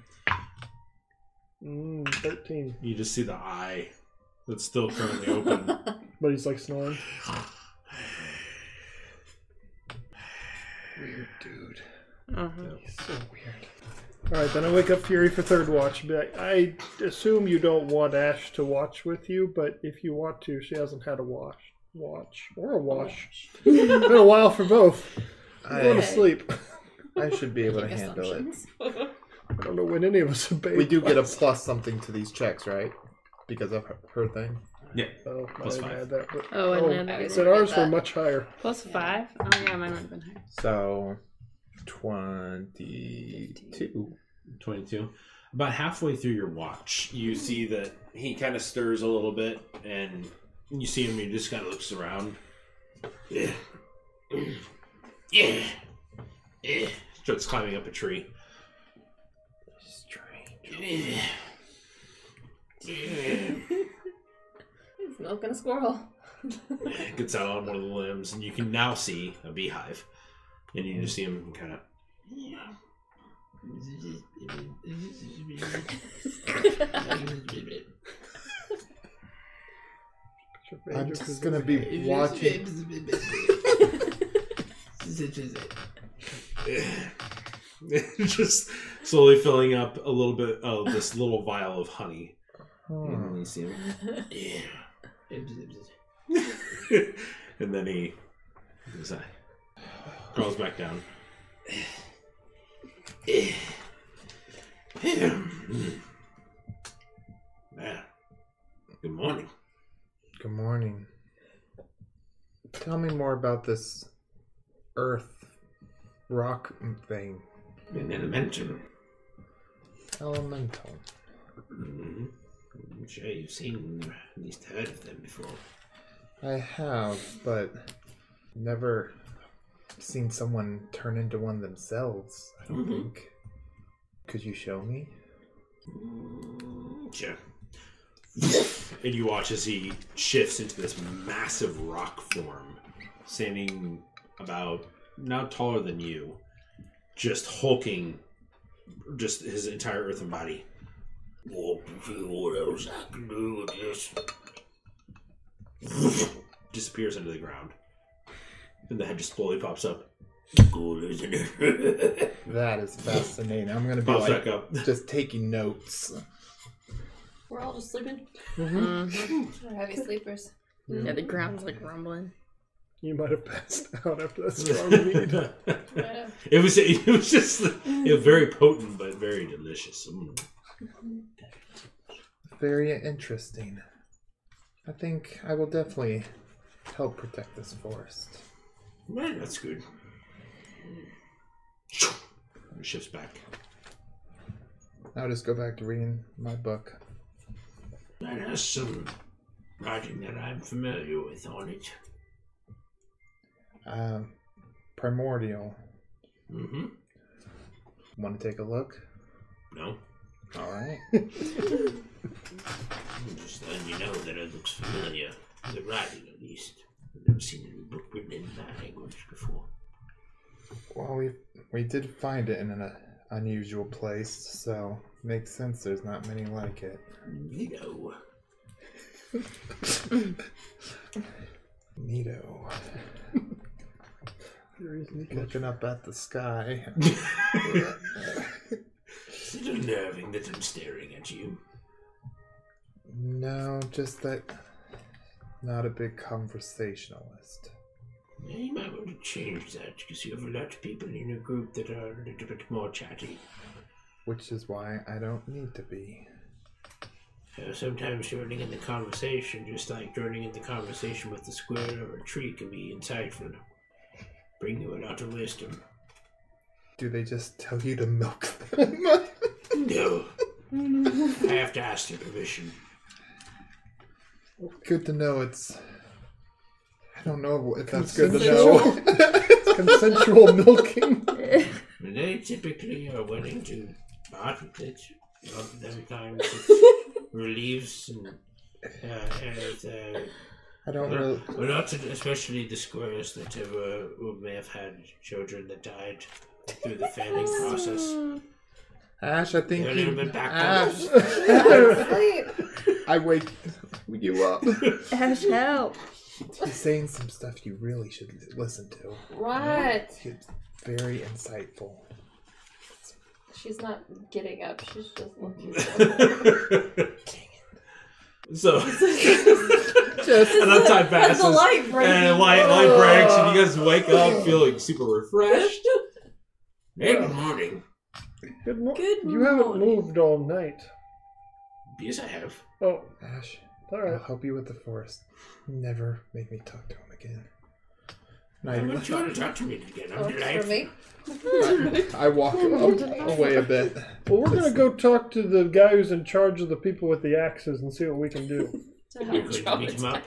Mm, Thirteen, You just see the eye that's still currently open. but he's like snoring. Weird dude. Uh-huh. He's so weird. All right, then I wake up Fury for third watch. Be like, I assume you don't want Ash to watch with you, but if you want to, she hasn't had a wash, watch or a wash. Been a while for both. I go to I, sleep. I should be able to handle it. I don't know when any of us obeyed. We do get a plus something to these checks, right? Because of her- her thing. Oh, Plus I didn't five. add that, but Oh, and Oh, then I I was said looking at ours were that. much higher. plus five. Oh yeah, mine would have been higher. So, 22. 22. About halfway through your watch, you see that he kind of stirs a little bit, and you see him, and he just kind of looks around. Yeah. Yeah. Yeah. Starts climbing up a tree. Strange. Yeah. He's milking a squirrel. Gets out on one of the limbs, and you can now see a beehive. And you just see him kind of. I'm just gonna be watching. just slowly filling up a little bit of this little vial of honey. Hmm. And, you see him, and then he his eye crawls back down. Mm. Man. Good morning. Good morning. Tell me more about this earth rock thing. An elementary. Elemental. hmm I'm sure you've seen, at least heard of them before. I have, but never seen someone turn into one themselves, I don't Mhm. Mm-hmm. think. Could you show me? Sure. And you watch as he shifts into this massive rock form, standing about now taller than you, just hulking just his entire earthen body. Well, What else I can do with this? Disappears into the ground, and the head just slowly pops up. Cool, isn't it? That is fascinating. I'm gonna be pops like back up. just taking notes. We're all just sleeping. Mm-hmm. We're heavy sleepers. Mm-hmm. Yeah, the ground's like rumbling. You might have passed out after that strong mead. it was it was just it was very potent but very delicious. Mm. Very interesting. I think I will definitely help protect this forest. Man, that's good. It shifts back. I'll just go back to reading my book. That has some writing that I'm familiar with on it. Um, primordial. Mm-hmm. Want to take a look? No, All right. I'm just letting you know that it looks familiar. The writing, at least. I've never seen any book written in that language before. well, we we did find it in an uh, unusual place, so makes sense. There's not many like it. No. Neato. Looking up at the sky. Is it unnerving that I'm staring at you? No, just that. Not a big conversationalist. Yeah, you might want to change that because you have a lot of people in your group that are a little bit more chatty. Which is why I don't need to be. Uh, sometimes joining in the conversation, just like joining in the conversation with a squirrel or a tree, can be insightful. Bring you a lot of wisdom. Do they just tell you to milk them? No. I have to ask your permission. good to know it's. I don't know if that's good to know. Consensual milking. And They typically are willing to part with it. Sometimes it relieves and uh, has, uh, I don't Well, really. well, not to- especially the squirrels that uh, were- who may have had children that died through the fanning process. Ash, I think They're a little you. bit Ash, backwards. I wake you up. Ash, help! He's saying some stuff you really should listen to. What? It's very insightful. She's not getting up. She's just looking. so, Just- enough time passes, light Oh. and light, light breaks, and you guys wake up feeling super refreshed. Good morning. Good morning. Good You haven't morning. moved all night. Yes, I have. Oh, Ash, all I'll right. help you with the forest. Never make me talk to him again. And I I, want you to talk to me again. Oh, I'm Works for delightful. me. I walk a- away a bit. Well, we're gonna go talk to the guy who's in charge of the people with the axes and see what we can do You're going to beat him up.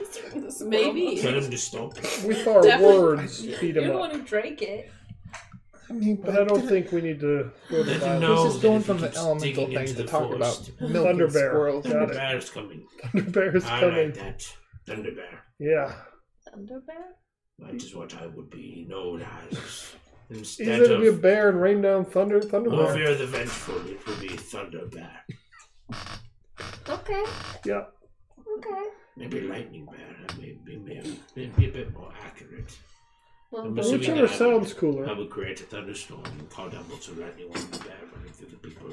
Maybe. Tell him to stop. with our Definitely. words. Beat You're him the up. one who drank it. I mean, But I don't think we need to go to Let him violence. know. He's just going that if from he keeps the elemental digging things into to the talk about forest, milk Thunder and bear. squirrels. Got Thunder it. Bear is coming. Thunderbear is I coming. like that. Thunder Bear. Yeah. Thunderbear? That is what I would be known as. He's Instead gonna be a of bear and rain down thunder. Thunderbear. Warfare the Vengeful, it would be Thunder Bear. Okay. Yeah. Okay. Maybe Lightning Bear. That may be, may, may be a bit more accurate. I'm assuming Whichever that I would- sounds cooler. I would create a thunderstorm and call down lots of lightning on the bear running through the people.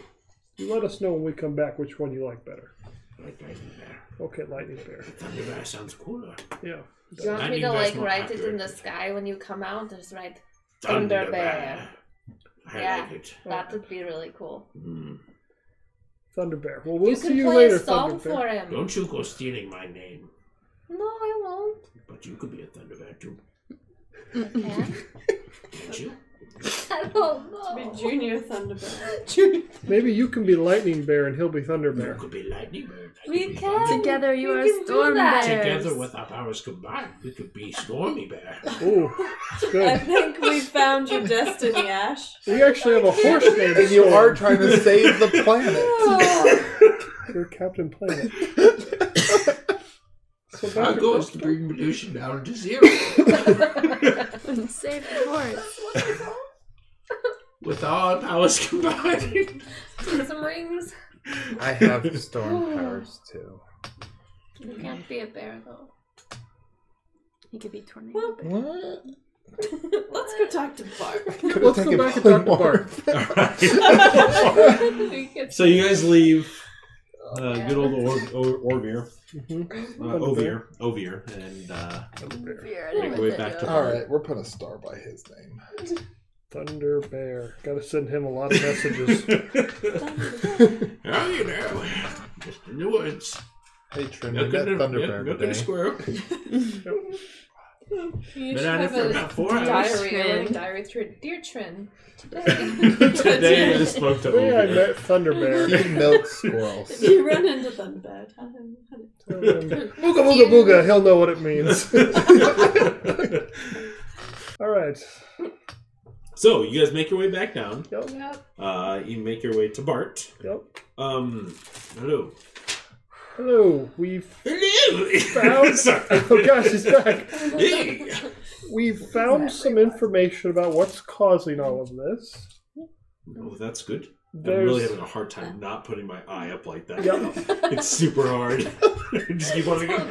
You let us know when we come back which one you like better. Like Lightning Bear. Okay, lightning bear. Thunder Bear sounds cooler. Yeah. Do you want me Lightning to Bear's like more write it in the accurate. sky when you come out? Just write. Thunder, Thunder Bear. I Yeah. like it. That would be really cool. Hmm. Thunderbear. Well, we'll you see can you play later, a song Thunderbear. for him. Don't you go stealing my name. No, I won't. But you could be a Thunder Bear too. Can? Can't you? I don't Be know. Junior Thunderbird. Maybe you can be lightning bear and he'll be You Thunderbear. could be Lightning Bear. I We could be can. Thunder Bear. Together, you We are can do storm that. bears. Together with our powers combined, we could be Stormy Bear. Ooh, it's I good. think we found your destiny, Ash. We actually have a horse named And you Storm. are trying to save the planet. You're Captain Planet. So Our back to goal is to bring pollution down to zero. Save the forest. with all our powers combined. Some rings. I have storm powers too. You can't be a bear though. He could be tornado. Well, What? let's go talk to Bart. Could Let's go back and talk to Bart. Alright. So you guys leave uh, good old or- or- Orvir, Mm-hmm. uh, Ovir, Ovir, and uh, make our way back to All right, we're putting a star by his name. Thunder Bear. Gotta send him a lot of messages. How you know? Just in the woods. Hey, Trin, we Milking met a- Thunder yeah, Bear milking a eh? today. squirrel. You Been should at it have for a about four hours. diary, Trin. like a diary through. Dear Trin, Today I just spoke to Hey, I Ovir. met Thunder Bear. He milks squirrels. If you run into Thunderbird, have him. Have him. Tell him, Booga booga booga. He'll know what it means. All right. So you guys make your way back down. Yep. Uh, you make your way to Bart. Yep. Um, hello. Hello. We've Hello. Found- Sorry. oh gosh, he's back. Hey. We've found some information about what's causing all of this. Oh, that's good. I'm There's really having a hard time not putting my eye up like that. Yep. It's super hard. just keep on going.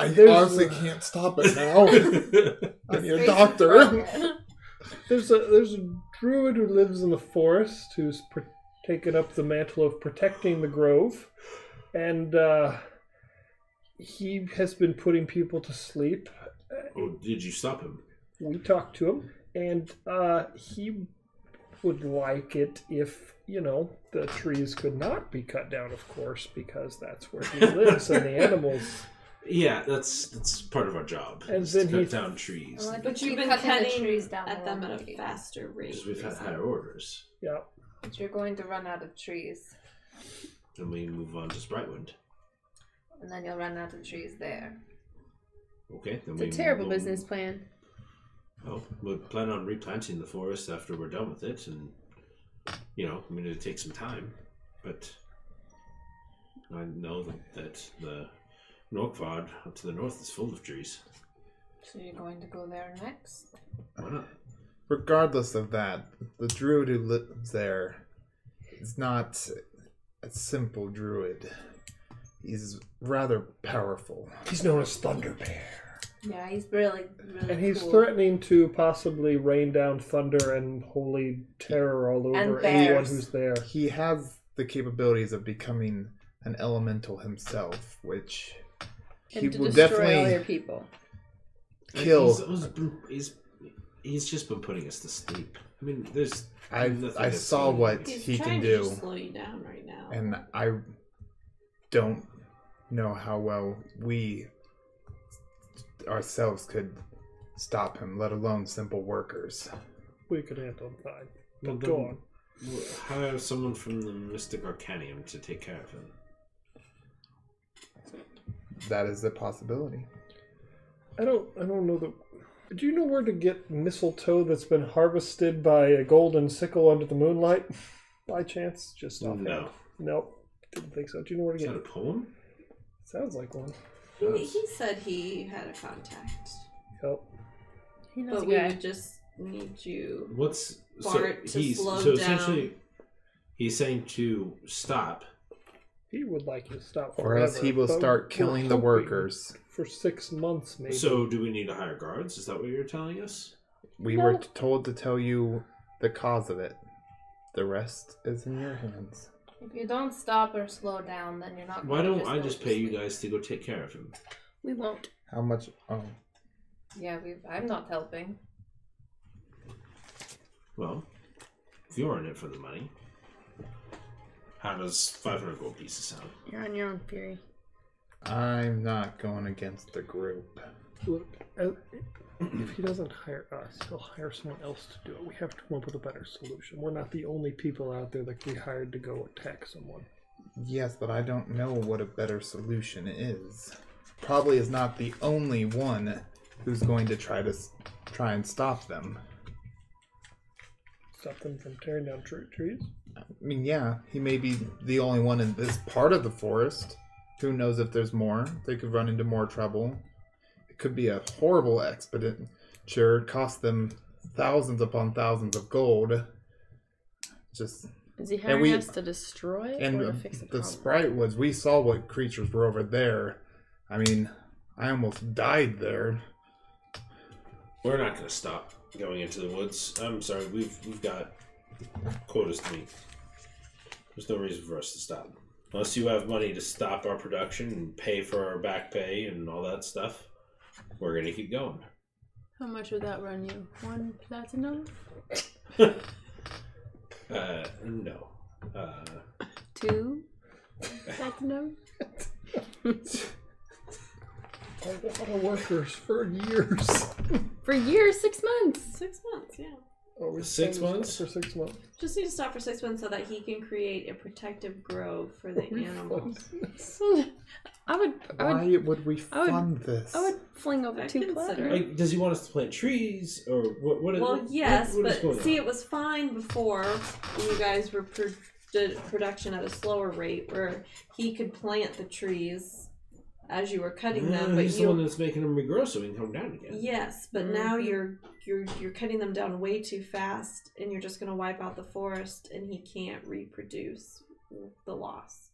I There's- honestly can't stop it now. I'm your doctor. there's a there's a druid who lives in the forest who's pr taken up the mantle of protecting the grove, and uh, he has been putting people to sleep. oh, did you stop him? We talked to him, and uh, he would like it if you know the trees could not be cut down, of course, because that's where he lives and the animals. Yeah, that's that's part of our job. And is to then cut he- down Oh, trees. But you've been cutting the cutting trees down at the them wrong at a way. faster rate. Because we've had recently. higher orders. Yeah, But you're going to run out of trees, Then we move on to Spritewind. and then you'll run out of trees there. Okay. Then It's we a terrible move- business plan. Oh, we plan on replanting the forest after we're done with it, and you know, I mean, it'll take some time, but I know that, that the Norkvard up to the north is full of trees. So you're going to go there next. Why not? Regardless of that, the druid who lives there is not a simple druid. He's rather powerful. He's known as Thunder Bear. Yeah, he's really, really and he's cool. threatening to possibly rain down thunder and holy terror all And over anyone bears. who's there. He has the capabilities of becoming an elemental himself, which he And to will destroy all your definitely people. kill. He's, he's, been- he's, he's just been putting us to sleep. I mean, there's. I nothing I that's saw going- what He's he trying can to do. just slow you down right now. and I don't know how well we ourselves could stop him, let alone simple workers. We could handle him fine. Well, But go then- on. Well, Hire someone from the Mystic Arcanium to take care of him. That is a possibility. I don't. I don't know the. Do you know where to get mistletoe that's been harvested by a golden sickle under the moonlight? by chance, just off. No. Nope. Didn't think so. Do you know where to Is get that a it? poem? Sounds like one. he, he said he had a contact, Yep. He knows but a we guy. would just need you. What's Bart so to he's slow so down. essentially he's saying to stop. He would like you to stop. Or else he forever, will but start we're killing the hoping workers. for six months, maybe. So do we need to hire guards? Is that what you're telling us? We were told to tell you the cause of it. The rest is in your hands. If you don't stop or slow down, then you're not. Why going to don't I go just to pay you sleep. guys to go take care of him? We won't. How much? Oh, Yeah, we I'm not helping. Well, if you're in it for the money. How does five hundred gold pieces sound? You're on your own, Fury. I'm not going against the group. Look, uh, if he doesn't hire us, he'll hire someone else to do it. We have to come up with a better solution. We're not the only people out there that can be hired to go attack someone. Yes, but I don't know what a better solution is. Probably is not the only one who's going to try to s- try and stop them. Stop them from tearing down tr- trees. I mean, yeah, he may be the only one in this part of the forest. Who knows if there's more? They could run into more trouble. It could be a horrible expedition. Sure, cost them thousands upon thousands of gold. Just Is he And hiring we- us to destroy it and or to the, fix the the problem? sprite woods. We saw what creatures were over there. I mean, I almost died there. We're not gonna stop going into the woods. I'm sorry, we've we've got quotas to meet. There's no reason for us to stop. Unless you have money to stop our production and pay for our back pay and all that stuff, we're gonna keep going. How much would that run you? One platinum? Uh, no. Uh, Two platinum? A lot of workers for years. For years, six months. Six months, yeah. Oh, we Six signed this up months? For six months. Just need to stop for six months so that he can create a protective grove for the We animals. So, I would, I would, Why would we I would- fund this? I would fling over I'd two consider platinum. like, does he want us to plant trees or what? What? Well, what- yes, what is going but on? see, it was fine before when you guys were pro- did production at a slower rate, where he could plant the trees as you were cutting them, Ah, but he's the one you. that's making them regrow so we can come down again. Yes, but now Mm-hmm. Mhm. you're you're you're cutting them down way too fast, and you're just gonna wipe out the forest, and he can't reproduce the loss.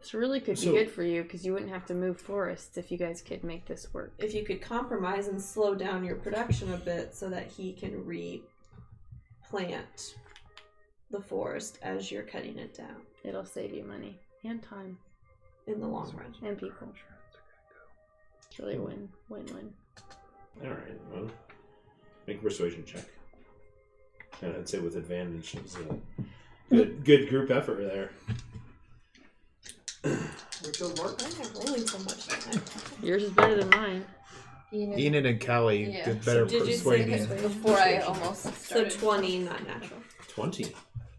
This really could be So- good for you because you wouldn't have to move forests if you guys could make this work. If you could compromise and slow down your production a bit, so that he can replant the forest as you're cutting it down It'll save you money and time in the long run. and people. It's really a win, win, win. All right. Well, make a persuasion check. And I'd say with advantage. It was a good, good group effort there. Why am I rolling so much tonight? Yours is better than mine. Enid. Enid and Callie Yeah. did better Did you say persuading. Before I almost So started. twenty, not natural. Twenty.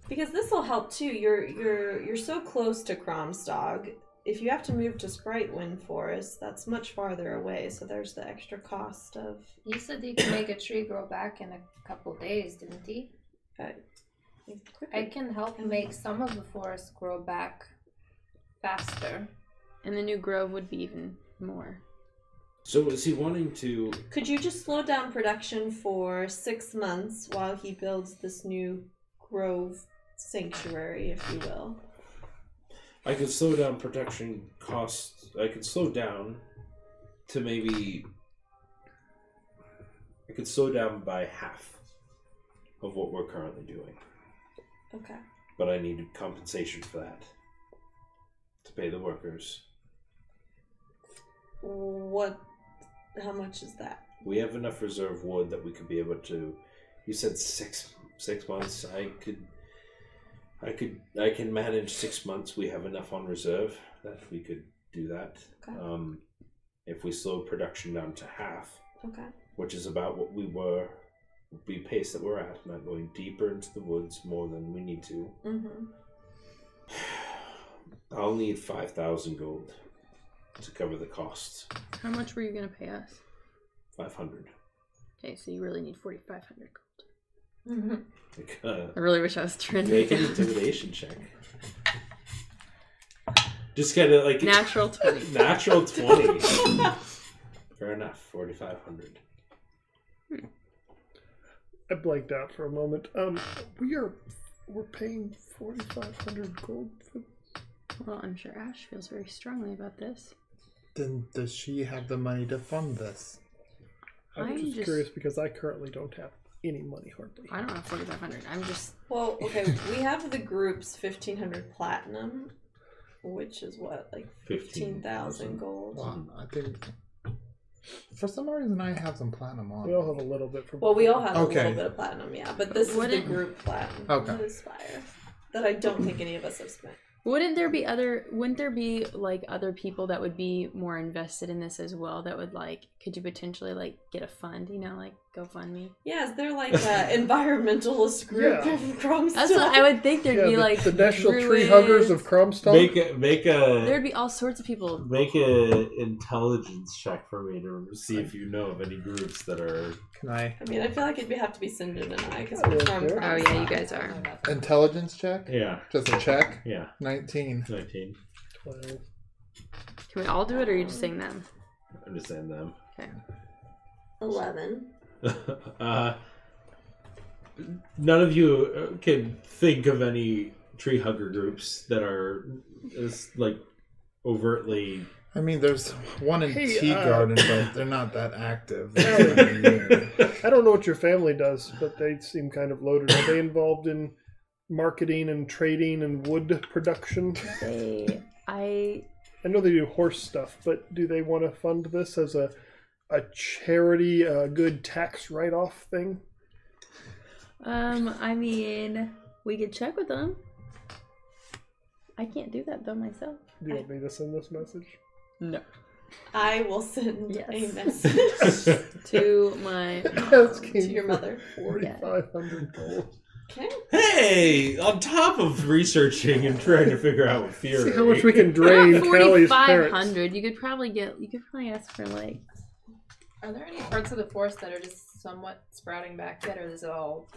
Because this will help too. You're you're you're so close to Kromstog. If you have to move to Spritewind Forest, that's much farther away. So there's the extra cost of. He said he could make a tree grow back in a couple days, didn't he? I can help make some of the forest grow back faster. And the new grove would be even more. So is he wanting to? Could you just slow down production for six months while he builds this new grove sanctuary, if you will? I could slow down production costs. I could slow down to maybe. I could slow down by half of what we're currently doing, Okay. but I need compensation for that to pay the workers. What? How much is that? We have enough reserve wood that we could be able to. You said six six months. I could, I could, I can manage six months. We have enough on reserve that we could do that. Okay. Um, if we slow production down to half, Okay. which is about what we were, the pace that we're at, not going deeper into the woods more than we need to. Mm-hmm. I'll need five thousand gold to cover the costs. How much were you gonna pay us? Five hundred. Okay, so you really need forty five hundred gold. Like, uh, I really wish I was turned Make an down. intimidation check. Just kind of like Natural twenty. natural twenty. Fair enough. Forty five hundred. I blanked out for a moment. Um, we are we're paying forty five hundred gold for Well, I'm sure Ash feels very strongly about this. Then does she have the money to fund this? I'm, I'm just, just- curious because I currently don't have any money hardly. I don't have forty five hundred. I'm just Well, okay, we have the group's fifteen hundred platinum, which is what like fifteen thousand gold. Well, I think for some reason I have some platinum on. We all have a little bit from. Well, we all have a Okay. little bit of platinum, yeah, but this is the Wouldn't- group platinum. Okay. that is fire, that I don't think any of us have spent. wouldn't there be other wouldn't there be like other people that would be more invested in this as well that would like could you potentially like get a fund, you know, like GoFundMe? Yeah, is there like a environmentalist group Yeah. of crumbs? That's what I would think there'd yeah, be the, like the National Tree druids. Huggers of Cromstock. Make a make a There'd be all sorts of people. make a intelligence check for me to see if you know of any groups that are. Can I I mean, I feel like it'd be, have to be Sindon and I because Oh, we're yeah, from. sure. Oh yeah, you guys are. intelligence check? Yeah. Just a check. Yeah. Nineteen. Nineteen. Twelve. Can we all do it, or are you just saying them? Understand them. Eleven. uh, none of you uh, can think of any tree hugger groups that are is, like overtly. I mean, there's one in Hey, Tea uh, Garden, but they're not that active. I don't know what your family does, but they seem kind of loaded. Are they involved in marketing and trading and wood production? They, I, I know they do horse stuff, but do they want to fund this as a a charity, a good tax write off thing? um, I mean, we could check with them. I can't do that though myself. Do you want me to send this message? No. I will send a Yes. message To my to your mother. Forty-five hundred gold. Okay. Hey, on top of researching and trying to figure out what theory. See how much we can drain Callie's Forty-five parents. hundred. You could probably get. You could probably ask for like. Are there any parts of the forest that are just somewhat sprouting back yet, or is it all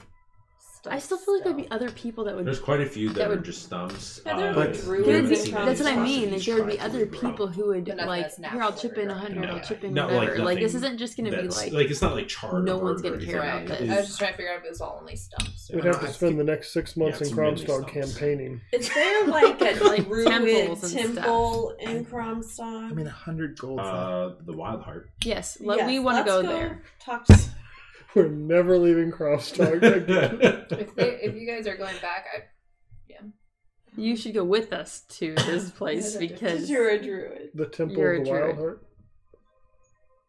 stuff? I still feel like there'd be still? other people that would. There's quite a few that, That are would- just stumps. Yeah, there Uh, are like we haven't druids There'd be, and seen that's what I atrocities mean. Like there would be try to other grow. people who would But nothing like, that's here I'll natural chip or in a hundred. grown. I'll Yeah. chip in Not like whatever. Like, this nothing isn't just gonna be That's- like. it's not like charred. no or one's burned or gonna care anything. Right. about It I was is- just trying to figure out if it was all only stumps. uh, We'd have to I spend the next six months Yeah, in it's really Cromstog sucks. campaigning. Is there like a Like druid temples and stuff. temple in I Cromstock? mean, a hundred gold. Uh, the wild heart. Yes, let, Yes, we want to let's go, there. Talk to We're never leaving Cromstog again. If they, if you guys are going back, I You should go with us to this place Yes, I do. because you're a druid. the Temple You're a of the Wild druid. Heart.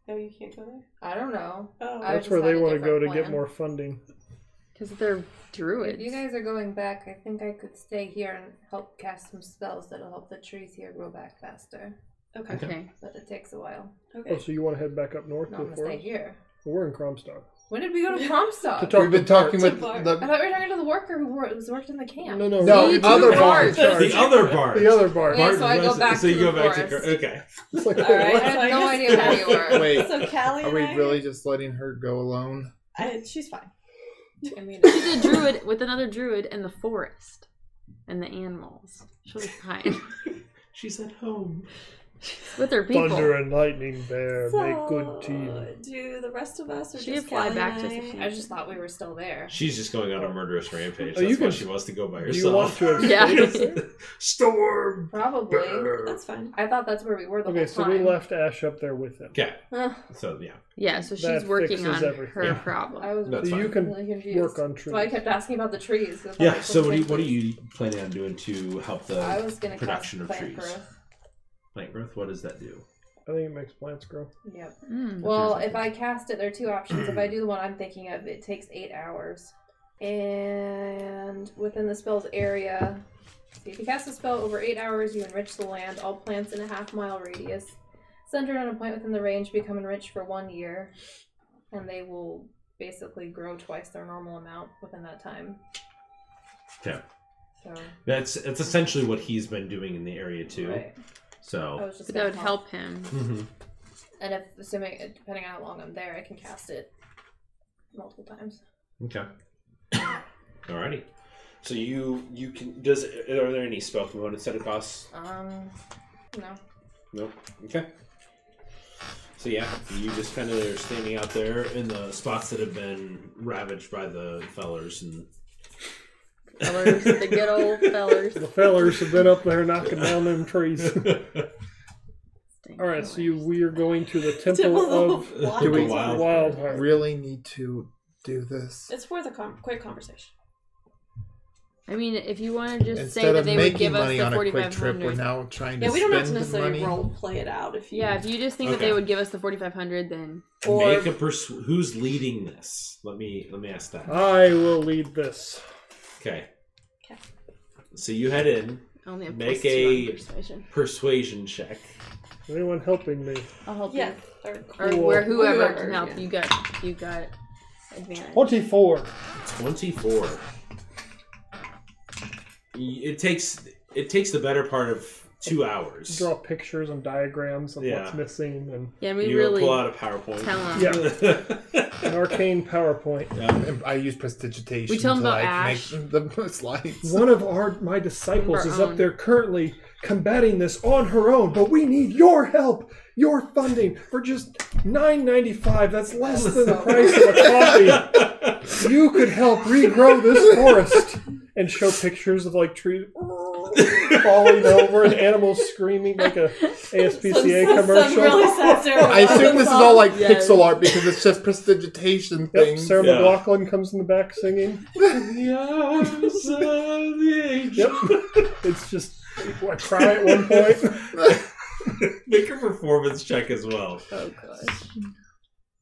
Oh, you can't go there. I don't know. Oh, I That's just where they had a want to go different to get plan. more funding. because they're druids. If you guys are going back, I think I could stay here and help cast some spells that'll help the trees here grow back faster. okay. okay. okay. But it takes a while. Oh, so you want to head back up north No, to I'm the gonna stay forest? here. Well, we're in Cromstog. When did we go to Oh, To Promstock? talk We've been to Bart. talking with Bart. I the thought we were talking to the worker who wor- was worked in the camp. No, no, No, we- the other Bart. the other part. The other Bart. Yeah, so I go was- back so to you go the back to. forest. Cro- Okay. It's like All right. I had so no guess- idea where you were. Wait, So Callie Are and we I, really just letting her go alone? I- she's fine. I mean, She's a druid with another druid in the forest and the animals. She'll be fine She's at home. with her people. Thunder and lightning bear so, make good team. do the rest of us or She just can fly Callie back and just I? if she- I just thought we were still there. She's just going on a murderous rampage. Oh, That's you why can- she wants to go by Do you want herself. to have Yeah. stayed us there? Storm. Probably. That's fine. I thought that's where we were the Okay, whole so time. we left Ash up there with him. Okay. Ugh, So yeah. Yeah, so she's That working fixes on everything. her Yeah. problem. I was That's So fine. you can really confused. work on so I trees. kept asking about the trees. 'cause I thought Yeah. that's So what are the you what are thing. you planning on doing to help I the was gonna production of cast plant trees. growth. plant growth? What does that do? I think it makes plants grow. Yep. Mm. Well, if I cast it, there are two options. if I do the one I'm thinking of, it takes eight hours. And within the spell's area, see, if you cast a spell over eight hours, you enrich the land. All plants in a half mile radius, centered on a point within the range, become enriched for one year, and they will basically grow twice their normal amount within that time. Okay. So, That's that's essentially what he's been doing in the area too. right. I So. was just But that gonna would help. help him. Mm-hmm. Mhm. And if assuming depending on how long I'm there, I can cast it multiple times. Okay. Alrighty. So you you can does are there any spell components that it costs? Um, no. Nope. Okay. So yeah, you just kind of are standing out there in the spots that have been ravaged by the fellers and Fellers, the good old fellers. The fellers have been up there knocking down them trees. Dang All right, so you, fellers. we are going to the Temple Temple of of Wild Do we- Heart. Wild Heart. Really need to do this It's worth a com- quick conversation. I mean, if you want to just say instead that of they would making give us money the on a quick forty-five trip. We're hundred. now trying Yeah, to we don't have to spend the necessarily money. role play it out if you. Yeah, if you just think that Okay. they would give us the forty-five hundred, then or Make a persu- who's leading this? Let me let me ask that. Oh. I will lead this. Okay. Okay. So you head in, I only have Make plus two a- on persuasion. persuasion check. Is anyone helping me? I'll help yeah, you. or- Or Cool. where whoever, Whoever, can help. yeah. You got you got advantage. Twenty-four. Twenty-four. Y- It takes it takes the better part of two hours. Draw pictures and diagrams of Yeah. what's missing and Yeah, and we you really pull out a PowerPoint. tell them. yeah, an arcane PowerPoint. And I use prestidigitation We tell 'em to about like Ash. make the slides. One of our my disciples Our is own. up there currently combating this on her own, but we need your help, your funding for just nine ninety five. That's less than the price of a coffee. You could help regrow this forest and show pictures of like trees falling over and animals screaming like a ASPCA Some- some commercial. really sad story I assume this is all like Yes. pixel art because it's just prestidigitation Yep, things. Sarah Yeah. McLaughlin comes in the back singing. The arms of the angel. Yep, it's just I cry at one point. Make a performance check as well. Oh gosh.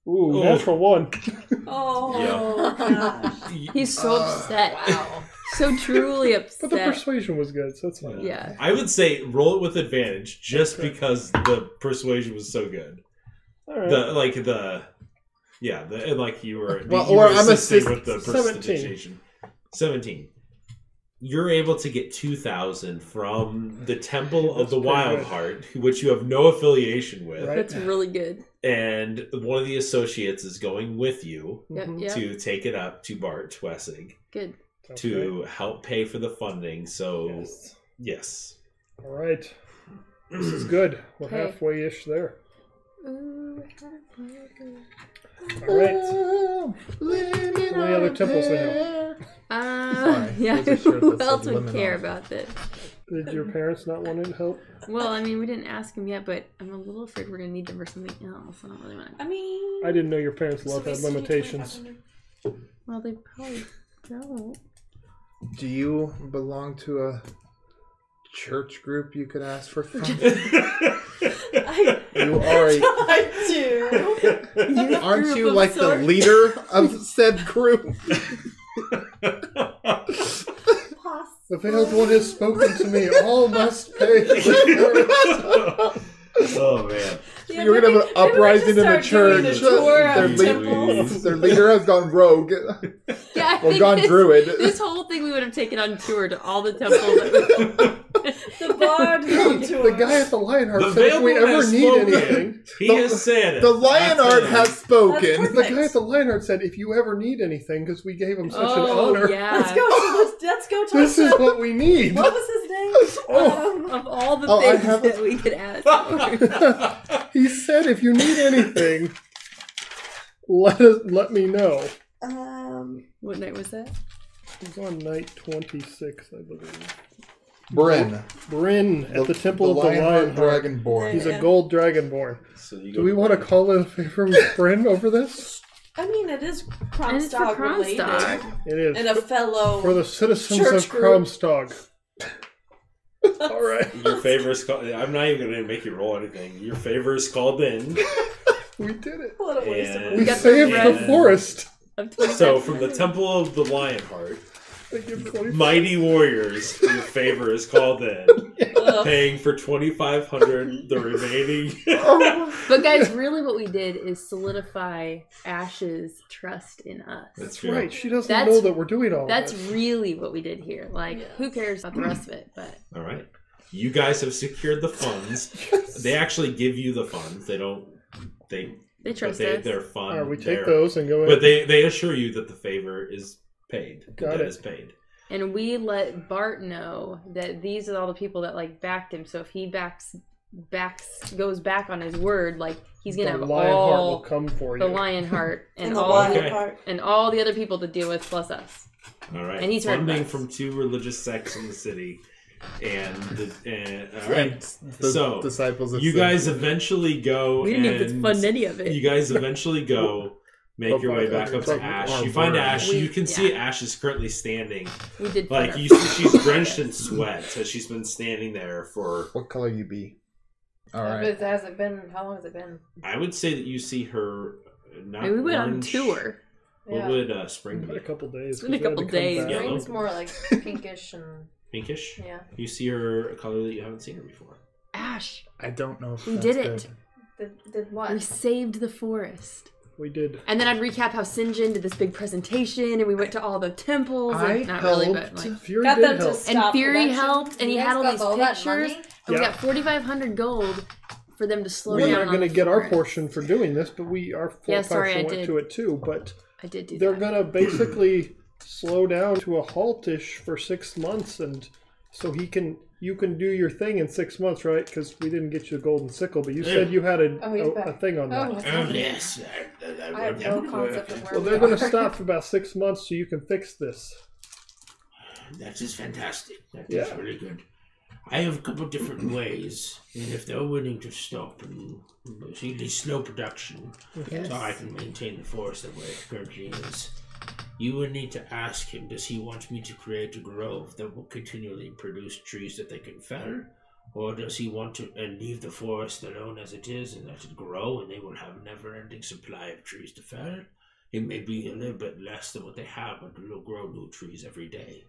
Ooh, Oh. natural one. Oh gosh. He's so Uh, upset. Wow. so truly But the upset. persuasion was good, so it's fine. yeah. I would say roll it with advantage just because the persuasion was so good. All right. The like the yeah, the like you were, Well, you or were I'm assisting with assist- the 17. prestidigitation. Seventeen. You're able to get two thousand from the Temple of That's the pretty Wild good. Heart, which you have no affiliation with, Right. That's really good. and one of the associates is going with you Yep, Mhm. yep. to take it up to Bart Twessig Good. to help pay for the funding. So Okay. yes. Yes. All right. This is good. We're Okay. halfway ish there. All right. How many other temples we have? Uh, Sorry, yeah. wasn't sure if Who that else said would lemon care on it. about this? Did your parents not want to help? Well, I mean, we didn't ask him yet, but I'm a little afraid we're gonna need them for something else. I don't really want to. I mean, I didn't know your parents' love so had we still need limitations. 25. Well, they probably don't. Do you belong to a church group you could ask for funding? I, you are a I do. Aren't you like the leader of said group? The veiled one has spoken to me. All must pay. for their- oh man. You're gonna have an uprising in the just start doing church. the tour of their, temples. their leader has gone rogue. Yeah, I Well, think gone this, druid. This whole thing we would have taken on tour to all the temples. That The bard the guy at the The Lionheart said if veiled we one ever has need spoken. anything. He The- has said it. The lion That's art it. has spoken. The guy at the Lionheart said if you ever need anything, because we gave him we, such oh an honor. yeah. Let's go to this. Let's go to This this. is what we need. What was his name? Oh. Of all the Oh, I things have a- that we could ask. for. He said, "If you need anything, let us let me know." Um, what night was that? He's on night twenty-six, I believe. Bryn, Bryn at the, Temple of the Lionheart Lionheart. Dragonborn. He's Yeah. a gold dragonborn. So you Do go we want to call in a favor with Bryn over this? I mean, it is And it's for Kromstad related, Kronstadt. It is and a fellow. for the citizens church of group. Cromstog. All right, Your favor is called. I'm not even going to make you roll anything. Your favor is callalled in. we did it. what a waste of And- We got the saved the red. forest. Of 25 So from the Temple of the Lionheart, They give 20 mighty warriors, your favor is called in, paying for twenty five hundred. The remaining. But guys, really, what we did is solidify Ash's trust in us. That's true. Right, she doesn't That's- know that we're doing all That's this. really what we did here. Like, who cares about the rest of it? But All right. You guys have secured the funds. They actually give you the funds. They don't. They they but trust they us. they're fun. All right, we take They're- those and go in. But they they assure you that the favor is paid. Got That it. is paid. And we let Bart know that these are all the people that like backed him. So if he backs backs goes back on his word, like he's gonna the have Lionheart will all come for the you. lion heart and, And the all wild Okay. part. and all the other people to deal with plus us. All right. And he's heard funding about us. from two religious sects in the city, and, the, and all And right. the So, disciples of You Satan. guys eventually go. We didn't even and fund any of it. You guys eventually go. Make your way Oh, back up to fuck. Ash. Oh, You find burn. Ash. We- You can see Ash is currently standing. we did fund Like our- you see, she's drenched in sweat, so she's been standing there for. What color you be? All But right. It hasn't been. How long has it been? I would say that you see her. uh, Not I mean, we went on orange- tour. What would uh, spring It's been be? a couple days. It's been a 'cause they had couple to come days, back. yeah. Mine's more like pinkish and Pinkish. yeah. You see her a color that you haven't seen her before. Ash, I don't know. If We that's did it. good. Did, did we what? saved the forest. We did. And then I'd recap how Sinjin did this big presentation, and we went to all the temples. I and, not really, but helped. like, Fury Got did them to help. s- and Stop Fury production. helped, and he You had guys all got these all that pictures. money? and we Yeah. got forty five hundred gold for them to slow we down. are on going to the get our forest. portion for doing this, but we our full Yeah, sorry, portion I went did. to it too. But I did do they're that. going to basically slow down to a haltish for six months, and so he can you can do your thing in six months, right? Because we didn't get you a golden sickle, but you Yeah. said you had a, Oh, he's a- a back. thing on that. Oh, Oh, yes. I, I have no concept of where Well, we they're going are. to stop for about six months, so you can fix this. That is fantastic. That is Yeah. really good. I have a couple different ways, and if they're willing to stop and really slow production, Yes. so I can maintain the forest the way it currently is, you will need to ask him. Does he want me to create a grove that will continually produce trees that they can fell, or does he want to and leave the forest alone as it is and let it grow, and they will have a never-ending supply of trees to fell? It may be a little bit less than what they have, but it'll grow new trees every day.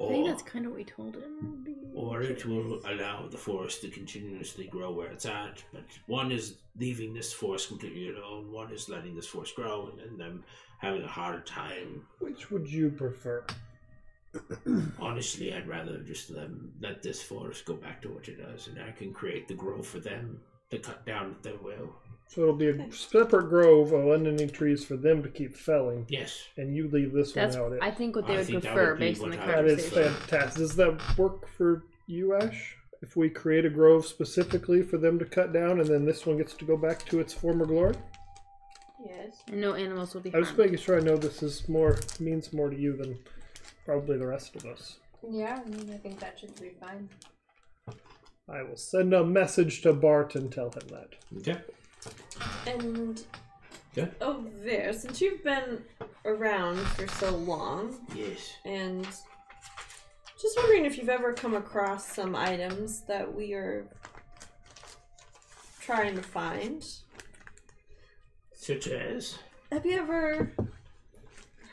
I think Or- that's kind of what we told him. or it will allow the forest to continuously grow where it's at. But one is leaving this forest completely alone, one is letting this forest grow, and then them having a harder time. Which would you prefer? Honestly, I'd rather just them let this forest go back to what it does, and I can create the grove for them to cut down at their will. So it'll be a separate grove of unending trees for them to keep felling, Yes. and you leave this That's one out. I think what they I would think that prefer would be based on what the I that would is prefer. conversation. fantastic. Does that work for you, Ash? If we create a grove specifically for them to cut down, and then this one gets to go back to its former glory? Yes. And no animals will be I was harmed. making sure I know this is more means more to you than probably the rest of us. Yeah, I mean, I think that should be fine. I will send a message to Bart and tell him that. Okay. And Yeah. over there, since you've been around for so long, Yes. and just wondering if you've ever come across some items that we are trying to find. Such as? Have you ever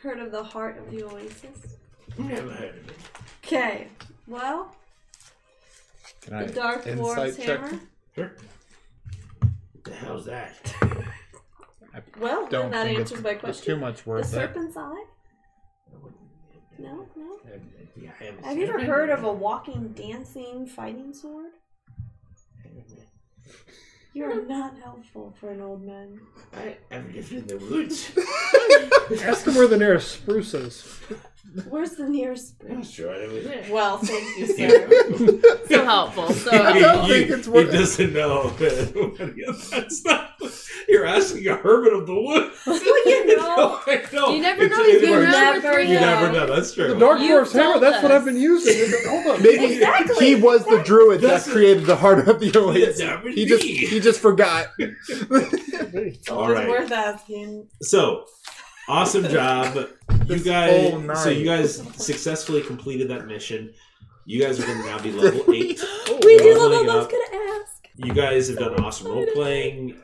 heard of the Heart of the Oasis? Never heard of it. Okay, well, Can the Dark Dwarf's Hammer. Sure. What the hell's that? Well, then Don't that think answers it's my it's question. too much The worth it. Serpent's Eye? No, no. Yeah, I haven't Have seen you ever it. heard of a walking, dancing, fighting sword? You Mm-hmm. are not helpful for an old man. I, I've lived in the woods. Ask him where the nearest spruce is. Where's the nearest? I'm sure I was there. Well, thank you, Yeah. sir. so helpful. He- So don't think he- it's worth- He doesn't know what any of that stuff. You're asking a hermit of the woods. well, you know, I know. you never know. It's- He's it been works. around for never three You never years. know. That's true. The Dark You Dwarf's hammer. told That's what I've us. been using. Hold on. Maybe Exactly. he was the druid that That's- created the heart of the oasis. that would He just be. he just forgot. it's All always right. worth asking. So, awesome job, you This whole guys. night. So you guys successfully completed that mission. You guys are going to now be level eight. We Leveling did level up. I was gonna ask. You guys have done awesome role playing.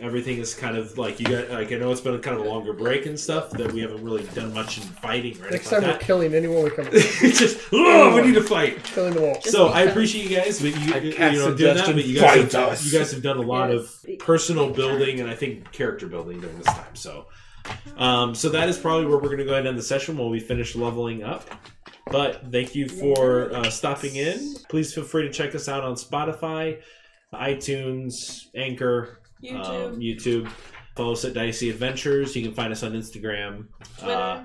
Everything is kind of like you guys. Like I know it's been kind of a longer break and stuff that we haven't really done much in fighting or anything Next time like we're that. killing anyone we come across. it's just oh, we need to fight. killing them all. so I appreciate you guys, but you, I you cast know doing that, suggestion, but you guys, fight have, us. you guys have done a lot Yes. of personal building and I think character building during this time. So, um, so that is probably where we're going to go ahead and end the session while we finish leveling up. But thank you for uh, stopping in. Please feel free to check us out on Spotify, iTunes, Anchor, YouTube, um, YouTube. Follow us at Dicey Adventures. You can find us on Instagram, uh,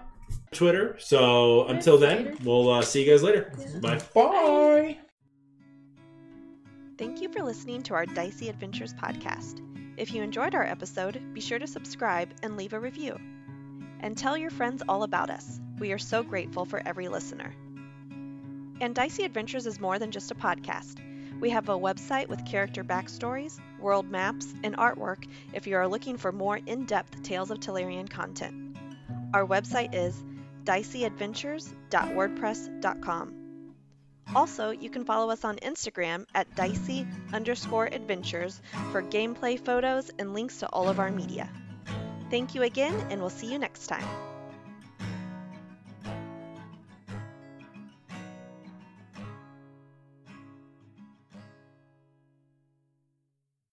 Twitter. So until then, we'll uh, see you guys later. Bye. Bye. Thank you for listening to our Dicey Adventures podcast. If you enjoyed our episode, be sure to subscribe and leave a review. And tell your friends all about us. We are so grateful for every listener. And Dicey Adventures is more than just a podcast. We have a website with character backstories, world maps, and artwork if you are looking for more in depth Tales of Telerian content. Our website is diceyadventures.wordpress.com. Also, you can follow us on Instagram at dicey underscore adventures for gameplay photos and links to all of our media. Thank you again, and we'll see you next time.